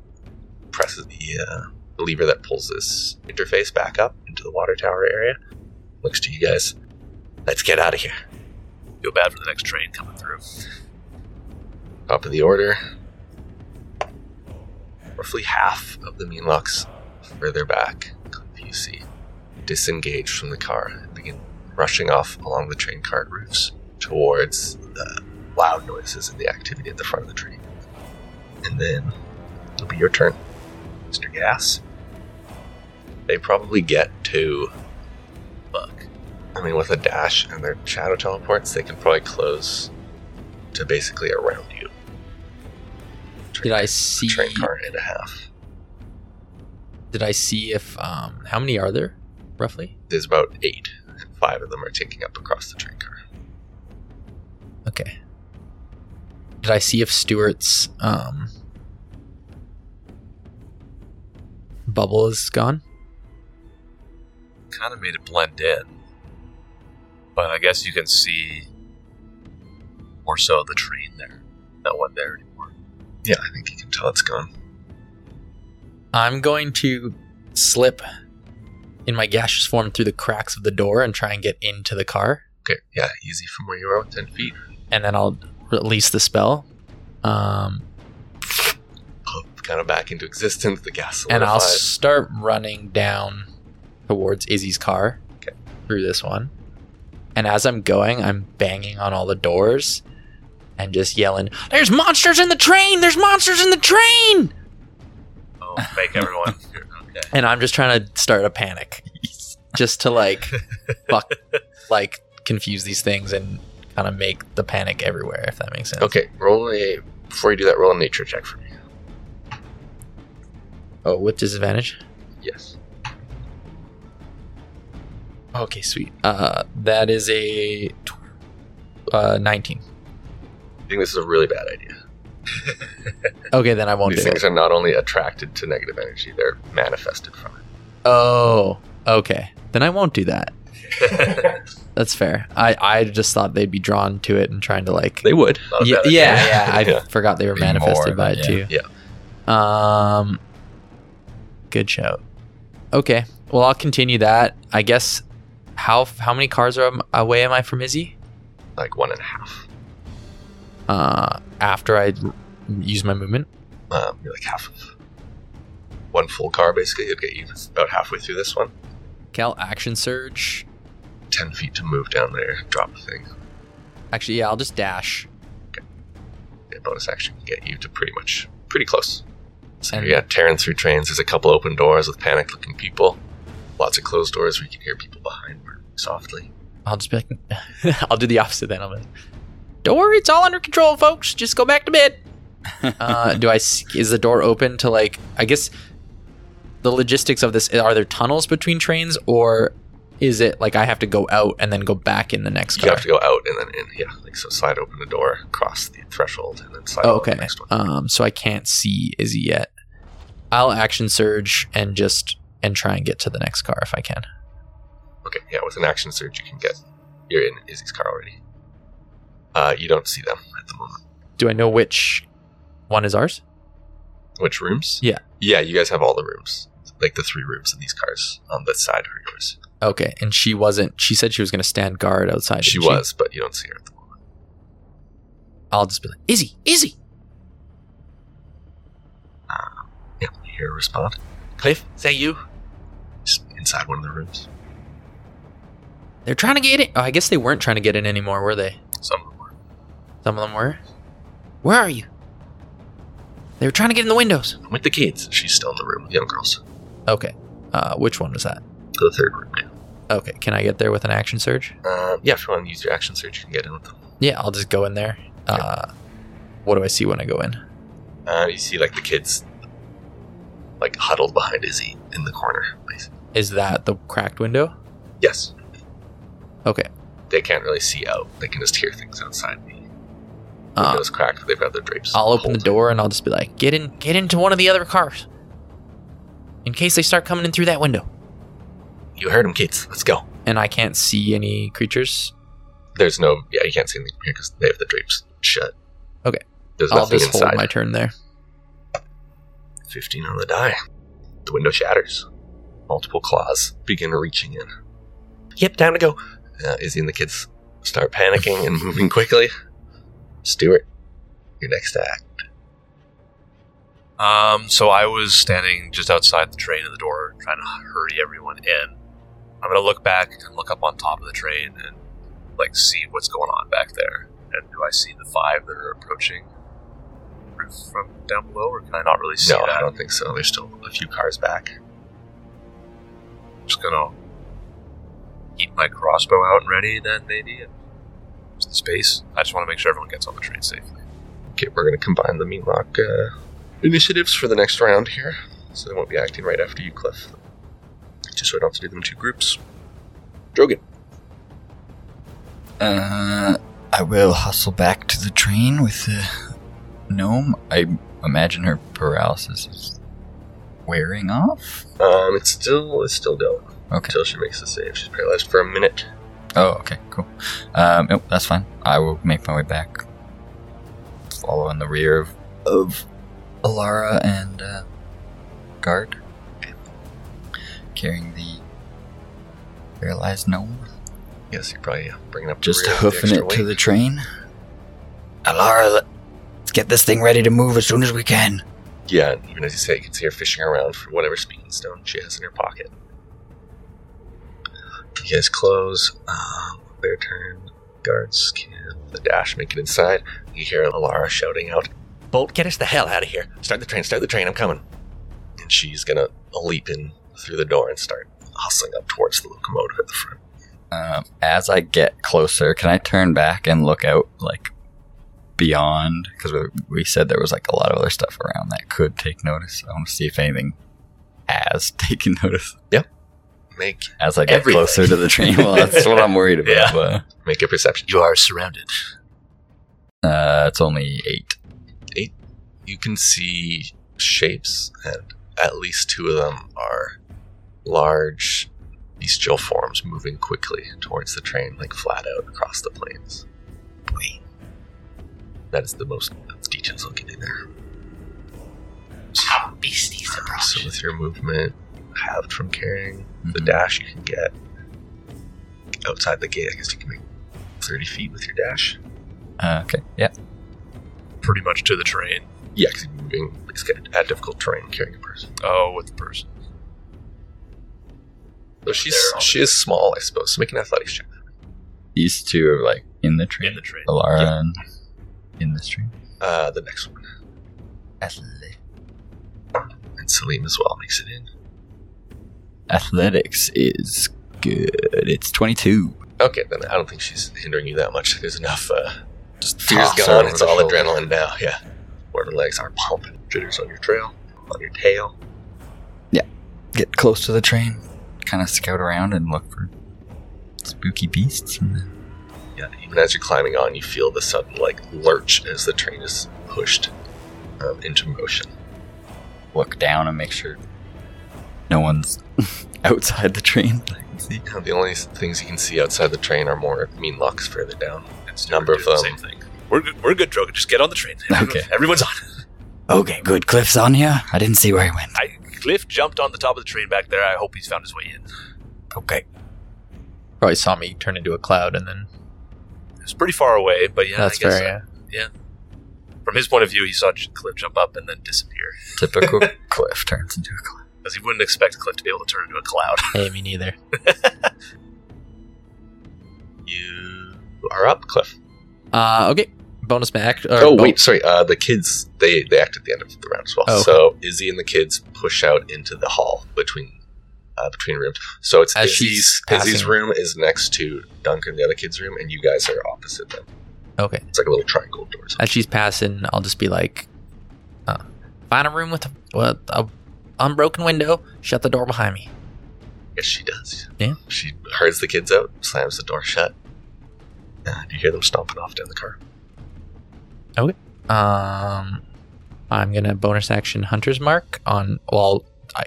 S1: presses the uh, lever that pulls this interface back up into the water tower area looks to you guys let's get out of here
S11: Feel bad for the next train coming through.
S1: Top of the order. Roughly half of the Meanlocks further back, you see, disengage from the car and begin rushing off along the train cart roofs towards the loud noises and the activity at the front of the train. And then it'll be your turn, Mr. Gas. They probably get to. Look. I mean, with a dash and their shadow teleports, they can probably close to basically around you.
S3: Did I see?
S1: Train car and a half.
S3: Did I see if um how many are there, roughly?
S1: There's about eight, and five of them are taking up across the train car.
S3: Okay. Did I see if Stewart's um bubble is gone?
S11: Kind of made it blend in. But I guess you can see more so the train there. That one there anymore.
S1: Yeah, I think you can tell it's gone.
S3: I'm going to slip in my gaseous form through the cracks of the door and try and get into the car,
S1: Okay, yeah, easy from where you are, ten feet.
S3: and then I'll release the spell. Um,
S1: kind of back into existence. The gas
S3: and I'll
S1: solidifies.
S3: start running down towards Izzy's car through this one. And as I'm going, I'm banging on all the doors and just yelling, "There's monsters in the train! There's monsters in the train!"
S1: oh, make [laughs] everyone. okay.
S3: And I'm just trying to start a panic, just to [laughs] like, fuck, like confuse these things and kind of make the panic everywhere. If that makes sense.
S1: Okay, roll a. Before you do that, roll a nature check for me.
S3: Oh, with disadvantage.
S1: Yes.
S3: Okay, sweet. Uh, that is a tw- uh 19.
S1: I think this is a really bad idea.
S3: Okay, then I won't
S1: These
S3: do it.
S1: things are not only attracted to negative energy, they're manifested from it.
S3: Oh, okay. Then I won't do
S4: [laughs]
S3: that. That's fair. I, I just thought they'd be drawn to it and trying to like.
S1: They would.
S3: yeah, yeah, yeah. I
S1: Yeah.
S3: forgot they were
S4: Be
S3: manifested
S4: more,
S3: by it
S4: yeah,
S3: too. Yeah. Um. Good shout. Okay. Well, I'll continue that. I guess. How how many cars are am- away am I from Izzy?
S1: Like one and a half.
S3: Uh, after I r- use my movement.
S1: Um, you're like half of one full car, basically. It'd get you about halfway through this one.
S3: Cal action surge.
S1: 10 feet to move down there, drop the thing.
S3: Actually, yeah, I'll just dash.
S1: A bonus action can get you to pretty much pretty close. So
S3: And-
S1: yeah, tearing through trains. There's a couple open doors with panicked looking people. Lots of closed doors where you can hear people behind murmuring softly.
S3: I'll just be like, [laughs] I'll do the opposite then. I'll be like, don't worry, it's all under control, folks. Just go back
S1: [laughs]
S3: to bed. uh, do I? s- Is the door open to like? I guess the logistics of this are there tunnels between trains, or is it like I have to go out and then go back in the next
S1: You
S3: car?
S1: have to go out and then in. Yeah, like so slide open the door, cross the threshold, and then slide
S3: Oh,
S1: open
S3: okay.
S1: the next one.
S3: Um, so I can't see Izzy yet. I'll action surge and just and try and get to the next car if I can.
S1: Okay, yeah, with an action surge you can get. You're in Izzy's car already. Uh, you don't see them at the moment.
S3: Do I know which one is ours?
S1: Which rooms?
S3: Yeah.
S1: Yeah, you guys have all the rooms. Like the three rooms in these cars on the side are yours.
S3: Okay, and she wasn't. She said she was going to stand guard outside.
S1: She
S3: didn't
S1: was, but you don't see her at the moment.
S3: I'll just be like, Izzy, Izzy.
S1: Yeah, you hear her respond.
S11: Cliff, is that you?
S1: She's inside one of the rooms.
S3: They're trying to get it. Oh, I guess they weren't trying to get in anymore, were they?
S1: Some of them are
S3: Some of them were. Where are you? They were trying to get in the windows.
S1: I'm with the kids. She's still in the room with the young girls.
S3: Okay. Uh, which one was that?
S1: The third room now.
S3: Okay. Can I get there with an action surge?
S1: Um, yeah, if you want to use your action surge, you can get in with them.
S3: Yeah, I'll just go in there. Uh, what do I see when I go in?
S1: Uh, you see, like, the kids, like, huddled behind Izzy in the corner, basically.
S3: Is that the cracked window?
S1: Yes.
S3: Okay.
S1: They can't really see out. They can just hear things outside the
S3: Uh,
S1: windows cracked, but they've got their drapes.
S3: I'll open the
S1: pulled.
S3: door and I'll just be like, get in, get into one of the other cars, in case they start coming in through that window.
S1: You heard them, kids. Let's go.
S3: And I can't see any creatures
S1: There's no, yeah, you can't see anything because they have the drapes shut.
S3: Okay.
S1: There's
S3: I'll
S1: nothing
S3: just
S1: inside.
S3: hold my turn there.
S1: 15 on the die. The window shatters. Multiple claws begin reaching in. Yep, time to go. Uh, Izzy and the kids start panicking and [laughs] moving quickly. Stuart, your next act.
S11: Um, so I was standing just outside the train and the door, trying to hurry everyone in. I'm gonna look back and look up on top of the train and like see what's going on back there. And do I see the five that are approaching from down below, or can I not really see
S1: No, I
S11: that?
S1: don't think so. There's still a few cars back.
S11: I'm just gonna keep my crossbow out and ready then, maybe. And use the space. I just want to make sure everyone gets on the train safely.
S1: Okay, we're going to combine the meat lock uh, initiatives for the next round here. So they won't be acting right after you, Cliff. Just so I don't have to do them in two groups. Drogon.
S4: Uh, I will hustle back to the train with the gnome. I imagine her paralysis is wearing off.
S1: Um, it's still it's still going
S4: Okay.
S1: until she makes the save. She's paralyzed for a minute.
S4: Oh, okay, cool. Um, nope, that's fine. I will make my way back, follow in the rear of, of Alara and uh, guard, carrying the paralyzed gnome.
S1: Yes, you're probably uh, bringing up the
S4: Just
S1: rear with the
S4: hoofing
S1: extra
S4: it
S1: weight.
S4: to the train. Alara, le- let's get this thing ready to move as soon as we can.
S1: Yeah, and even as you say, you can see her fishing around for whatever speaking stone she has in her pocket. You guys close. Um, their turn. Guards can the dash make it inside. You hear Alara shouting out, "Bolt, get us the hell out of here! Start the train! Start the train! I'm coming!" And she's gonna leap in through the door and start hustling up towards the locomotive at the front.
S10: Um, as I get closer, can I turn back and look out like beyond? Because we, we said there was like a lot of other stuff around that could take notice. I want to see if anything has [laughs] taken notice
S1: Make
S10: as I get
S1: Everything.
S10: closer to the train. Well, that's what I'm worried about.
S1: Yeah.
S10: but,
S1: make a perception.
S11: You are surrounded.
S10: uh, it's only eight.
S1: you can see shapes, and at least two of them are large bestial forms moving quickly towards the train, like flat out across the plains. That is the most details I'll get in there. Uh,
S5: Beasties
S1: So with your movement halved from carrying the
S10: Mhm.
S1: dash, you can get outside the gate. I guess you can make thirty feet with your dash.
S10: Uh, okay, yeah.
S11: Pretty much to the train.
S1: Yeah, because you're moving. It's got at difficult terrain carrying a person.
S11: Oh, with the person.
S1: So she's
S11: They're all-
S1: she is small, I suppose. So make an athletics check.
S10: These two are like in the train.
S11: In the train.
S10: Alara
S1: Yeah.
S10: and in this train.
S1: Uh, the next one.
S10: Athletic.
S1: And Salim as well makes it in.
S10: Athletics is good. It's 22.
S1: Okay, then I don't think she's hindering you that much. There's enough. Uh, just fear's
S10: toss her
S1: gone.
S10: over
S1: It's
S10: the
S1: all
S10: shoulder.
S1: adrenaline now. Yeah, where the legs are pumping, jitters on your trail, on your tail.
S10: Get close to the train, kind of scout around and look for spooky beasts. And then
S1: Yeah, even as you're climbing on, you feel the sudden like lurch as the train is pushed um, into motion.
S10: look down and make sure no
S4: [laughs]
S10: one's outside the train. that I can see.
S1: You know, the only things you can see outside the train are more mean locks further down.
S11: It's
S1: Number of um,
S11: Same
S1: them.
S11: thing. We're good, we're good, Drogon. Just get on
S1: [laughs]
S11: the train. Everyone-
S10: Okay.
S11: Everyone's on.
S4: Okay, good. Cliff's on you. I didn't see where he went.
S11: I, Cliff jumped on the top of the train back there. I hope he's found his way in.
S4: Okay.
S3: Probably saw me turn into a cloud, and then
S11: It's pretty far away, but yeah,
S3: that's
S11: I guess uh,
S3: fair. Yeah.
S11: from his point of view, he saw J- Cliff jump up and then disappear
S10: Typical
S4: [laughs]
S10: cliff turns into a cliff.
S11: because he wouldn't expect Cliff to be able to turn into a cloud. [laughs]
S3: Hey, me neither.
S1: You are up, Cliff.
S3: Uh, okay. Bonus back. or
S1: oh
S3: bo-
S1: wait, sorry. Uh, the kids they they act at the end of the round as well.
S3: Oh, okay.
S1: So Izzy and the kids push out into the hall between uh, between rooms. So it's
S3: As
S1: Izzy's
S3: she's passing.
S1: Izzy's room is next to Duncan, the other kid's room, and you guys are opposite them.
S3: Okay.
S1: It's like a little triangle of doors.
S3: As she's passing, I'll just be like, uh, find a room with a, with a unbroken window. Shut the door behind me.
S1: Yes, she does.
S3: Yeah.
S1: She herds the kids out, slams the door shut. And you hear them stomping off down the car.
S3: Um, I'm gonna bonus action Hunter's Mark on. Well, I,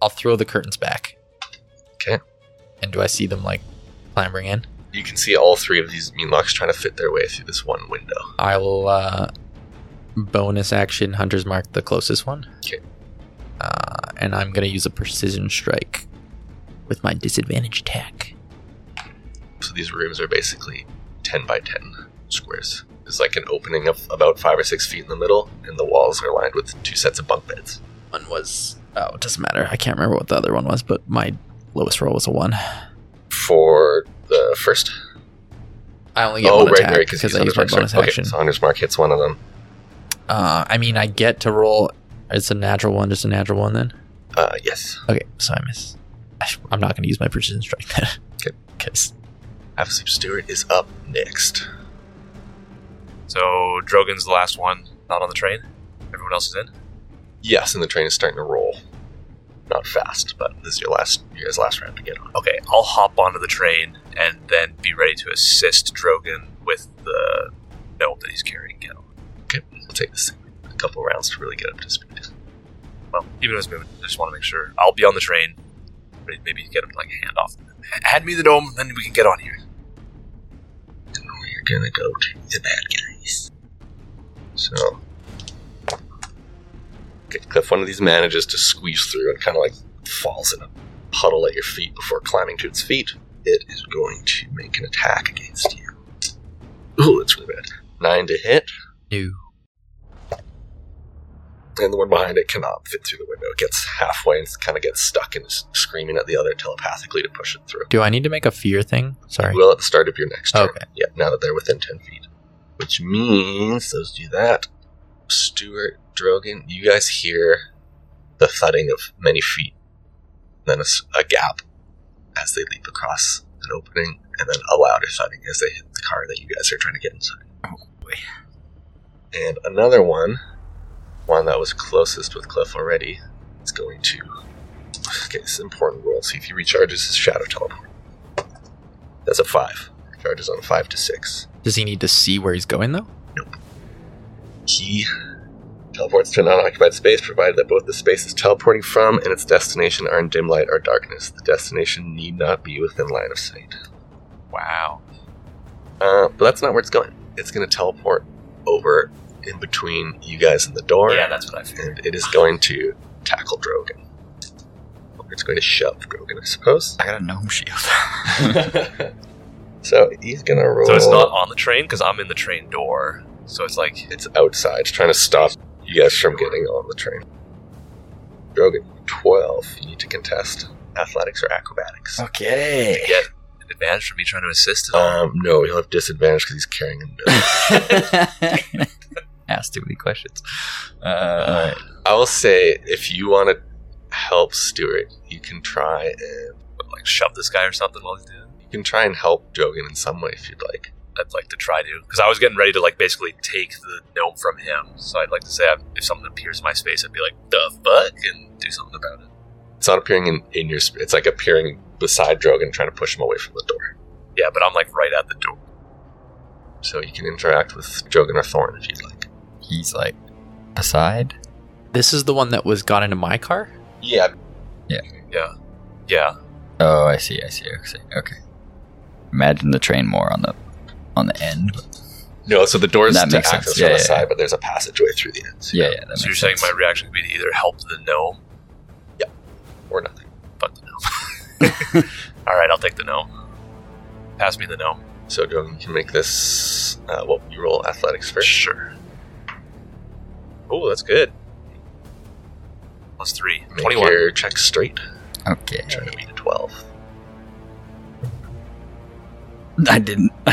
S3: I'll throw the curtains back.
S1: Okay.
S3: And do I see them like clambering in?
S1: You can see all three of these mean locks trying to fit their way through this one window.
S3: I will uh, bonus action Hunter's Mark, the closest one.
S1: Okay.
S3: Uh, and I'm gonna use a precision strike with my disadvantage attack.
S1: So these rooms are basically 10 by 10 squares. There's like an opening of about five or six feet in the middle, and the walls are lined with two sets of bunk beds.
S3: One was oh, it doesn't matter. I can't remember what the other one was, but my lowest roll was a one.
S1: For the first.
S3: I only get
S1: oh,
S3: one
S1: right,
S3: attack
S1: right, because
S3: because I used my bonus
S1: Okay,
S3: action.
S1: so Hunter's Mark hits one of them.
S3: Uh, I mean, I get to roll. It's a natural one, just a natural one then.
S1: Uh, yes.
S3: Okay, so I miss. I sh- I'm not going to use my precision strike then. [laughs]
S1: Okay.
S3: Because
S1: Half Sleep Steward is up next.
S11: So Drogon's the last one not on the train. Everyone else is in.
S1: Yes, and the train is starting to roll. Not fast, but this is your last, your guys' last round to get on.
S11: Okay, I'll hop onto the train and then be ready to assist Drogon with the belt that he's carrying. Get on.
S1: It'll take this a couple rounds to really get up to speed.
S11: Well, even if it's moving, I just want to make sure I'll be on the train. Ready to Maybe get him like hand off. H- Hand me the dome, then we can get on here.
S1: You're gonna go to the bad guys. So, okay, Cliff, one of these manages to squeeze through and kind of like falls in a puddle at your feet before climbing to its feet. It is going to make an attack against you. Ooh, that's really bad. Nine to hit.
S3: new.
S1: and the one behind it cannot fit through the window. It gets halfway and kind of gets stuck and is screaming at the other telepathically to push it through.
S3: Do I need to make a fear thing? Sorry.
S1: You will at the start of your next turn.
S3: Okay.
S1: Yeah, now that they're within 10 feet. Which means, those do that. Stuart, Drogon, you guys hear the thudding of many feet. Then a, s- a gap as they leap across an opening, and then a louder thudding as they hit the car that you guys are trying to get inside.
S4: Oh,
S1: boy. And another one, one that was closest with Cliff already, is going to. Okay, this is an important rule. See if he recharges his shadow teleport. That's a five. Charges on a five to six.
S3: Does he need to see where he's going though?
S1: He teleports to an unoccupied space, provided that both the space is teleporting from and its destination are in dim light or darkness. The destination need not be within line of sight. Wow. Uh, but that's not where it's going. It's going to teleport over in between you guys and the door.
S11: Yeah, that's what I figured.
S1: and it is going to tackle Drogon. Or It's going to shove Drogon, I suppose.
S4: I got a gnome shield. [laughs]
S1: So he's going to roll.
S11: So it's not on the train because I'm in the train door. So it's like
S1: It's outside, trying to stop you guys from getting on the train. Drogon, 12. You need to contest athletics or acrobatics.
S4: okay.
S11: an advantage for me trying to assist. it.
S1: Um, no, you'll have disadvantage because he's carrying a
S4: [laughs]
S1: note.
S4: [laughs] Ask too many questions. Uh,
S1: I will say, if you want to help Stuart, you can try and
S11: like shove this guy or something while he's doing. it.
S1: you can try and help Drogon in some way if you'd like.
S11: I'd like to try to because I was getting ready to like basically take the gnome from him. So I'd like to say I'm, if something appears in my space, I'd be like the fuck and do something about it.
S1: It's not appearing in, in your. Sp- it's like appearing beside Drogon, trying to push him away from the door.
S11: Yeah, but I'm like right at the door.
S1: So you can interact with Drogon or Thorn if you'd like.
S4: he's like aside.
S3: This is the one that was got into my car.
S1: Yeah,
S11: Yeah,
S4: Oh, I see. I see. I see. Okay. Imagine the train more on the on the end. but-
S1: No, so the doors
S4: That
S1: to
S4: makes
S1: access
S4: sense.
S1: from
S4: Yeah,
S1: the
S4: yeah,
S1: side,
S4: yeah.
S1: but there's a passageway through the end.
S4: yeah, yeah. That
S11: so you're
S4: makes
S11: saying
S4: sense.
S11: my reaction would be to either help the gnome.
S1: Or nothing.
S11: Fuck the gnome. [laughs] All right, I'll take the gnome. Pass me the gnome.
S1: So Drogon, you can make this. Uh, well, you roll athletics first.
S11: Sure. Oh, that's good. Plus three.
S1: Make
S11: 21.
S1: your check straight.
S4: Okay.
S1: Trying to beat a twelve.
S4: I didn't.
S1: [laughs]
S4: [laughs]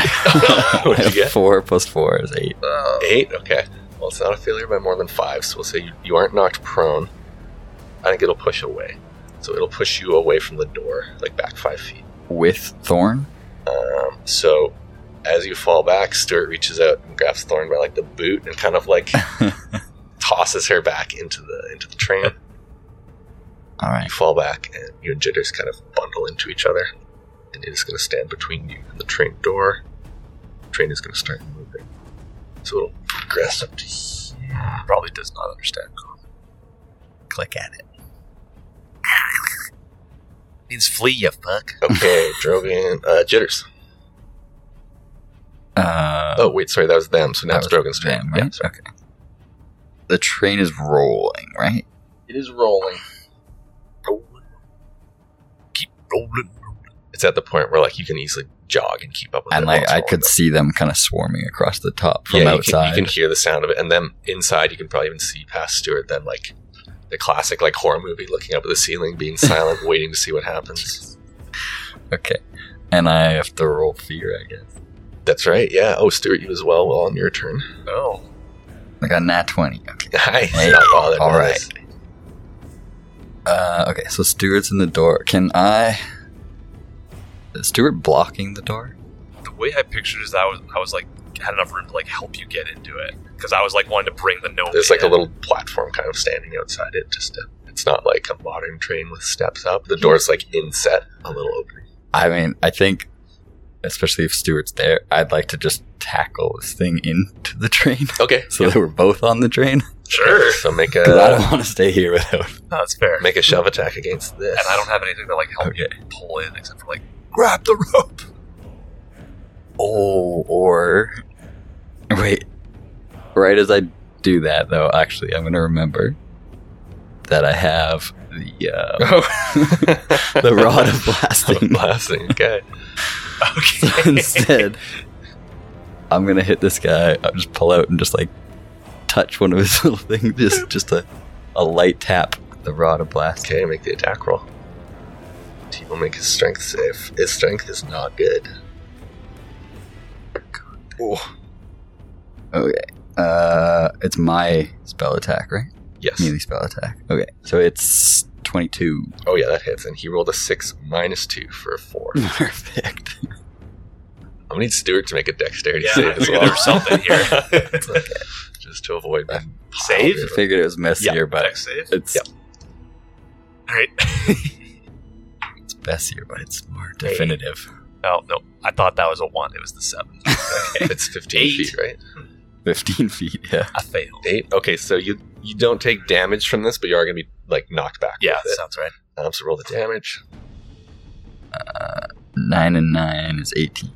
S1: What'd you get?
S4: Four plus four is eight.
S1: Eight. Uh, Okay. Well, it's not a failure by more than five, so we'll say you, you aren't knocked prone. I think it'll push away. So it'll push you away from the door, like back five feet.
S4: With Thorn?
S1: Um, so as you fall back, Stuart reaches out and grabs Thorn by like the boot and kind of like tosses her back into the into the train.
S4: All
S1: You
S4: right.
S1: fall back, and you and Jitters kind of bundle into each other, and it is going to stand between you and the train door. The train is going to start moving, so it'll progress up to here. Probably does not understand.
S4: Click at it.
S11: means flee, you fuck.
S4: [laughs]
S1: Okay, Drogon, uh, Jitters.
S4: Uh,
S1: Oh wait, sorry, that was them. So now
S4: that
S1: it's
S4: was
S1: Drogon's turn.
S4: them, right?
S1: Yeah, sorry.
S4: okay. The train is rolling, right?
S1: It is rolling.
S11: Rolling. Keep rolling.
S1: It's at the point where like you can easily jog and keep up with it.
S4: and
S1: while
S4: like
S1: it's
S4: I
S1: rolling,
S4: could
S1: though.
S4: see them kind of swarming across the top from
S1: yeah, you can-
S4: outside.
S1: you can hear the sound of it, and then inside you can probably even see past Stuart. Then like the classic like horror movie, looking up at the ceiling, being
S4: [laughs]
S1: silent, waiting to see what happens.
S4: Okay. And I have to roll fear, I guess.
S1: That's right. Yeah. Oh, Stuart, you as well. Well, on your turn. [laughs]
S11: Oh.
S4: I got a nat 20. Okay.
S1: Hi.
S4: Hey,
S1: Not bothered. by
S4: all right.
S1: this.
S4: Uh, okay, so Stuart's in the door. Can I. Is Stuart blocking the door?
S11: the way I pictured is that I was, I was like had enough room to like help you get into it because I was like wanting to bring the gnome.
S1: There's like a
S11: in.
S1: little platform kind of standing outside it. Just to, it's not like a modern train with steps up. The door's like inset, a little opening.
S4: I mean, I think, especially if Stuart's there, I'd like to just tackle this thing into the train [laughs]
S1: Okay.
S4: so that we're both on the train.
S11: sure.
S1: So make
S4: 'Cause I
S1: a
S4: don't want to stay here without.
S11: No, that's fair.
S1: make a shove attack against this.
S11: And
S1: [laughs]
S11: I don't have anything to like help
S4: Okay.
S11: you pull in except for like
S4: Grab the rope! Oh, or. Wait. Right as I do that, though, actually, I'm going to remember that I have the. Uh, [laughs] the Oh. [laughs] rod of
S1: I'm
S4: blasting.
S1: blasting. Okay.
S4: So instead, I'm gonna hit this guy. I'll just pull out and just like touch one of his [laughs] little things. Just just a, a light tap with the rod of blast.
S1: Okay, make the attack roll. He will make his strength save. His strength is not good.
S4: Oh. Okay. Uh, it's my spell attack, right?
S1: Yes.
S4: Melee spell attack. Okay, so it's twenty-two.
S1: [laughs] Oh yeah, that hits. And he rolled a six minus two for a four.
S4: Hmm.
S1: I'm
S4: Perfect.
S1: gonna need Stuart to make a dexterity
S11: Yeah, I
S1: save as
S11: figured
S1: well.
S11: there was something here.
S1: [laughs] just to avoid that.
S11: Save?
S4: I figured it was messier, but
S11: Dex save.
S4: it's
S1: Yep.
S11: All right.
S4: it's messier, but it's more definitive.
S11: Oh no, I thought that was a one. It was the seven.
S1: It's 15
S11: Eight.
S1: feet, right?
S4: Fifteen feet. Yeah.
S11: I failed.
S1: Eight. Okay, so you you don't take damage from this, but you are gonna be like knocked back.
S11: Yeah,
S1: with it.
S11: sounds right.
S1: Um, so roll the damage.
S4: Nine and nine is eighteen.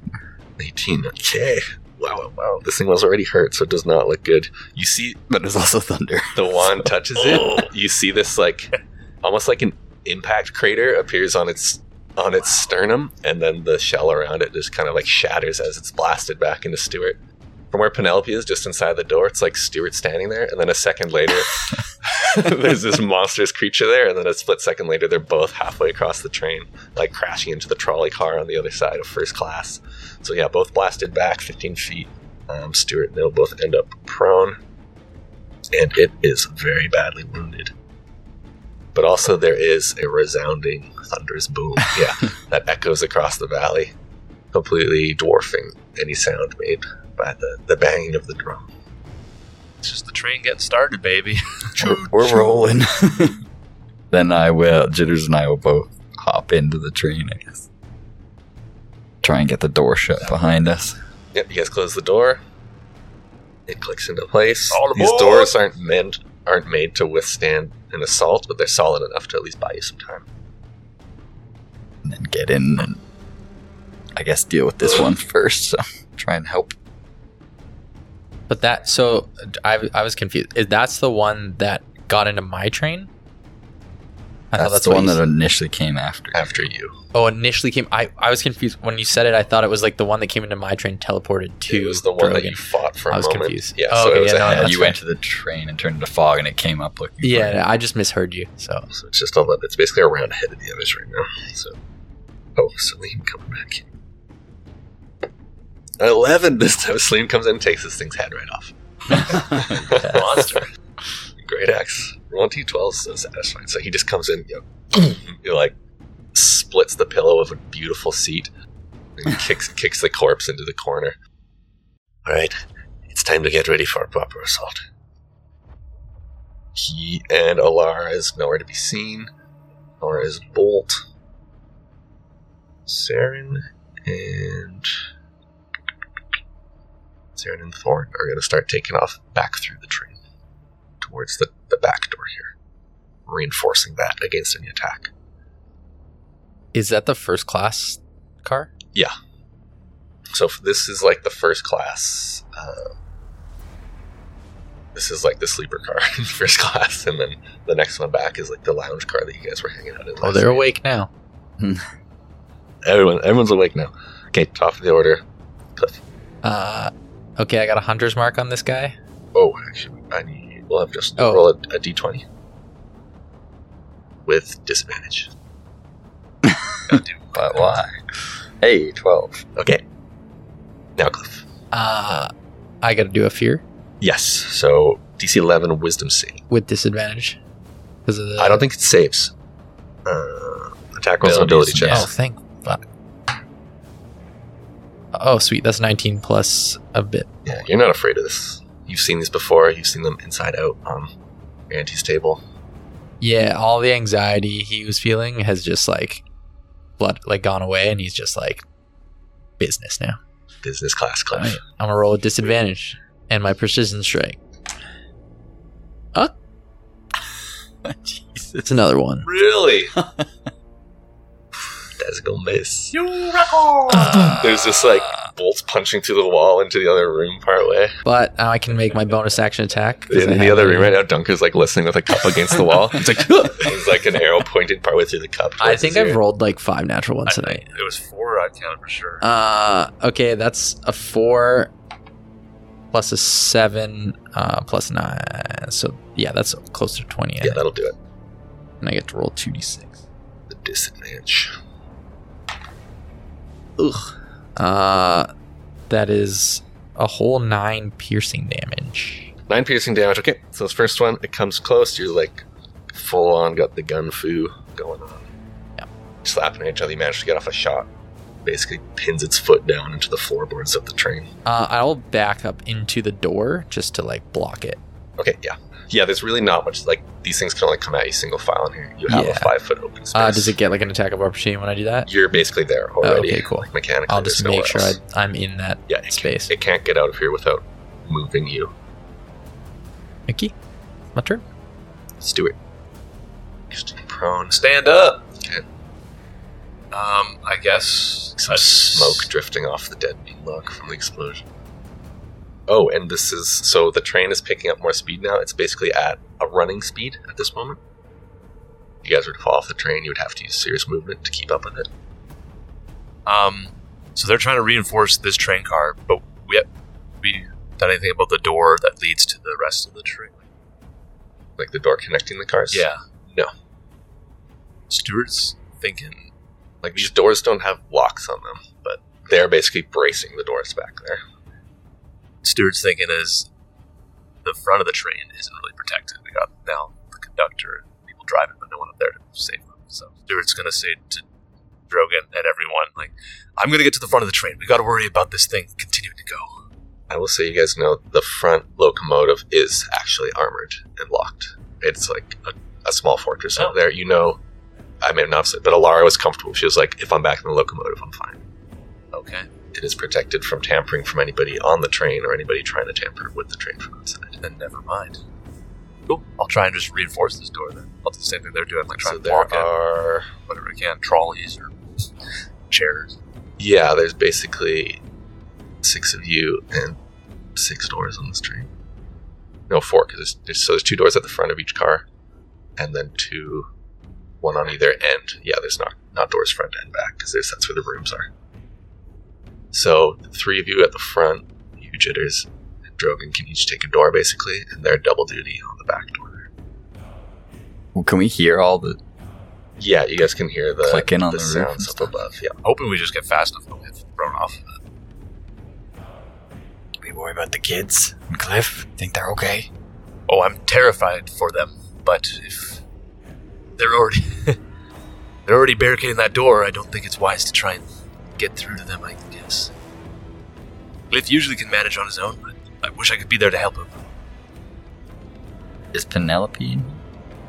S1: 18. Okay. Wow, wow, wow. This thing was already hurt, so it does not look good. You see,
S4: But there's also thunder.
S1: the wand touches
S11: Oh.
S1: it. You see this like almost like an impact crater appears on its on its sternum, and then the shell around it just kind of like shatters as it's blasted back into Stuart. From where Penelope is, just inside the door, it's like Stuart standing there, and then a second later, [laughs] there's this monstrous creature there, and then a split second later, they're both halfway across the train, like crashing into the trolley car on the other side of first class. So yeah, both blasted back 15 feet. Um, Stuart and they'll both end up prone and it is very badly wounded. But also, there is a resounding thunderous
S3: [laughs]
S1: boom, yeah, that echoes across the valley, completely dwarfing any sound made by the, the banging of the drum.
S11: It's just the train getting started, baby. [laughs]
S4: We're, we're rolling. then I will. Jitters and I will both hop into the train. I guess. Try and get the door shut behind us.
S1: Yep, you guys close the door. It clicks into place.
S11: All
S1: These
S11: aboard!
S1: doors aren't meant aren't made to withstand an assault, but they're solid enough to at least buy you some time.
S4: and then get in and I guess deal with this one first. So try and help.
S3: But that so I, I was confused. Is That's the one that got into my train. I
S4: That's,
S3: thought that's
S4: the
S3: what
S4: one
S3: you
S4: that initially came after.
S1: After you,
S3: s- oh initially came. I, I was confused when you said it. I thought it was like the one that came into my train teleported to.
S1: it was the one that
S3: Drogon.
S1: you fought for a
S3: I was
S1: moment.
S3: confused.
S1: Yeah,
S3: Oh,
S1: so
S3: okay,
S1: it was
S3: yeah,
S1: a
S3: no,
S4: Yeah,
S3: that's
S4: you
S3: right.
S4: went to the train and turned into fog, and it came up looking. for you.
S3: Yeah, I just misheard you. So
S1: So it's just a little, it's basically a round ahead of the others right now. So, oh, Salim coming back. At Eleven [laughs] this time. Salim comes in and takes this thing's head right off. Monster. Great axe. Roll t twelve so satisfying. So he just comes in, you know, [clears throat] he, like splits the pillow of a beautiful seat and [laughs] kicks kicks the corpse into the corner. All right, it's time to get ready for a proper assault. He and Alara is nowhere to be seen. Nor is Bolt. Saren and Saren and Thorn are gonna start taking off back through the train. Towards the, the back door here. Reinforcing that against any attack.
S3: is that the first class car?
S1: So f- this is like the first class. Uh, this is like the sleeper car [laughs] in first class, and then the next one back is like the lounge car that you guys were hanging out in.
S3: Oh,
S1: last
S3: they're
S1: night.
S3: awake now.
S1: Everyone, everyone's awake now. Okay, top of the order.
S3: Uh, okay, I got a hunter's mark on this guy.
S1: Oh, actually, I need. We'll have just
S3: Oh.
S1: roll a, a d20 with disadvantage.
S4: but why? Hey, twelve.
S1: Okay. Now, Cliff.
S3: Uh, I got to do a fear
S1: Yes. So DC 11 Wisdom save.
S3: with disadvantage because of the.
S1: I don't think it saves. Uh, attack rolls and ability
S4: Abilities,
S1: checks.
S3: Oh, thank fuck. Oh, sweet. That's 19 plus a bit.
S1: Yeah, you're not afraid of this. You've seen these before. You've seen them inside out on Auntie's table.
S3: Yeah, all the anxiety he was feeling has just like blood like gone away, and he's just like business now.
S1: Business class, Cliff.
S3: Alright, I'm gonna roll with disadvantage and my precision strike. Uh, it's another one.
S1: Really? That's gonna miss.
S3: Uh,
S1: [sighs] There's this like bolts punching through the wall into the other room partway.
S3: but now I can make my bonus action attack. 'cause
S1: In,
S3: I
S1: the
S3: have
S1: other
S3: a-
S1: room right now, Dunker's like listening with a cup against the wall. [laughs] It's like it's like an arrow pointed partway through the cup.
S3: I
S1: towards
S3: think
S1: his
S3: I've
S1: ear.
S3: rolled like five natural
S11: I
S3: ones tonight.
S11: think it was four. I counted for sure.
S3: Uh, okay, that's a four plus a seven, uh, plus nine. So yeah, that's closer to twenty.
S1: Yeah, that'll do it.
S3: and I get to roll two d six.
S1: The disadvantage.
S3: Uh, that is a whole nine piercing damage.
S1: Nine piercing damage. Okay, so this first one, it comes close. You're like full on got the gun foo going on.
S3: Yeah.
S1: Slapping at each other. You manage to get off a shot. Basically pins its foot down into the floorboards of the train.
S3: Uh, I'll back up into the door just to like block it.
S1: Okay, yeah. Yeah, there's really not much. Like, these things can only come at you single file in here. You have a
S3: Yeah.
S1: five foot open space.
S3: Uh, does it get like an attack of opportunity when I do that?
S1: You're basically there
S3: Oh,
S1: already.
S3: okay, cool.
S1: Mechanically,
S3: I'll just
S1: there's nowhere
S3: make sure I,
S1: else.
S3: I'm in that
S1: Yeah, it,
S3: space.
S1: it can't get out of here without moving you.
S3: Mickey, my turn.
S1: Stuart. Just prone.
S11: Stand up.
S1: Okay.
S11: Um, I guess
S1: Some
S11: a
S1: smoke drifting off the dead log from the explosion. Oh, and this is so the train is picking up more speed now. It's basically at a running speed at this moment. If you guys were to fall off the train, you would have to use serious movement to keep up with it.
S11: Um, so they're trying to reinforce this train car, but we we done anything about the door that leads to the rest of the train?
S1: Like the door connecting the cars.
S11: Yeah.
S1: No.
S11: Stuart's thinking.
S1: Like these doors don't have locks on them, but they're basically bracing the doors back there.
S11: Stuart's thinking is the front of the train isn't really protected. We got now the conductor and people driving, but no one up there to save them. So Stuart's gonna say to Drogon and everyone, like, "I'm gonna get to the front of the train. We got to worry about this thing continuing to go."
S1: I will say you guys know the front locomotive is actually armored and locked. It's like a, a small fortress out there. You know, I may not have said, but Alara was comfortable. She was like, if I'm back in the locomotive, I'm fine.
S11: Okay.
S1: It is protected from tampering from anybody on the train or anybody trying to tamper with the train from outside.
S11: Then never mind. Cool. I'll try and just reinforce this door then. I'll do the same thing they're doing, like try
S1: So
S11: and
S1: there
S11: block it,
S1: are.
S11: whatever I can, trolleys or [laughs] chairs.
S1: Yeah, there's basically six of you and six doors on this train. No, four, because there's, there's, so there's two doors at the front of each car, and then two, one on either end. Yeah, there's not not doors front and back, because that's where the rooms are. So the three of you at the front, you jitters, and Drogon can each take a door basically, and they're double duty on the back door.
S4: Well, can we hear all the?
S1: Yeah, you guys can hear the
S4: Clicking on
S1: the
S4: the roof and
S1: sounds up
S4: stuff.
S1: above. Yeah,
S11: Hoping we just get fast enough that we get thrown off.
S14: Do we worry about the kids and Cliff? Think they're okay?
S11: Oh, I'm terrified for them. But if they're already [laughs] they're already barricading that door, I don't think it's wise to try and get through to them. I guess Cliff usually can manage on his own, but I wish I could be there to help him.
S4: Is Penelope? in?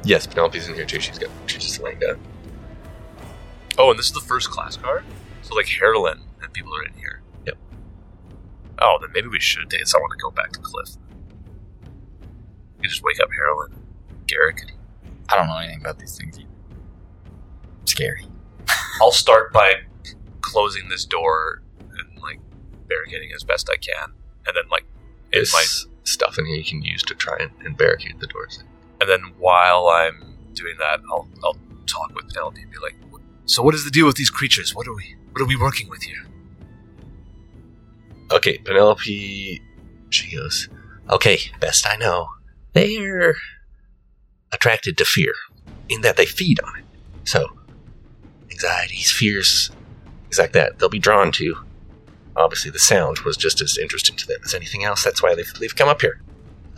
S1: yes, Penelope's in here too. She's got she's just laying down.
S11: Oh, and this is the first class car? So, like, Harlan and people are in here.
S1: Yep.
S11: Oh, then maybe we should take someone to go back to Cliff. We could just wake up Harlan, Garrick.
S4: I don't know anything about these things. Either. Scary.
S11: I'll start by closing this door and, like, barricading as best I can. And then, like, in
S1: There's
S11: my,
S1: stuff in here you can use to try and, and barricade the doors.
S11: and then while I'm doing that, I'll, I'll talk with Penelope and be like, so what is the deal with these creatures? What are we, what are we working with here?
S1: Okay, Penelope. She goes, Okay, best I know, they're attracted to fear in that they feed on it. So, anxieties, fears, things like that, they'll be drawn to. Obviously, the sound was just as interesting to them as anything else. That's why they've, they've come up here.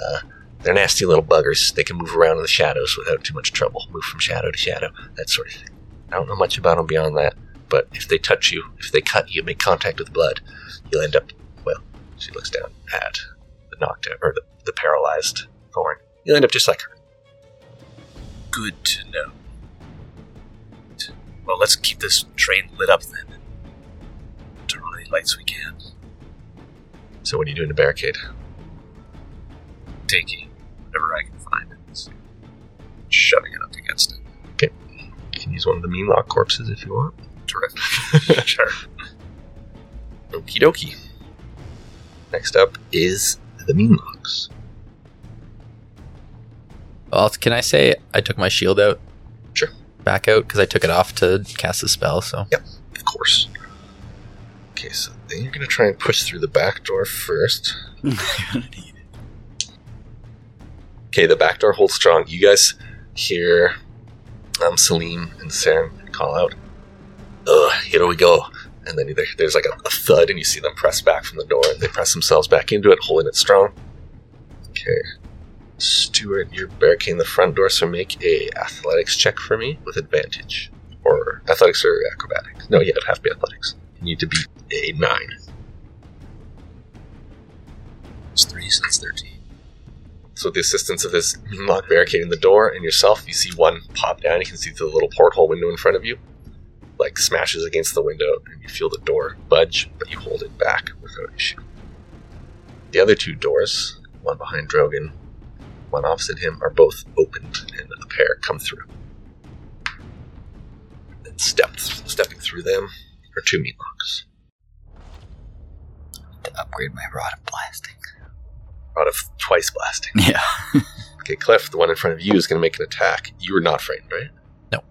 S1: Uh, they're nasty little buggers. They can move around in the shadows without too much trouble, move from shadow to shadow, that sort of thing. I don't know much about them beyond that, but if they touch you, if they cut you, make contact with blood, you'll end up she looks down at the knocked out or the, the paralyzed thorn. You'll end up just like her.
S11: Good to know. Well, let's keep this train lit up then. Turn on any lights we can.
S1: So what are you doing to barricade?
S11: Taking whatever I can find and shoving it up against it.
S1: You can use one of the mean lock corpses if you want.
S11: [laughs] Terrific. sure.
S1: Okie dokie. Next up is the mean locks.
S3: Well, can I say I took my shield out?
S1: Sure.
S3: Back out because I took it off to cast the spell. So
S1: Of course. Okay, so they thing. You're gonna try and push through the back door first. [laughs] Okay, the back door holds strong. You guys hear um, Salim and Saren call out, Ugh, here we go. And then either, there's like a, a thud, and you see them press back from the door, and they press themselves back into it, holding it strong. Okay. Stuart, you're barricading the front door, so make a athletics check for me with advantage. Or athletics or acrobatics. No, yeah, it'd have to be athletics. You need to beat a 9.
S11: It's three, so it's 13.
S1: So with the assistance of this lock barricading the door and yourself, you see one pop down. You can see through the little porthole window in front of you. Like smashes against the window, and you feel the door budge, but you hold it back without issue. The other two doors, one behind Drogon, one opposite him, are both opened, and a pair come through. And stepped, stepping through them are two meat locks.
S15: to upgrade my rod of blasting.
S1: Out of twice blasting.
S15: Yeah.
S1: [laughs] Okay, Cliff, the one in front of you is going to make an attack. You were not frightened, right?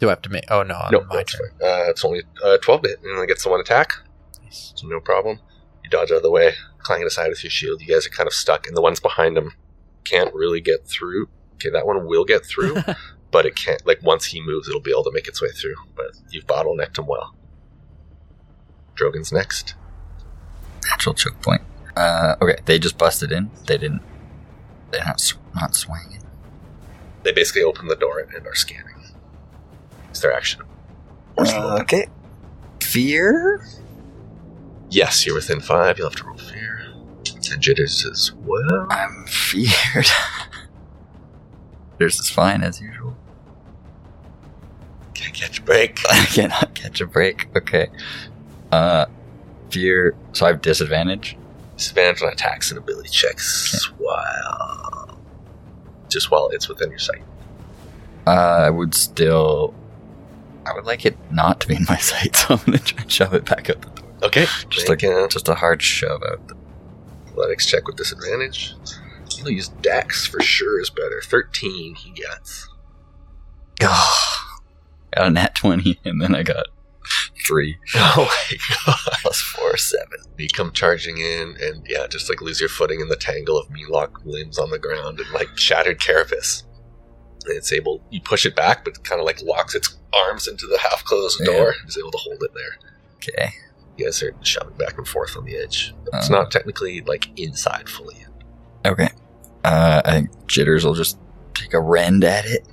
S3: Do I have to make? Oh no,
S1: No,
S3: no my
S1: that's
S3: turn.
S1: fine. Uh, it's only uh, 12 bit, and only gets the one attack. So no problem. You dodge out of the way, clanging aside with your shield. You guys are kind of stuck, and the ones behind him can't really get through. Okay, that one will get through, but it can't. Like, once he moves, it'll be able to make its way through. But you've bottlenecked him well. Drogon's next.
S15: Natural choke point.
S4: Uh, okay, they just busted in. They didn't. They're not sw- not swinging.
S1: They basically open the door and are scanning. It's their action. Or slow.
S4: okay. Fear.
S1: yes, you're within five. You'll have to roll fear. And Jitters as well.
S4: I'm feared. [laughs] There's is fine as usual. [laughs]
S1: Can't catch a break.
S4: I cannot catch a break. Okay. Uh, fear. So I have disadvantage.
S1: Disadvantage on attacks and ability checks while just while it's within your sight.
S4: Uh, I would still. I would like it not to be in my [laughs] sight, so I'm gonna try and shove it back out the door.
S1: Okay.
S4: Just
S1: Just
S4: like
S1: like an
S4: just a hard shove out. The,
S1: athletics check with disadvantage. I'm gonna use Dex for sure is better. Thirteen he gets.
S4: got a nat twenty, [laughs] and then I got three
S1: Oh my god.
S4: plus four, seven.
S1: You come charging in and yeah, just like lose your footing in the tangle of Melock limbs on the ground and like shattered carapace. And it's able you push it back, but kinda like locks its arms into the half closed
S4: Yeah.
S1: door. It's able to hold it there.
S4: Okay.
S1: You guys are shoving back and forth on the edge. But it's
S4: Uh.
S1: not technically like inside fully.
S4: Okay. Uh, I think Jitters will just take a rend at it.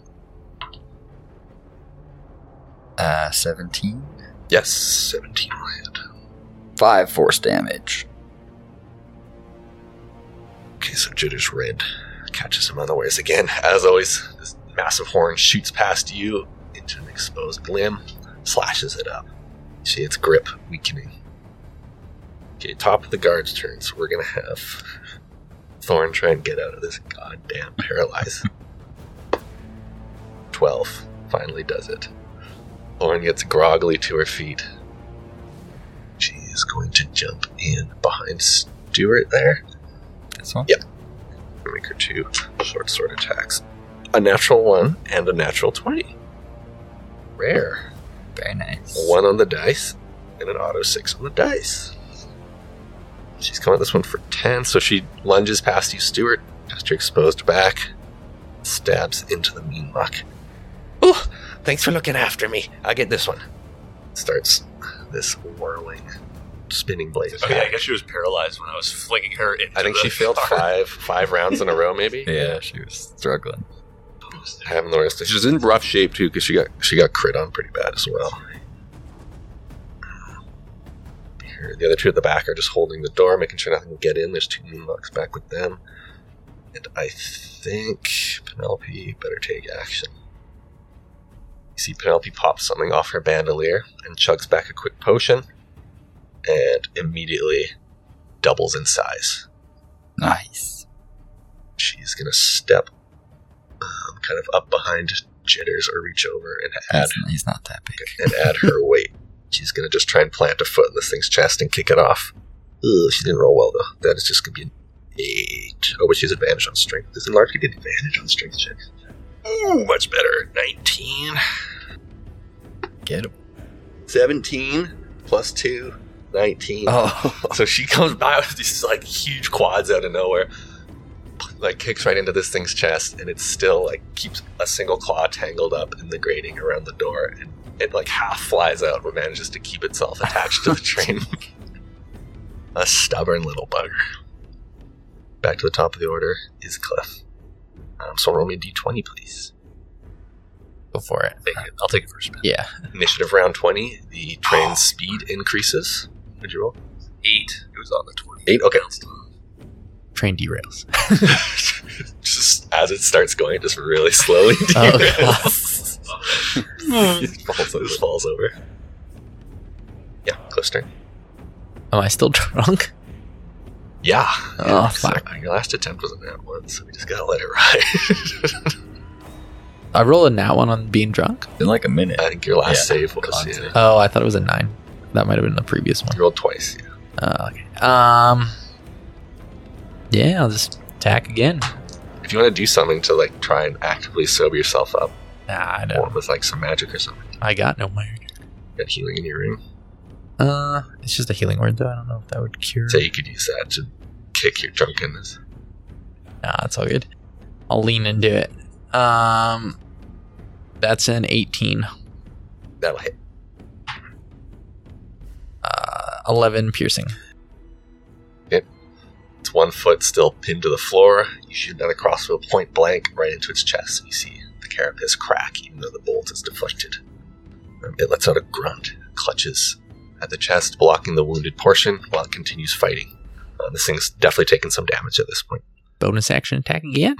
S4: Uh, 17.
S1: Yes, 17 will hit.
S4: 5 force damage.
S1: Okay, so Jitter's red catches him unawares again. As always, this massive horn shoots past you into an exposed limb, slashes it up. You see its grip weakening. Okay, top of the guard's turn, so we're gonna have Thorn try and get out of this goddamn paralyze. [laughs] 12 finally does it. Thorn gets groggily to her feet. She is going to jump in behind Stuart there.
S4: This one?
S1: Make her two short sword attacks. A natural one and a natural 20. Rare.
S4: Very nice.
S1: A one on the dice and an auto six on the dice. She's coming at this one for 10, so she lunges past you, Stuart, past your exposed back, stabs into the mean muck. Oh, thanks for looking after me. I get this one. Starts this whirling, spinning blade.
S11: Okay, Oh, I
S1: attack.
S11: guess she was paralyzed when I was flinging her into
S1: I think
S11: the
S1: she failed
S11: car.
S1: five five rounds in a row, maybe.
S4: Yeah, she was struggling.
S1: having the worst. She's in rough shape too because she got she got crit on pretty bad as well. Here, The other two at the back are just holding the door, making sure nothing can get in. There's two moonlocks back with them, and I think Penelope better take action. You see, Penelope pops something off her bandolier and chugs back a quick potion, and immediately doubles in size
S4: Nice.
S1: she's gonna step um, kind of up behind Jitters or reach over and add
S4: He's, he's not that big.
S1: [laughs] and add her weight. She's gonna just try and plant a foot in this thing's chest and kick it off. Ugh, she didn't roll well though. That is just gonna be an eight. Oh, but she's advantage on strength. Does Larky get advantage on strength checks? Ooh, much better. Nineteen.
S4: Get him.
S1: 17 plus 2. 19.
S4: Oh,
S1: [laughs] So she comes by with these like huge quads out of nowhere, like kicks right into this thing's chest, and it still like keeps a single claw tangled up in the grating around the door, and it like half flies out, but manages to keep itself attached to the train. a stubborn little bugger. Back to the top of the order is Cliff. Um, so roll me a d20, please.
S3: Go for it.
S11: Take it. I'll take it first.
S3: Yeah.
S1: Initiative round 20, the train's speed increases. What'd you roll?
S11: Eight. It was on the twenty.
S1: Eight? Okay. [laughs]
S3: Train derails.
S1: just as it starts going, it just really slowly [laughs]
S3: Oh,
S1: derails. it falls, it just falls over. Yeah, Cliff's turn.
S3: Am I still drunk?
S1: Yeah.
S3: Oh,
S1: So,
S3: fuck.
S1: your last attempt was a nat one, so we just gotta let it ride.
S3: I roll a nat one on being drunk.
S4: in like a minute.
S1: I think your last
S4: Yeah,
S1: save was yeah,
S3: Oh, I thought it was a nine. That might have been the previous one.
S1: you rolled twice. yeah.
S3: Uh, okay. Um. Yeah, I'll just attack again.
S1: If you want to do something to like try and actively sober yourself up,
S3: Nah, I
S1: or
S3: don't.
S1: with like some magic or something,
S3: I got no magic.
S1: you got healing in your room.
S3: Uh, it's just a healing word though. I don't know if that would cure.
S1: So you could use that to kick your drunkenness.
S3: Nah, it's all good. I'll lean into it. Um, that's an 18.
S1: That'll hit.
S3: Uh, 11 piercing.
S1: It's one foot still pinned to the floor. You shoot another crossbow point blank right into its chest. You see the carapace crack, even though the bolt is deflected. Um, It lets out a grunt, clutches at the chest, blocking the wounded portion while it continues fighting. Uh, this thing's definitely taking some damage at this point.
S3: Bonus action attack again.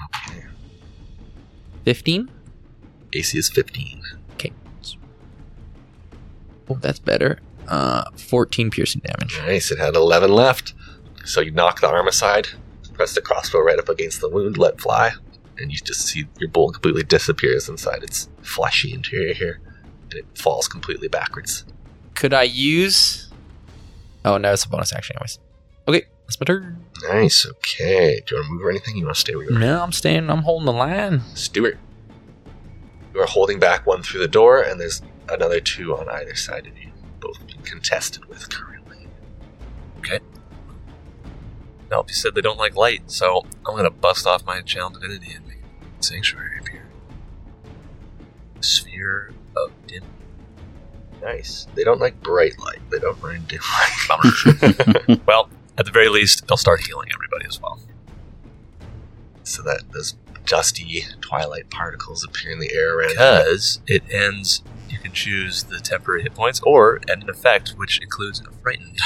S3: 15.
S1: AC is 15.
S3: Oh, that's better. Uh, 14 piercing damage.
S1: Nice, it had 11 left. So you knock the arm aside, press the crossbow right up against the wound, let fly, and you just see your bolt completely disappears inside its fleshy interior here, and it falls completely backwards.
S3: Could I use? Oh no, it's a bonus action anyways. Okay, that's my turn.
S1: Nice. Okay. Do you want to move or anything? You want to stay where you are?
S3: No, I'm staying. I'm holding the line.
S1: Stuart. You are holding back one through the door, and there's another two on either side of you, both being contested with currently.
S11: Penelope said they don't like light, so I'm gonna bust off my channel divinity and make a sanctuary appear. Sphere of dim.
S1: Nice. They don't like bright light. They don't mind dim light. [laughs]
S11: Well, at the very least, they'll start healing everybody as well.
S1: so that those dusty twilight particles appear in the air around you.
S11: Because it ends, you can choose the temporary hit points or add an effect, which includes a frightened.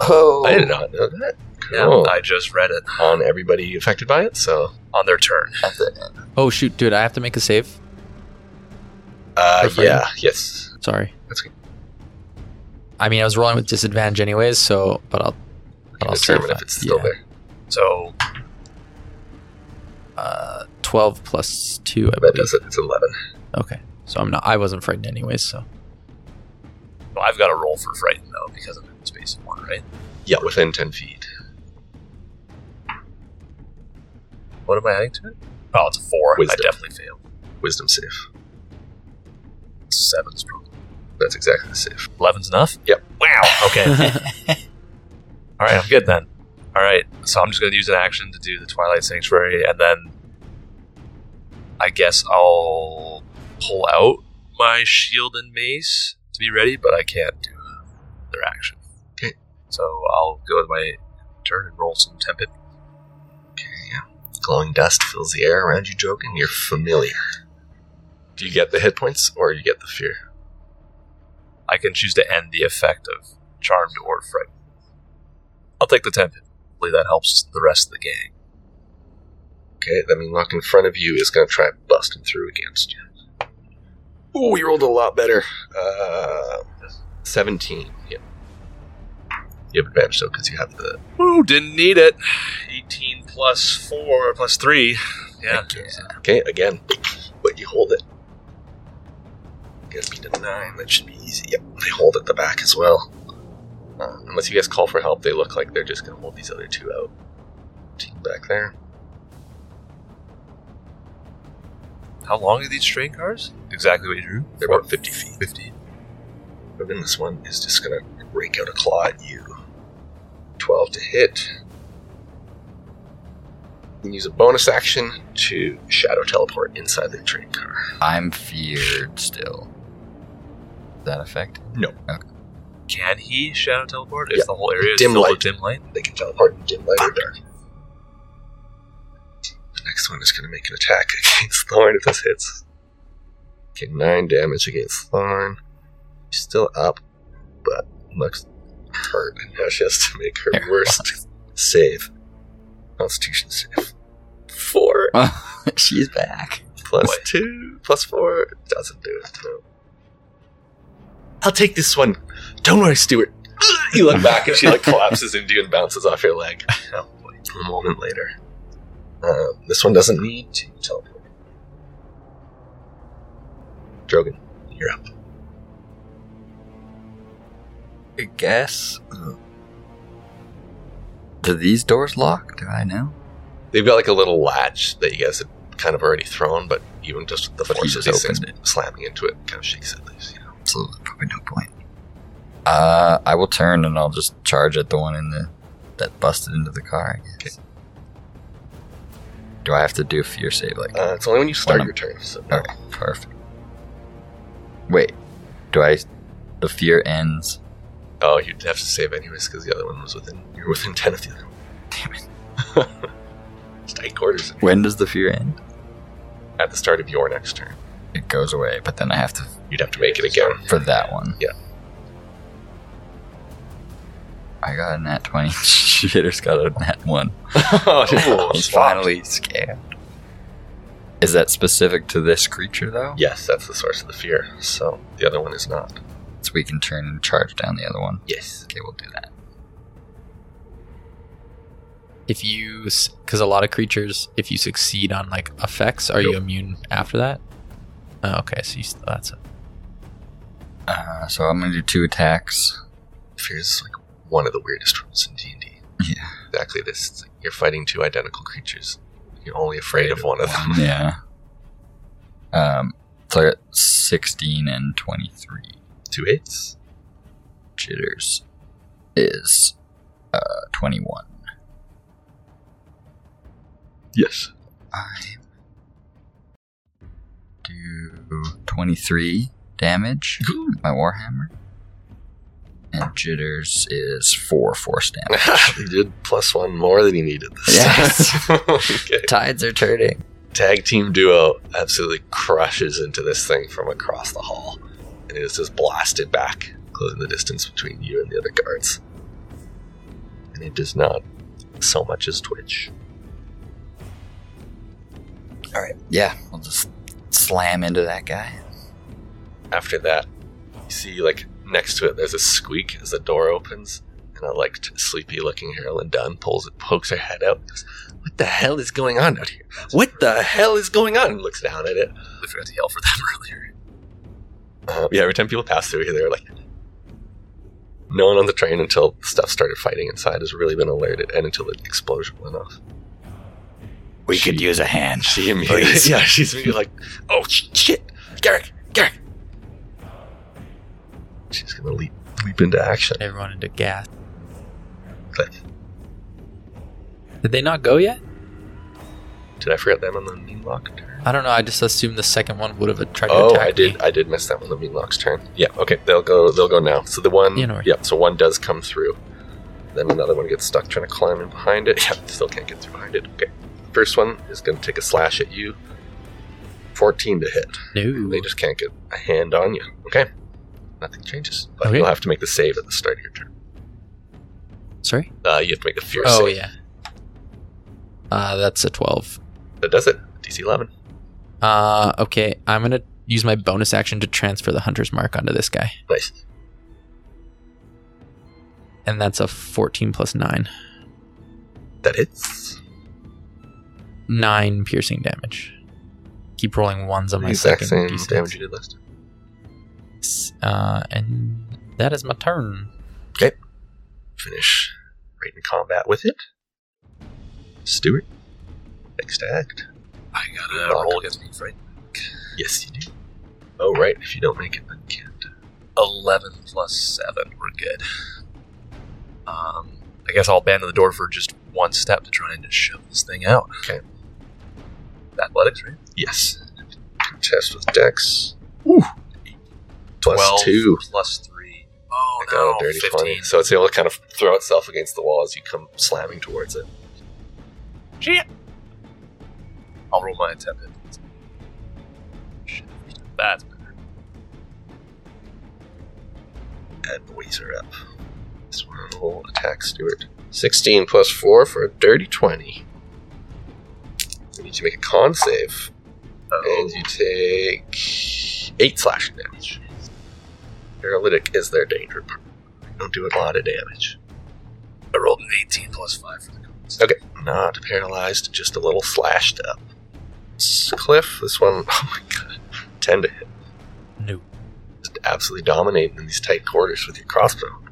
S1: Oh, I did not know that. Cool.
S11: I just read it
S1: on everybody affected by it. So
S11: on their turn.
S3: Oh shoot, dude, I have to make a save.
S1: uh,
S3: Refrain.
S1: yeah, yes,
S3: Sorry.
S1: That's okay.
S3: I mean, I was rolling with disadvantage anyways, so but I'll but I'll save
S1: determine if
S3: that.
S1: it's still
S3: Yeah.
S1: there.
S11: So
S3: Uh, twelve plus two, I
S1: That
S3: believe.
S1: does it. It's eleven.
S3: Okay, so I'm not. I wasn't frightened anyways, so
S11: well, I've got to roll for frightened though because I'm in space of one, right?
S1: Yeah, within ten feet.
S11: What am I adding to it? Oh, it's a four.
S1: Wisdom.
S11: I definitely fail.
S1: Wisdom save.
S11: Seven's probably
S1: That's exactly the save.
S11: eleven's enough.
S1: Yep.
S11: Wow. Okay. All right, I'm good then. All right, so I'm just going to use an action to do the Twilight Sanctuary, and then I guess I'll pull out my shield and mace to be ready, but I can't do their action.
S1: Okay.
S11: So I'll go with my turn and roll some temp hit
S1: Glowing dust fills the air around you, Joke, and you're familiar. Do you get the hit points or you get the fear?
S11: I can choose to end the effect of charmed or frightened. I'll take the temp. Hopefully that helps the rest of the gang.
S1: Okay, that means lock in front of you is going to try busting through against you. Oh, you rolled a lot better. Uh, 17. Yep. You have advantage, though, because you have the.
S11: Ooh, didn't need it. 18 plus 4 plus 3. Yeah.
S1: Okay, again. But you hold it. Gonna be to 9. That should be easy. Yep, they hold at the back as well. Uh, unless you guys call for help, they look like they're just going to hold these other two out. Team back there.
S11: How long are these train cars? Exactly what you drew.
S1: They're about 50 feet.
S11: 50.
S1: But then this one is just gonna rake out a claw at you. 12 to hit. You can use a bonus action to shadow teleport inside the train car.
S4: I'm feared still. Does that affect?
S11: Can he shadow teleport? Is
S1: Yeah.
S11: the whole area
S1: Dim
S11: still a
S1: light.
S11: dim light?
S1: They can teleport in dim light or dark. The next one is going to make an attack [laughs] against Thorn if this hits. Okay, 9 damage against Thorn. She's still up, but looks hurt. And now she has to make her
S4: Yeah.
S1: worst [laughs] save. Constitution save. 4
S4: [laughs] She's back.
S1: plus two, plus four. Doesn't do it. No. I'll take this one. Don't worry, Stuart. [laughs] you look back and she like collapses into you and bounces off your leg. Oh boy. A moment later. Um, this one doesn't need to teleport. Drogon, you're up.
S4: I guess. uh, Do these doors lock? Do I know?
S1: They've got like a little latch that you guys had kind of already thrown, but even just the
S4: But he
S1: force of
S4: just
S1: these things
S4: opened
S1: slamming into it kind of shakes it loose. You know?
S4: So probably no point. Uh, I will turn and I'll just charge at the one in the that busted into the car. I guess. Do I have to do a fear save? Like,
S1: Uh, it's only when you start
S4: One
S1: your turn. So no.
S4: okay, perfect. Wait, do I? The fear ends.
S1: Oh, you'd have to save anyways because the other one was within. You're within [laughs] ten of the other one.
S4: Damn it!
S1: [laughs] It's tight quarters
S4: When does the fear end?
S1: at the start of your next turn.
S4: It goes away, but then I have to
S1: You'd have to make it again.
S4: for that one.
S1: Yeah.
S4: I got a nat 20. [laughs] Shitter's got a nat 1.
S1: [laughs]
S4: [laughs]
S1: oh,
S4: He's finally scared. Is that specific to this creature, though?
S1: Yes, that's the source of the fear. So the other one is not.
S4: So we can turn and charge down the other one.
S1: Yes.
S4: Okay, we'll do that.
S3: If you, because a lot of creatures, if you succeed on like effects, are you immune after that? Oh, okay, so you still, that's it.
S4: Uh, so I'm going to do
S1: [laughs]
S4: two attacks.
S1: Fear is like one of the weirdest rules in D and D.
S4: Yeah.
S1: Exactly this. It's like you're fighting two identical creatures. You're only afraid of one of them. [laughs]
S4: yeah. Um, so I got 16 and 23.
S1: Two hits.
S4: Jitters is uh, 21.
S1: Yes.
S4: I do 23 damage with my warhammer, and jitters is four force damage.
S1: [laughs] you did plus one more than you needed this
S4: Yes.
S1: time. [laughs] okay.
S4: [laughs] Tides are turning.
S1: tag team duo absolutely crushes into this thing from across the hall and it is just blasted back closing the distance between you and the other guards and it does not so much as twitch
S4: All right, yeah, we'll just slam into that guy.
S1: after that you see like next to it there's a squeak as the door opens and a like t- sleepy looking Harlan Dunn pulls it pokes her head out and goes, what the hell is going on out here what the hell is going on and looks down at it
S11: I forgot to yell for them [laughs] earlier.
S1: Uh, yeah, every time people pass through here, they're like, no one on the train until stuff started fighting inside has really been alerted, and until the explosion went off.
S16: We could use a hand.
S1: She immediately, [laughs]
S16: Please.
S1: yeah, she's immediately like, oh sh- shit, Garrick, Garrick. She's gonna leap leap into action.
S3: Everyone into gas.
S1: Click.
S3: Did they not go yet?
S1: Did I forget them on the Meanlock turn?
S3: I don't know. I just assumed the second one would have tried to
S1: Oh,
S3: attack
S1: I did.
S3: me.
S1: I did miss them on the Meanlock's turn. Yeah. Okay. They'll go. They'll go now. So the one.
S3: Yeah, no worries.
S1: yeah. So one does come through. Then another one gets stuck trying to climb in behind it. Yeah. Still can't get through behind it. Okay. First one is going to take a slash at you. Fourteen to hit.
S3: No.
S1: They just can't get a hand on you. Okay. Nothing changes. But
S3: Okay.
S1: you'll have to make the save at the start of your turn.
S3: Sorry.
S1: Uh, you have to make the fear
S3: Oh
S1: save.
S3: yeah. Uh, that's a twelve.
S1: That does it. DC eleven.
S3: Uh, okay. I'm gonna use my bonus action to transfer the hunter's mark onto this guy,
S1: Nice.
S3: and that's a fourteen plus nine,
S1: That hits.
S3: nine piercing damage. Keep rolling ones on my
S1: exact same
S3: second d6.
S1: damage you did last time.
S3: Uh, and that is my turn.
S1: Finish right in combat with it. Stuart. Next act.
S11: I gotta roll against me, right?
S1: Yes, you do. Oh, right. If you don't make it, then you can't.
S11: 11 plus 7. We're good. Um, I guess I'll abandon the door for just one step to try and just shove this thing out.
S1: Okay.
S11: Athletics, right?
S1: Yes. Test with Dex. Plus
S11: 12
S1: two.
S11: Plus 3. Oh,
S1: I got a
S11: no.
S1: dirty
S11: 15.
S1: 20. So it's able to kind of throw itself against the wall as you come slamming towards it.
S11: Shit. I'll roll my attempt at it. Shit. That's better.
S1: And the boys are up. This one will attack Stuart. 16 plus 4 for a dirty 20. You need to make a con save. And you take 8 slashing damage. Paralytic is their danger. but they Don't do a lot of damage.
S11: I rolled an 18 plus 5 for the cons.
S1: Okay. Not paralyzed, just a little slashed up. S- Cliff, this one, [laughs] oh my god, 10 to hit.
S3: No.
S1: Just absolutely dominating in these tight quarters with your crossbow.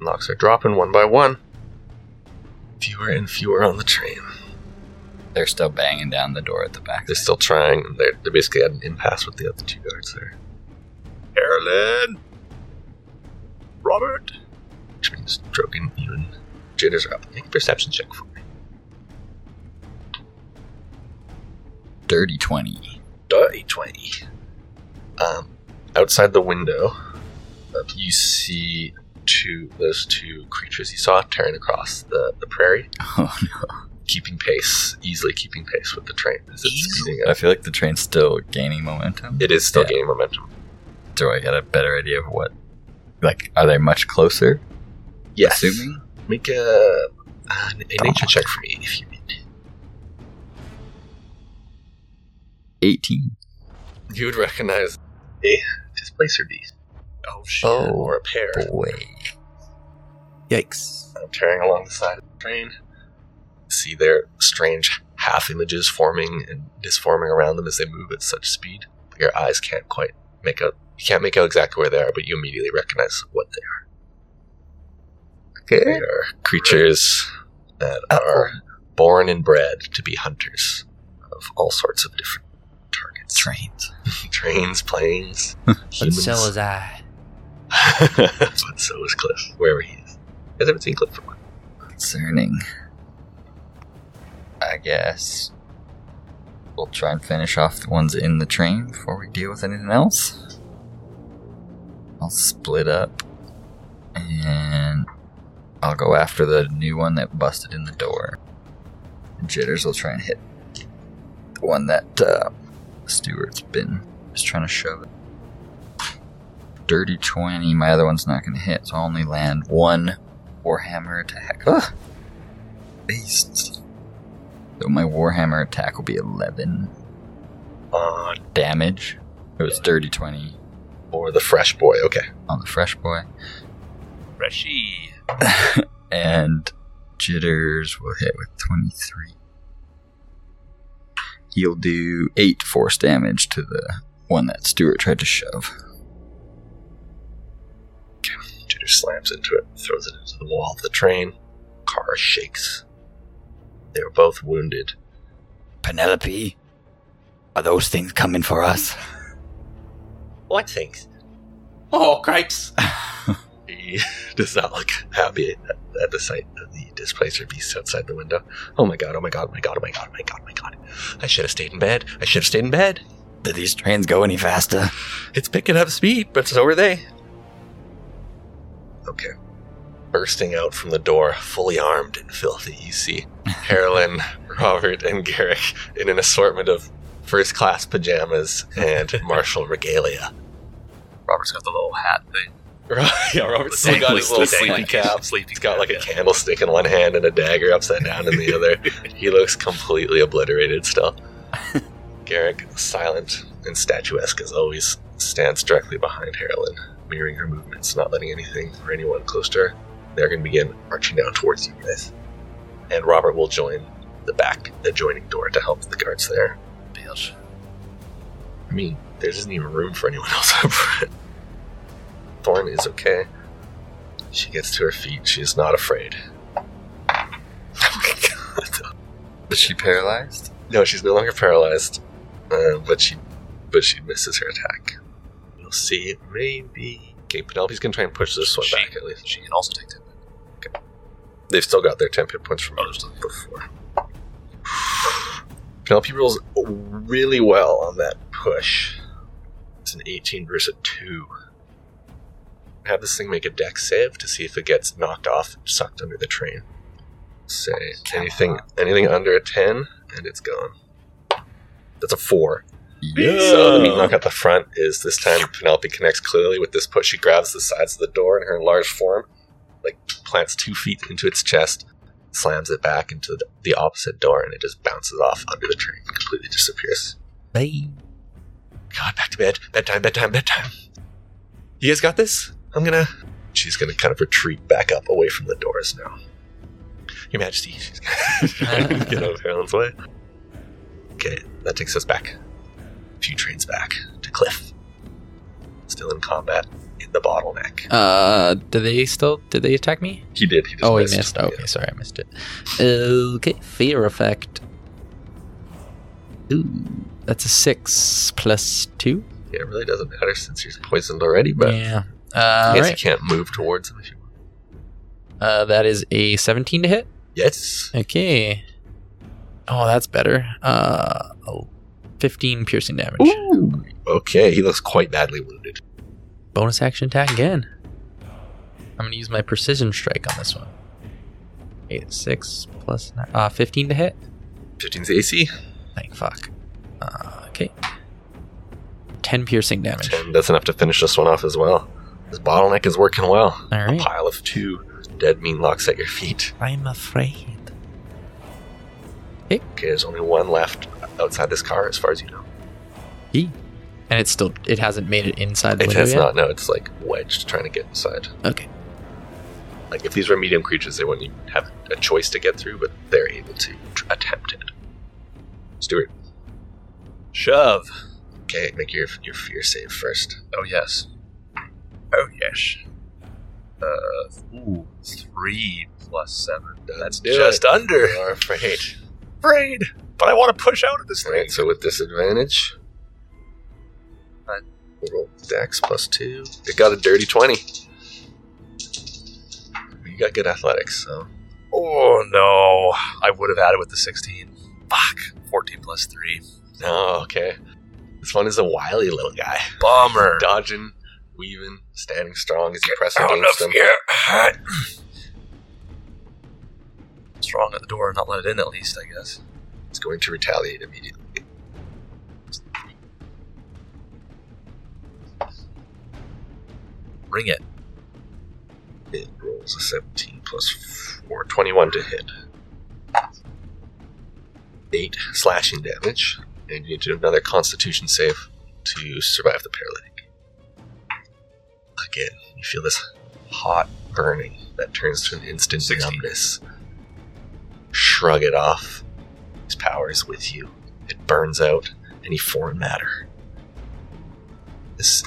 S1: Knocks are dropping one by one. Fewer and fewer on the train.
S4: They're still banging down the door at the back.
S1: They're still trying, and they're, they're basically at an impasse with the other two guards there. Carolyn! Robert! Which means Drogon, you and Jitters are up. Make a perception check for me.
S4: Dirty 20.
S1: Dirty 20. Um, outside the window, uh, you see two those two creatures you saw tearing across the, the prairie,
S4: [laughs] Oh,
S1: keeping pace, easily keeping pace with the train as it's speeding
S4: I
S1: up.
S4: feel like the train's still gaining momentum.
S1: It is still
S4: Yeah.
S1: gaining momentum.
S4: Do I get a better idea of what? Like, are they much closer?
S1: Yes.
S4: Assuming? Oh.
S1: Make a, an- a nature check for me if you need.
S4: 18.
S1: You would recognize a displacer beast. Oh shit!
S4: Oh,
S1: or a pair
S4: Boy.
S3: Yikes.
S1: um, tearing along the side of the train. See their strange half images forming and disforming around them as they move at such speed. Your eyes can't quite make out. You can't make out exactly where they are, but you immediately recognize what they are. They are creatures that are born and bred to be hunters of all sorts of different targets.
S4: Trains.
S1: [laughs] trains, planes,
S17: But
S1: humans.
S17: so was I.
S1: but so is Cliff, wherever he is. I haven't seen Cliff for a while.
S4: Concerning. I guess. We'll try and finish off the ones in the train before we deal with anything else. I'll split up. And I'll go after the new one that busted in the door. Jitters will try and hit the one that uh, Stewart's been just trying to shove it. Dirty 20. My other one's not going to hit, so I'll only land one Warhammer attack. Ah! Beasts. So my Warhammer attack will be 11
S1: Uh,
S4: damage. It was dirty 20
S1: or the fresh boy, okay.
S4: on the fresh boy.
S11: Freshie.
S4: and Jitters will hit with 23. He'll do 8 force damage to the one that Stuart tried to shove.
S1: Jitter slams into it, throws it into the wall of the train. Car shakes. They were both wounded.
S18: Penelope, are those things coming for us?
S1: What things?
S19: Oh,
S18: [laughs]
S19: cripes.
S1: He [laughs] does not look happy at, at the sight of the displacer beast outside the window. Oh my god, oh my god, oh my god, oh my god, oh my god, oh my god. I should have stayed in bed. I should have stayed in bed.
S18: Do these trains go any faster?
S1: It's picking up speed, but so are they. Okay. Bursting out from the door, fully armed and filthy,
S18: [laughs]
S1: you see Carolyn, Robert, and Garrick in an assortment of first class pajamas
S18: [laughs]
S1: and martial regalia.
S11: Robert's got the little hat thing.
S1: Ro- yeah, Robert's still got his little sleepy cap.
S11: Sleepy
S1: He's got like a candlestick in one hand and a dagger upside down in the other. He looks completely obliterated still. Garrick, silent and statuesque as always, stands directly behind Harlan, mirroring her movements, not letting anything or anyone close to her. They're going to begin marching down towards you guys. And Robert will join the back adjoining door to help the guards there.
S11: Bitch.
S1: I mean, there isn't even room for anyone [laughs] else up front. Thorn is okay. She gets to her feet. She is not afraid. [laughs] Oh my god.
S4: Is she paralyzed?
S1: No, she's no longer paralyzed, uh, but she but she misses her attack. You'll Let's see. Maybe. Okay, Penelope's going to try and push this one
S11: She-
S1: back at least.
S11: She can also take that.
S1: They've still got their 10 pit points from others before. Penelope rolls really well on that push. It's an 18 versus a 2. Have this thing make a deck save to see if it gets knocked off and sucked under the train. Say anything anything under a 10, and it's gone. That's a 4. So the meat knock at the front is this time Penelope connects clearly with this push. She grabs the sides of the door in her enlarged form, like plants two feet into its chest, slams it back into the- the opposite door, and it just bounces off under the train, completely disappears. God, back to bed. Bedtime, bedtime, bedtime. You guys got this? I'm gonna. She's gonna kind of retreat back up away from the doors now. Your Majesty. She's gonna get out of Heron's way. Okay, that takes us back a few trains back to Cliff. Still in combat in the bottleneck.
S3: Uh, do they still? Did they attack me?
S1: He did. He just
S3: oh,
S1: missed.
S3: he missed.
S1: Yeah.
S3: Okay, sorry, I missed it. Okay, fear effect. Ooh, that's a six plus two.
S1: Yeah, it really doesn't matter since he's poisoned already, but
S3: yeah.
S1: I
S3: Uh,
S1: guess
S3: right.
S1: you can't move towards him if you want.
S3: Uh, that is a seventeen to hit.
S1: Yes.
S3: Okay. Oh, that's better. Uh, oh, 15 piercing damage.
S1: Ooh. Okay, he looks quite badly wounded.
S3: Bonus action attack again. I'm gonna use my precision strike on this one. Eight, six plus nine, uh, 15 to hit.
S1: 15's AC.
S3: Thank fuck. Uh, okay. 10 piercing damage.
S1: 10. That's enough to finish this one off as well. This bottleneck is working well.
S3: All right.
S1: A pile of two dead mean locks at your feet.
S20: I'm afraid.
S1: Okay, there's only one left outside this car, as far as you know.
S3: And it's still, it hasn't made it inside the
S1: It
S3: window
S1: has
S3: yet.
S1: not. No, it's like wedged trying to get inside.
S3: Okay.
S1: Like if these were medium creatures, they wouldn't even have a choice to get through, but they're able to tr- attempt it. Stuart,
S11: Shove.
S1: okay, make your your fear save first.
S11: Oh yes. Oh yes. Uh, ooh, three plus seven. That's
S1: do
S11: just under.
S1: You are afraid.
S11: Afraid, but I want to push out of this
S1: All
S11: thing.
S1: right, so with disadvantage,
S11: Fine.
S1: roll Dex plus two. It got a dirty twenty. You got good athletics, so
S11: Oh no! I would have had it with the sixteen. Fuck. Fourteen plus three.
S1: no, Oh, okay. This one is a wily little guy,
S11: Bummer.
S1: dodging, weaving, standing strong as you press
S11: Out
S1: against
S11: of
S1: him.
S11: here. Strong at the door, not let it in at least. I guess.
S1: It's going to retaliate immediately.
S11: Ring it.
S1: It rolls a 17 plus 4, 21 to hit. 8 slashing damage, and you need to do another constitution save to survive the paralytic. Again, you feel this hot burning that turns to an instant
S11: 16.
S1: numbness. Shrug it off. His power is with you. It burns out any foreign matter. This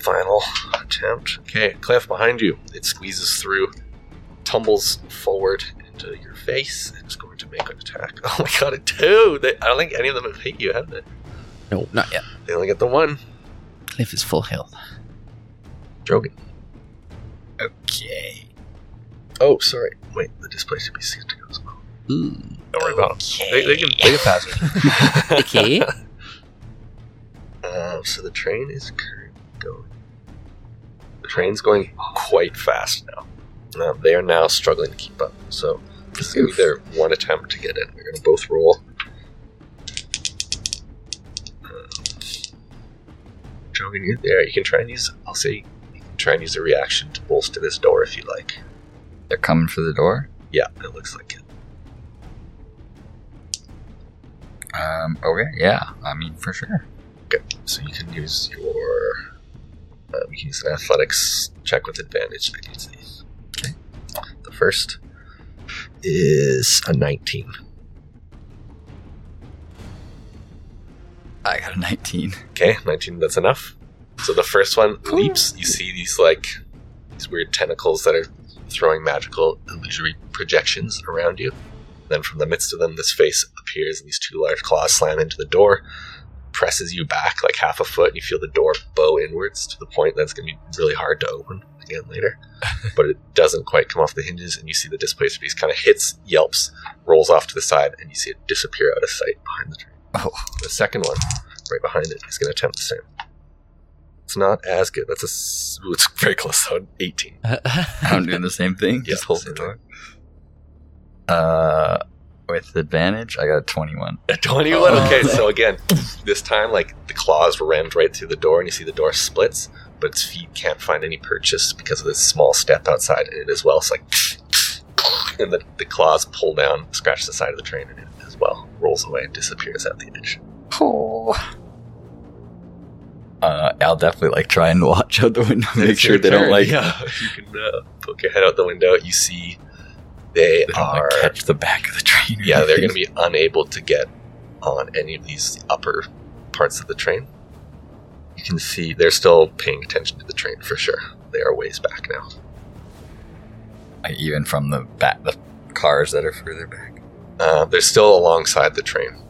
S1: final attempt. Okay, Cliff behind you. It squeezes through, tumbles forward into your face, and is going to make an attack. [laughs] Oh my god, it two! They, I don't think any of them have hit you, have they?
S3: No, not yet.
S1: They only get the one.
S3: Cliff is full health.
S1: Drogan.
S20: Okay.
S1: Oh, sorry. Wait, the display should be saved to go as well.
S3: Ooh.
S11: Don't worry about them. They, they can they can pass
S1: [laughs]
S11: it.
S3: Okay. [laughs]
S1: Um, so the train is currently going. The train's going quite fast now. Uh, they are now struggling to keep up. So this is going to be their one attempt to get in. They're going to both roll. Um, Drogon, you're there. You can try and use. I'll say you can try and use a reaction to bolster this door if you like.
S4: They're coming for the door.
S1: Yeah, it looks like it.
S4: Um, okay, yeah. I mean, for sure.
S1: So you can use your. Um, you can use an athletics check with advantage against these. Okay. The first is a 19.
S4: I got a 19.
S1: Okay, 19, that's enough. So the first one leaps. You see these, like, these weird tentacles that are throwing magical illusory projections around you. Then from the midst of them, this face appears, and these two large claws slam into the door, presses you back like half a foot, and you feel the door bow inwards to the point that it's going to be really hard to open again later. but it doesn't quite come off the hinges, and you see the displaced beast kind of hits, yelps, rolls off to the side, and you see it disappear out of sight behind the tree.
S4: Oh.
S1: The second one, right behind it, is going to attempt the same. It's not as good. That's a. s- Ooh, it's [laughs] very close. though. 18.
S4: [laughs] I'm doing the same thing.
S1: Yeah,
S4: Just hold the
S1: same
S4: door. Uh, with advantage, I got 21.
S1: A 21? Okay, [laughs] so again, this time, like, the claws rammed right through the door, and you see the door splits, but its feet can't find any purchase because of this small step outside in it as well. It's like, [laughs] and the, the claws pull down, scratch the side of the train in it as well, rolls away and disappears out the edge.
S4: Oh. Uh, I'll definitely like try and watch out the window,
S1: And
S4: make
S1: it's
S4: sure
S1: your
S4: they don't
S1: turn.
S4: like,
S1: Yeah, you can uh, poke your head out the window. You see they
S4: they don't, like,
S1: are.
S4: catch the back of the train. or
S1: yeah, they're going to
S4: anything.
S1: be unable to get on any of these upper parts of the train. You can see they're still paying attention to the train for sure. They are ways back now.
S4: [laughs] Like, even from the back, the cars that are further back.
S1: Uh, they're still alongside the train.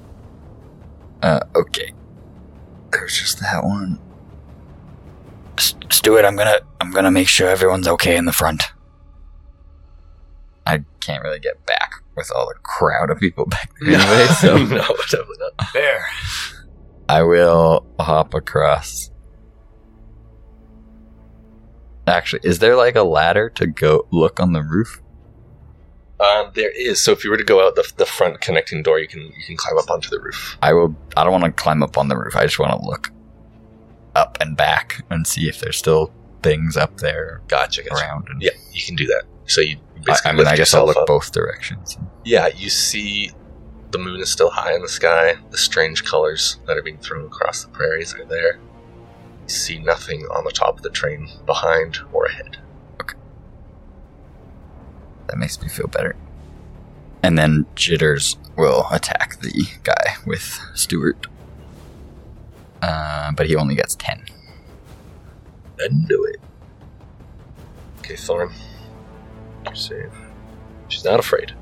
S4: Uh, okay. There's just that one. S- Stuart, I'm gonna, I'm gonna make sure everyone's okay in the front. I can't really get back with all the crowd of people back there [laughs] anyway,
S1: [laughs]
S4: so
S1: no, definitely not.
S11: There.
S4: I will hop across. Actually, is there like a ladder to go look on the roof?
S1: Um, there is. So if you were to go out the, the front connecting door, you can you can climb up onto the roof.
S4: I will. I don't want to climb up on the roof. I just want to look up and back and see if there's still things up there
S1: Gotcha. gotcha.
S4: around. And
S1: Yeah, you can do that. So you
S4: I,
S1: basically
S4: I mean,
S1: lift
S4: I guess I'll
S1: yourself
S4: look
S1: up.
S4: both directions.
S1: Yeah, you see the moon is still high in the sky. The strange colors that are being thrown across the prairies are there. You see nothing on the top of the train, behind or ahead.
S4: That makes me feel better. And then Jitters will attack the guy with Stuart. Uh, but he only gets ten.
S1: And do it. Okay, Thorn. Save. She's not afraid.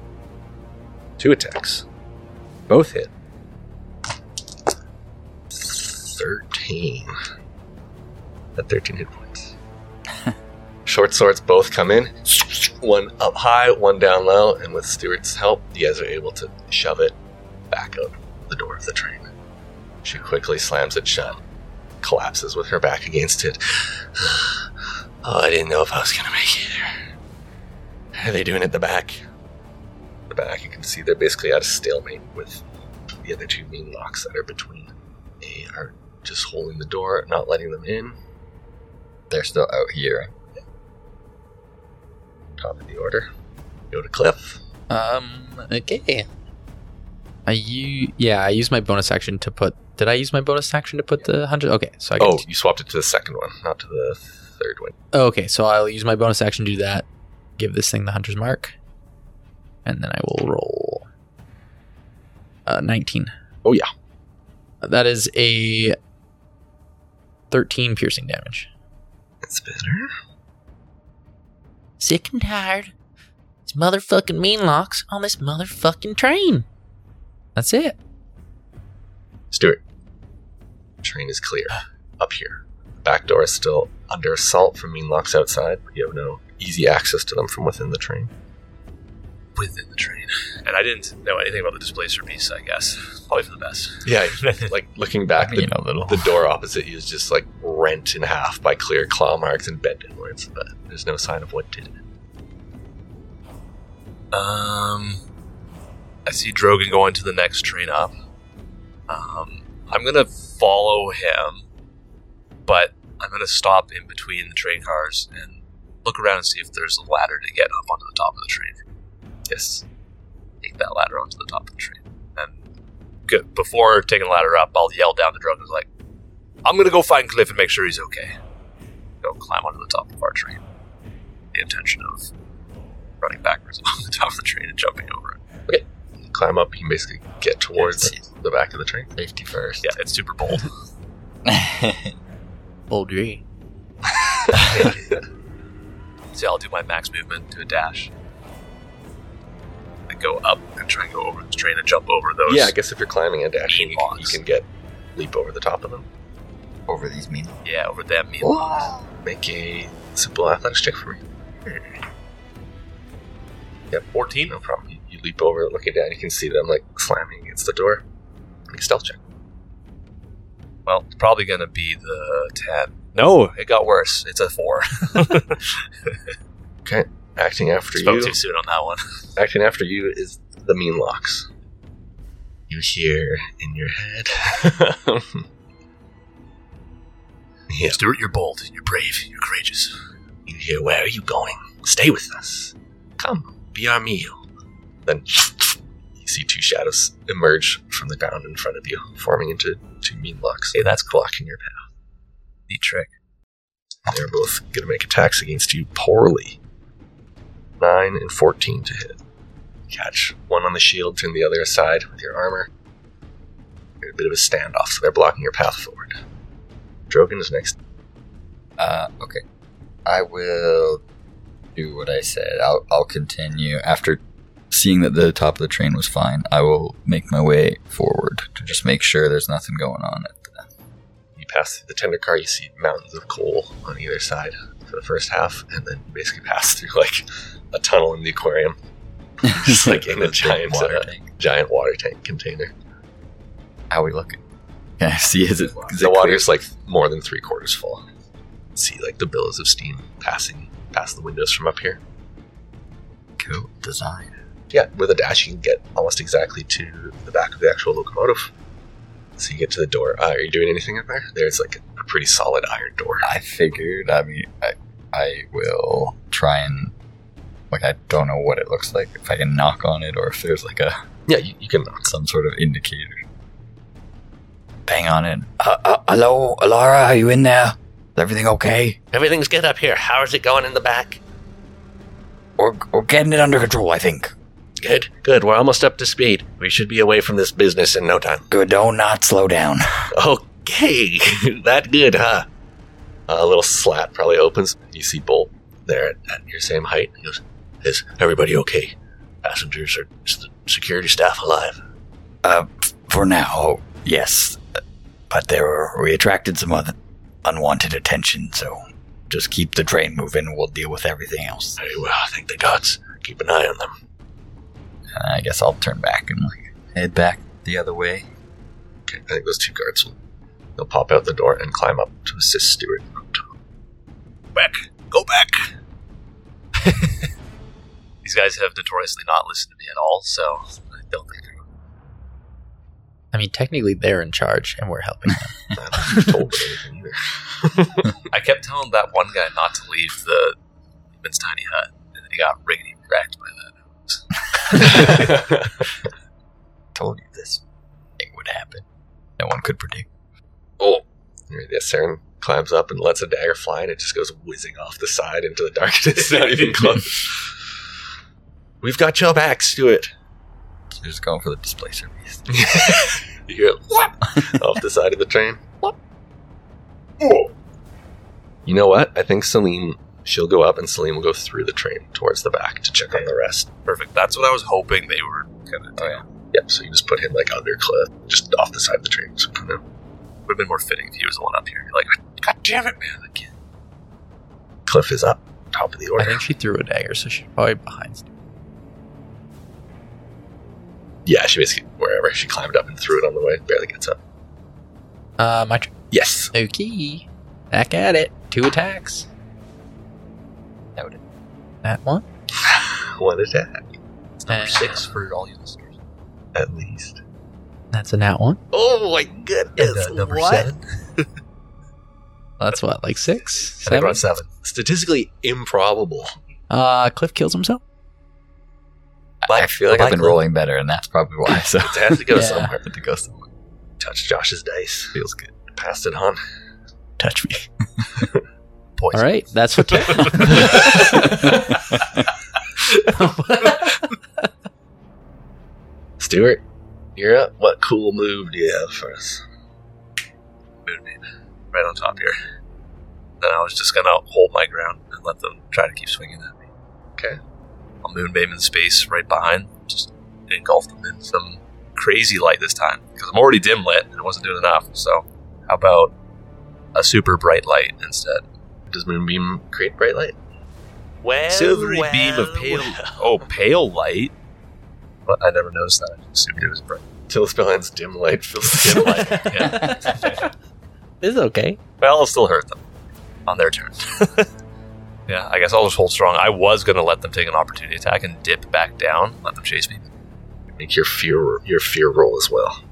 S1: Two attacks. Both hit. 13. At 13 hit points. [laughs] Short swords both come in. One up high, one down low, and with Stuart's help, you guys are able to shove it back up the door of the train. She quickly slams it shut, collapses with her back against it. [sighs] oh, I didn't know if I was going to make it there. Are they doing it the back? The back, you can see they're basically at a stalemate with the other two main locks that are between. They are just holding the door, not letting them in.
S4: They're still out here.
S1: Top of the order. Go to Cliff.
S3: Um. Okay. I you yeah. I used my bonus action to put. Did I use my bonus action to put the hundred? Okay, so I get
S1: Oh, you swapped it to the second one, not to the third one.
S3: Oh, Okay, so I'll use my bonus action to do that. Give this thing the hunter's mark, and then I will roll uh, nineteen.
S1: Oh, yeah.
S3: that is a thirteen piercing damage.
S1: That's better.
S21: Sick and tired. These motherfucking mean locks on this motherfucking train.
S3: That's it.
S1: Stuart. Train is clear. Up here. Back door is still under assault from mean locks outside, but you have no easy access to them from within the train.
S11: Within the train. And I didn't know anything about the displacer beast, I guess. Probably for the best.
S1: [laughs] Yeah, like looking
S4: I
S1: back, the,
S4: mean, a little.
S1: the door opposite you is just like rent in half by clear claw marks and bent inwards, but there's no sign of what did it.
S11: Um, I see Drogon going to the next train up. Um, I'm gonna follow him, but I'm gonna stop in between the train cars and look around and see if there's a ladder to get up onto the top of the train. Yes, take that ladder onto the top of the train. And good. before taking the ladder up, I'll yell down to Drogon like, "I'm gonna go find Cliff and make sure he's okay." Go climb onto the top of our train. The intention of running backwards [laughs] on the top of the train and jumping over it.
S1: Climb up, you can basically get towards the back of the train.
S4: Safety first.
S11: Yeah, it's super bold. [laughs]
S3: Old G.
S11: so I'll do my max movement to a dash. I go up and try and go over the train and jump over those.
S1: Yeah, I guess if you're climbing and dashing, you,
S11: Mean
S1: can- you
S11: locks.
S1: can get leap over the top of them.
S22: over these mean.
S11: Yeah, over that meal.
S1: Make a simple athletics check for me. Yeah, 14. No problem. You, you leap over, looking down, you can see them like slamming against the door. Make a stealth check.
S11: Well, it's probably going to be the 10. No, it got worse. It's a [laughs] 4.
S1: Acting after
S11: Spoke
S1: you.
S11: too soon on that one. [laughs]
S1: Acting after you is the mean locks. You hear in your head. [laughs] yeah.
S11: Stuart, you're bold. You're brave. You're courageous.
S1: You hear, where are you going? Stay with us. Come, be our meal. Then you see two shadows emerge from the ground in front of you, forming into two mean locks. Hey, that's blocking your path.
S11: Neat trick.
S1: They're both going to make attacks against you poorly. 9 and 14 to hit. Catch one on the shield, turn the other aside with your armor. You're in a bit of a standoff, so they're blocking your path forward. Drogon is next.
S4: Uh, okay. I will do what I said. I'll, I'll continue. After seeing that the top of the train was fine, I will make my way forward to just make sure there's nothing going on. [laughs]
S1: You pass through the tender car, you see mountains of coal on either side for the first half, and then you basically pass [laughs] through like a tunnel in the aquarium, Just like in a
S4: [laughs] Big
S1: giant,
S4: water
S1: uh,
S4: tank.
S1: giant water tank container.
S4: How we looking? Can I [laughs] see? Is it, is
S1: the
S4: it clear?
S1: water's like more than three quarters full. See like the billows of steam passing past the windows from up here.
S4: Cool design.
S1: Yeah, with a dash, you can get almost exactly to the back of the actual locomotive. So you get to the door. Uh, are you doing anything up there? There's like a pretty solid iron door.
S4: I figured. I mean, I, I will try and like I don't know what it looks like. If I can knock on it, or if there's like a
S1: Yeah, you, you can
S4: some sort of indicator. Bang on it. Uh, uh, hello, Alara, are you in there? Is everything okay?
S23: Everything's good up here. How is it going in the back?
S4: We're, we're getting it under control, I think.
S23: Good, good. We're almost up to speed. We should be away from this business in no time.
S4: Good, don't not slow down.
S1: [laughs]
S23: Okay, that good, huh?
S1: a little slat probably opens. You see Bolt there at, at your same height. He goes, "Is everybody okay? Passengers or is the security staff alive?"
S4: For now, yes. But there were, we attracted some other unwanted attention, so just keep the train moving. We'll deal with everything else.
S1: Very well. Thank the gods. Keep an eye on them.
S4: Uh, I guess I'll turn back and like head back the other way.
S1: Okay, I think those two guards will they'll pop out the door and climb up to assist Stewart. [laughs]
S11: Go back. [laughs] These guys have notoriously not listened to me at all, so I don't think they're
S3: I mean, technically they're in charge and we're [laughs] helping.
S1: I don't told them anything either.
S11: I kept telling that one guy not to leave the Lehman's tiny hut, and then he got riggedy wrecked by that.
S1: [laughs]
S4: Told you this thing would happen. No one could predict.
S1: Oh, yeah, Saren climbs up and lets a dagger fly, and it just goes whizzing off the side into the
S4: [laughs]
S1: darkness. Not even close. We've got your back, Stuart.
S4: They're just going for the displacer beast.
S1: [laughs] You hear it whop, off the side of the train. Whop. You know what? I think Salim, she'll go up and Salim will go through the train towards the back to check on the rest.
S11: Perfect. That's what I was hoping they were gonna do.
S1: Yep, so you just put him like under cliff, just off the side of the train. So kind of
S11: Would have been more fitting if he was the one up here. Like, God damn it, man! I can't.
S1: cliff is up, top of the
S3: I
S1: order.
S3: think she threw a dagger, so she's probably behind.
S1: yeah, she basically, wherever she climbed up and threw it on the way, barely gets up.
S3: Uh, my turn.
S1: Yes.
S3: Okay. Back at it. Two attacks.
S4: Noted.
S3: That one.
S1: One attack,
S3: It's number
S11: Six for all you listeners.
S1: at least. uh,
S3: That's a nat one.
S23: Oh my goodness! what?
S3: That's what, like six?
S1: I think we're
S3: Seven?
S1: on seven. Statistically improbable.
S3: Uh, Cliff kills himself?
S4: I feel like I've been rolling better, and that's probably why. So
S1: It has to go
S11: [laughs]
S3: Yeah.
S1: somewhere.
S4: to go somewhere.
S1: Touch Josh's dice. Feels good. Passed it on.
S3: Touch me. All right, that's [laughs] what.
S1: Stuart, you're up. What cool move do you have for us?
S11: Right on top here. Then I was just gonna hold my ground and let them try to keep swinging at me.
S1: Okay.
S11: I'll moonbeam in space right behind, just engulf them in some crazy light this time because I'm already dim lit and it wasn't doing enough. So, how about a super bright light instead?
S1: Does moonbeam create bright light?
S11: Well, silvery beam of pale. Oh, pale light. Well, I never noticed that. I assumed it was bright.
S1: Till Spillhand's dim light fills [laughs] the dim light. Yeah.
S3: It's okay.
S11: Well, I'll still hurt them on their turn. [laughs] yeah, I guess I'll just hold strong. I was gonna let them take an opportunity attack and dip back down, let them chase me.
S1: Make your fear your fear roll as well.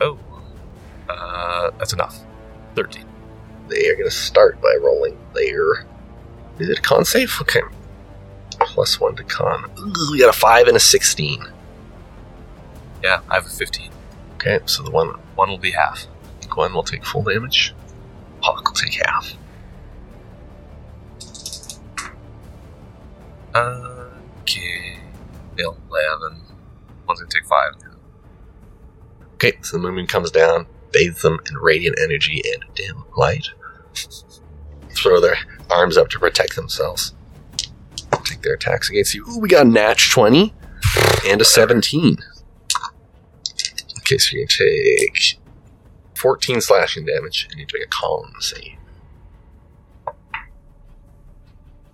S11: Oh, uh, that's enough. Thirteen.
S1: They are gonna start by rolling their is it con save? Okay. Plus one to con. Ooh, we got a five and a sixteen.
S11: Yeah, I have a fifteen.
S1: Okay, so the one
S11: One will be half.
S1: Gwen will take full damage. Hawk will take half.
S11: Okay, eleven. One's gonna take five.
S1: Okay, so the moonbeam comes down, bathes them in radiant energy and dim light. Throw their arms up to protect themselves. Take their attacks against you. Ooh, we got a natch 20 and a 17. Okay, so you take 14 slashing damage and you take a column save.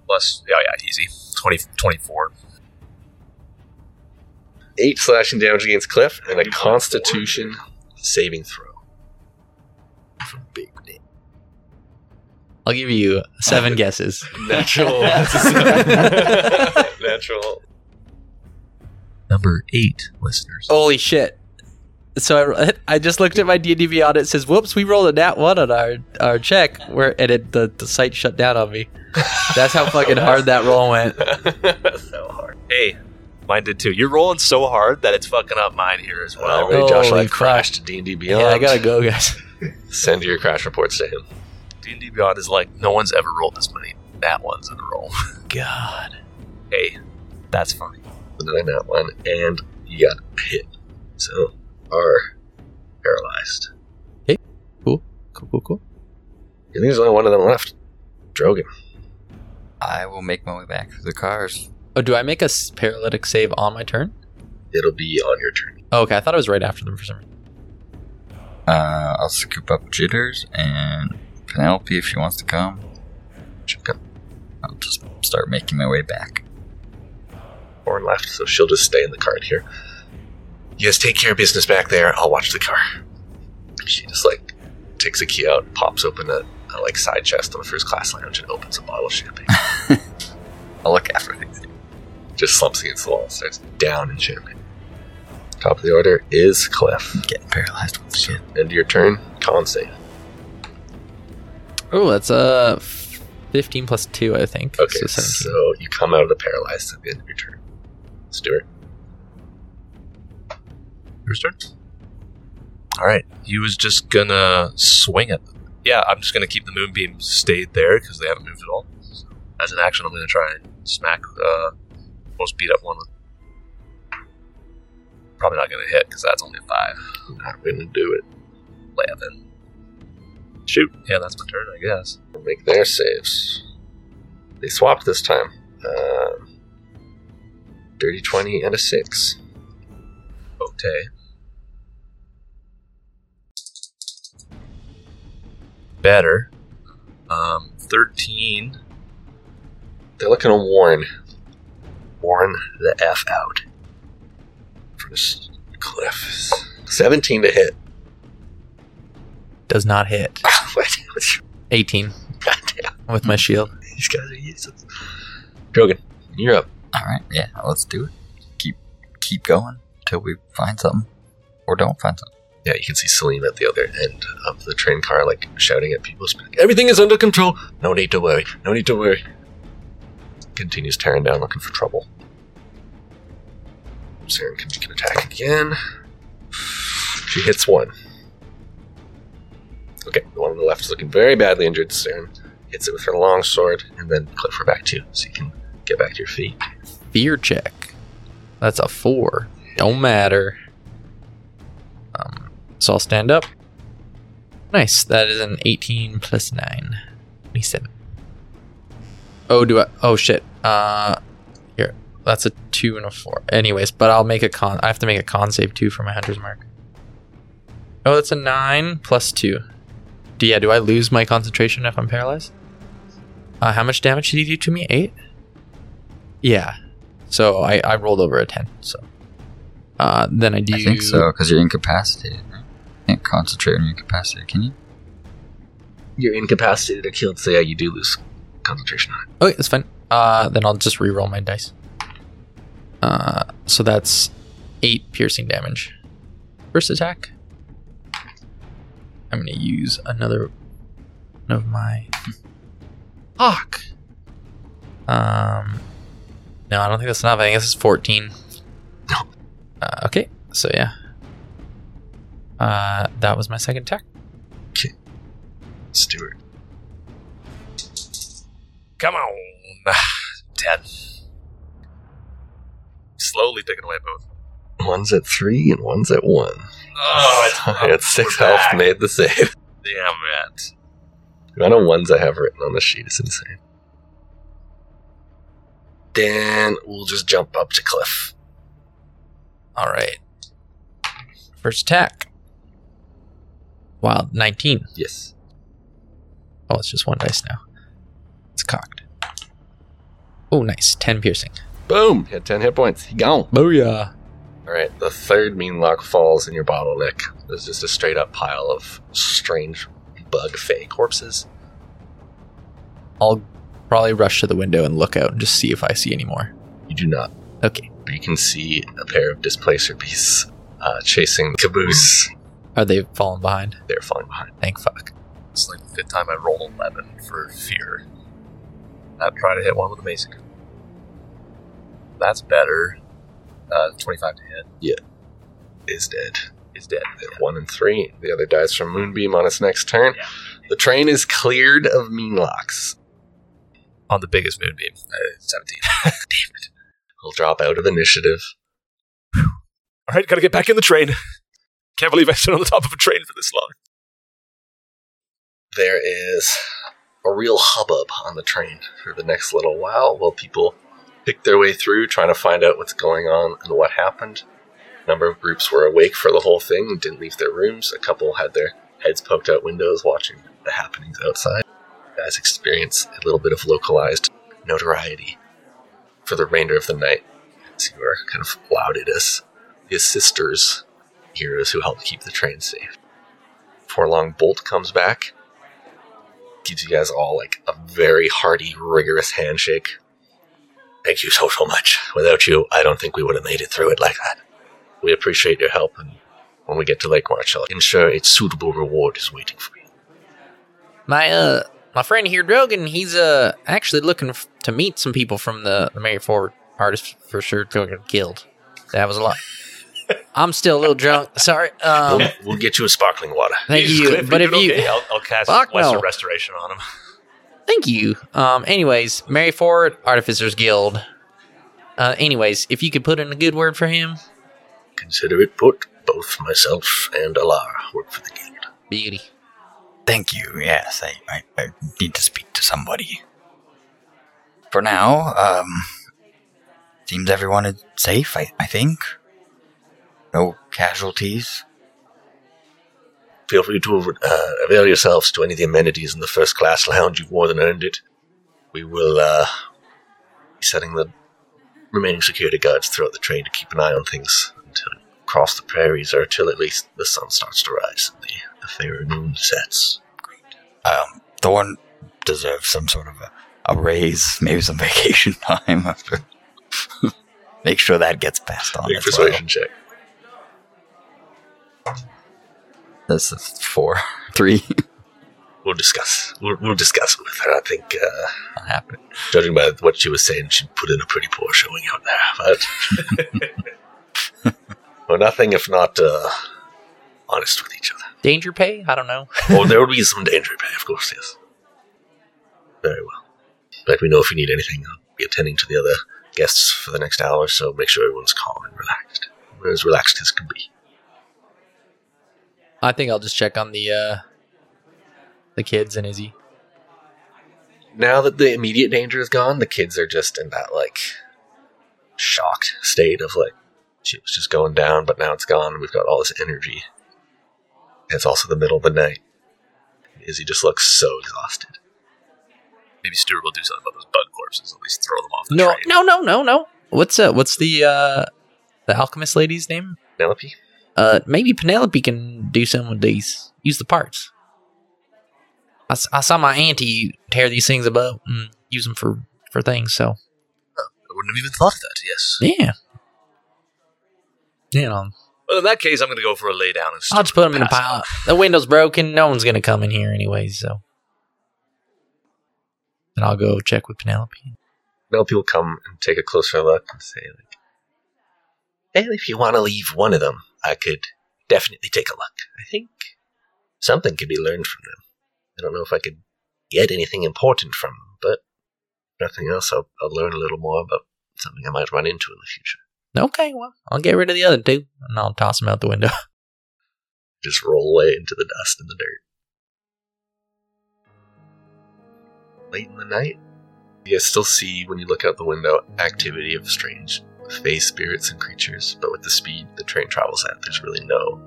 S11: Plus, yeah, yeah, easy. 20, 24.
S1: Eight slashing damage against Cliff and a constitution saving throw. From Big Nick.
S3: I'll give you [laughs] seven guesses.
S1: Natural. Natural.
S11: Number
S1: [laughs]
S11: eight, listeners.
S3: Holy shit. So I, [laughs] I just looked at my DDV on it. it Says, "Whoops, we rolled a nat one on our our check." Where and it, the the site shut down on me. That's how fucking hard that roll went.
S1: so hard.
S11: Hey, mine did too. You're rolling so hard that it's fucking up mine here as well.
S1: Well, already Josh
S3: holy
S1: and I
S3: fuck.
S1: crashed D&D Beyond.
S3: Yeah, I gotta go, guys.
S1: Send your crash reports to him.
S11: D&D Beyond is like, no one's ever rolled this many nat ones in a roll.
S3: [laughs] God,
S11: hey, [laughs] that's funny.
S1: Another nat one, and you got hit. So, are paralyzed.
S3: cool, cool, cool.
S1: I think there's only one of them left. Drogon.
S4: I will make my way back through the cars.
S3: Oh, do I make a s- paralytic save on my turn?
S1: It'll be on your turn.
S3: Oh, okay, I thought it was right after them for some reason.
S4: Uh, I'll scoop up Jitters and Penelope if she wants to come.
S1: She'll come
S4: I'll just start making my way back.
S1: four and left, so she'll just stay in the cart here. You guys take care of business back there. I'll watch the car. She just like takes a key out, pops open a, a like side chest on the first class lounge, and opens a bottle of
S4: [laughs]
S1: champagne.
S4: I'll look after things.
S1: just slumps against the wall, and starts down in champagne. Top of the order is Cliff.
S4: Getting paralyzed once again.
S1: End of your turn. Con save.
S3: Oh, that's uh, fifteen plus two, I think.
S1: Okay, so,
S3: 17.
S1: you come out of the paralyzed at the end of your turn. Stuart.
S11: Your turn. All right. He was just gonna swing at them. Yeah, I'm just gonna keep the moonbeam stayed there because they haven't moved at all. So, as an action, I'm gonna try and smack uh, most beat up one. of them. Probably not gonna hit because that's only a five.
S1: I'm not going to do it.
S11: Eleven. Shoot. Yeah, that's my turn, I guess.
S1: They'll Make their saves. They swapped this time. Um, dirty 20 and a 6.
S11: Okay. Better. Um, thirteen.
S1: They're looking to warn. Warn the F out. First cliff. 17 to hit. [laughs]
S3: does not hit.
S1: What? What's your
S3: Eighteen
S1: [laughs] goddamn?
S3: with my shield.
S1: These guys are useless. Drogon, you're up.
S4: All right, yeah, let's do it. Keep keep going till we find something or don't find something.
S1: Yeah, you can see Salim at the other end of the train car, like shouting at people. Like, Everything is under control. No need to worry. No need to worry. Continues tearing down, looking for trouble. Saren can, can attack again. She hits one. Okay, the one on the left is looking very badly injured. Saren hits it with her long sword, and then clip her back too, so you can get back to your feet.
S3: Fear check. That's a four. Don't matter. Um, so I'll stand up. Nice. That is an 18 plus 9. 27. Oh, do I? Oh, shit. Uh, here. That's a two and a four. Anyways, but I'll make a con. I have to make a con save too for my hunter's mark. Oh, that's a nine plus two. Do yeah? Do I lose my concentration if I'm paralyzed? Uh, how much damage did he do to me? Eight. Yeah. So I, I rolled over a ten. So uh, then I do.
S4: I
S24: I think so, because you're incapacitated. Right? Can't concentrate when you're incapacitated, can you?
S1: You're incapacitated or killed, so yeah, you do lose concentration on it.
S3: Okay, that's fine. Uh, then I'll just re-roll my dice. Uh, so that's eight piercing damage. First attack. I'm gonna use another one of my hawk. Um, no, I don't think that's enough. I think this is fourteen. Uh, okay, so yeah. Uh, that was my second attack.
S1: Stuart.
S11: Come on. [sighs] Ten. Slowly picking away both.
S1: One's at three and one's at one.
S11: Oh, it's
S1: [laughs]
S11: [laughs]
S1: I had six
S11: We're
S1: health,
S11: back.
S1: made the save.
S11: damn it.
S1: [laughs] The amount of ones I have written on the sheet is insane. Then we'll just jump up to Cliff.
S3: All right. First attack. Wow, 19.
S1: Yes.
S3: Oh, it's just one dice now. It's cocked. Oh, nice. 10 piercing.
S1: Boom! Hit 10 hit points. He gone.
S3: Booyah.
S1: All right, the third mean lock falls in your bottleneck. There's just a straight up pile of strange bug fey corpses.
S3: I'll probably rush to the window and look out and just see if I see any more.
S1: You do not.
S3: Okay.
S1: But you can see a pair of displacer beasts uh, chasing the caboose.
S3: Are they falling behind?
S1: They're falling behind.
S3: Thank fuck.
S11: It's like the fifth time I rolled 11 for fear. I'll try to hit one with amazing. That's better. Uh, 25 to hit
S1: Is dead.
S11: is dead.
S1: They're one and three. The other dies from Moonbeam on its next turn.
S11: Yeah.
S1: The train is cleared of mean locks.
S11: On the biggest moonbeam, uh, 17.
S1: We'll drop out of initiative.
S11: All right, gotta get back in the train. Can't believe I've been on the top of a train for this long.
S1: there is a real hubbub on the train for the next little while while people pick their way through trying to find out what's going on and what happened. A number of groups were awake for the whole thing and didn't leave their rooms. A couple had their heads poked out windows watching the happenings outside. Guys experience a little bit of localized notoriety for the remainder of the night as you are kind of lauded as the assisters, heroes who help keep the train safe. Before long, Bolt comes back gives you guys all like a very hearty, rigorous handshake. Thank you so so much. Without you, I don't think we would have made it through it like that. We appreciate your help, and when we get to Lake March, I'll ensure a suitable reward is waiting for you.
S25: My uh, my friend here, Drogon, he's uh actually looking f- to meet some people from the the Mary Ford Artist for Sure Drogon Guild. That was a lot. I'm still a little drunk. Sorry. Um,
S1: [laughs] We'll, we'll get you a sparkling water.
S25: thank
S11: Jesus,
S25: you.
S11: Cliff,
S25: but
S11: you
S25: if
S11: doing
S25: you,
S11: okay? I'll, I'll cast
S25: Fuck
S11: Lesser
S25: no.
S11: Restoration on him.
S25: thank you. Um, anyways, Mary Ford Artificers Guild. Uh, anyways, if you could put in a good word for him,
S1: Consider it put. Both myself and Alara work for the guild.
S25: beauty.
S4: Thank you. Yes, I, I, I need to speak to somebody. For now, um, seems everyone is safe. I, I think. No casualties.
S1: Feel free to uh, avail yourselves to any of the amenities in the first class lounge. You've more than earned it. We will uh, be setting the remaining security guards throughout the train to keep an eye on things until you cross the prairies or till at least the sun starts to rise and the, the fairer moon sets.
S4: Um, Thorn deserves some sort of a, a raise, [laughs] maybe some vacation time after. [laughs] Make sure that gets passed on.
S1: Big
S4: as well.
S1: persuasion check.
S24: This is
S4: [laughs]
S24: four, three.
S1: We'll discuss. We'll, we'll discuss it with her. I think, uh,
S24: Not happening.
S1: judging by what she was saying, she put in a pretty poor showing out there. But well, nothing if not uh, honest with each other.
S25: Danger pay? I don't know.
S1: oh, there will be some danger pay, of course, yes. Very well. Let me know if you need anything. I'll be attending to the other guests for the next hour, so make sure everyone's calm and relaxed. We're as relaxed as can be.
S3: I think I'll just check on the uh, the kids and Izzy.
S1: Now that the immediate danger is gone, the kids are just in that, like, shocked state of like shit was just going down, but now it's gone. We've got all this energy. And it's also the middle of the night. Izzy just looks so exhausted.
S11: Maybe Stuart will do something about those bug corpses. At least throw them off the
S3: No,
S11: train.
S3: no, no, no, no. What's uh, what's the uh, the alchemist lady's name?
S1: Penelope,
S3: Uh, maybe Penelope can do some of these. Use the parts. I, s- I saw my auntie tear these things about and use them for for things. So
S11: I wouldn't have even thought of that. Yes.
S3: yeah, you know,
S11: Well, in that case, I'm going to go for a lay down. And
S3: I'll just put them in a
S11: Pass.
S3: pile. The window's broken. No one's gonna come in here anyways. So then I'll go check with Penelope.
S1: Penelope will come and take a closer look and say, like, "Well, if you want to leave one of them, I could definitely take a look. I think something could be learned from them. I don't know if I could get anything important from them, but if nothing else, I'll, I'll learn a little more about something I might run into in the future."
S3: Okay, well, I'll get rid of the other two and I'll toss them out the window. [laughs]
S1: just roll away into the dust and the dirt. Late in the night, you guys still see, when you look out the window, activity of strange phase spirits and creatures, but with the speed the train travels at, there's really no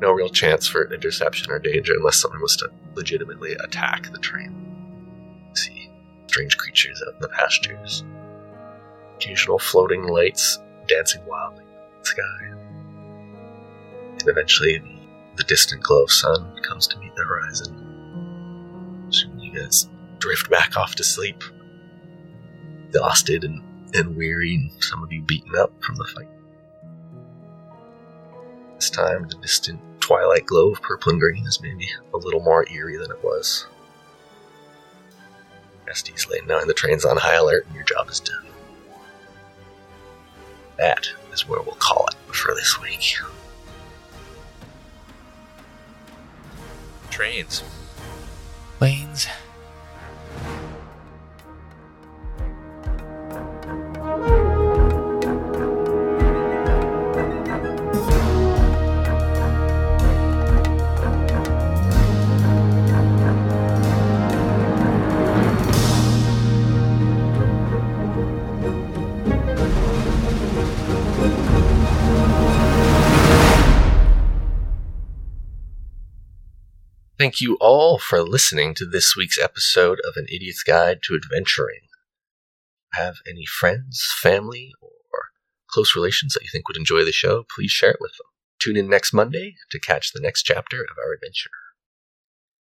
S1: no real chance for interception or danger unless someone was to legitimately attack the train. You see strange creatures out in the pastures. Occasional floating lights dancing wildly in the sky and eventually the distant glow of sun comes to meet the horizon. Soon you guys drift back off to sleep, exhausted and, and weary, and some of you beaten up from the fight. This time, the distant twilight glow of purple and green is maybe a little more eerie than it was. Esty's laying down, the train's on high alert, and your job is done. That is where we'll call it for this week.
S11: Trains.
S3: Planes.
S1: Thank you all for listening to this week's episode of An Idiot's Guide to Adventuring. Have any friends, family, or close relations that you think would enjoy the show, please share it with them. Tune in next Monday to catch the next chapter of our adventure.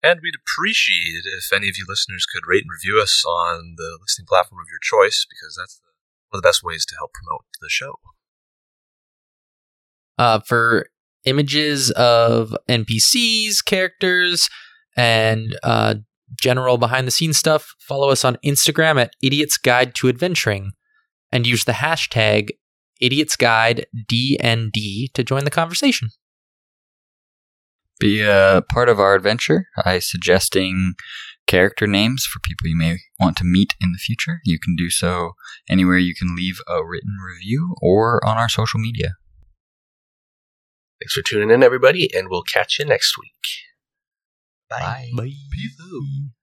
S11: And we'd appreciate it if any of you listeners could rate and review us on the listening platform of your choice, because that's one of the best ways to help promote the show.
S3: uh, for images of NPCs, characters, and uh, general behind the scenes stuff, follow us on Instagram at Idiot's Guide to Adventuring and use the hashtag Idiot's Guide DND to join the conversation.
S4: Be a part of our adventure by suggesting character names for people you may want to meet in the future. You can do so anywhere you can leave a written review or on our social media.
S1: Thanks for tuning in, everybody, and we'll catch you next week.
S4: Bye.
S1: Peace out.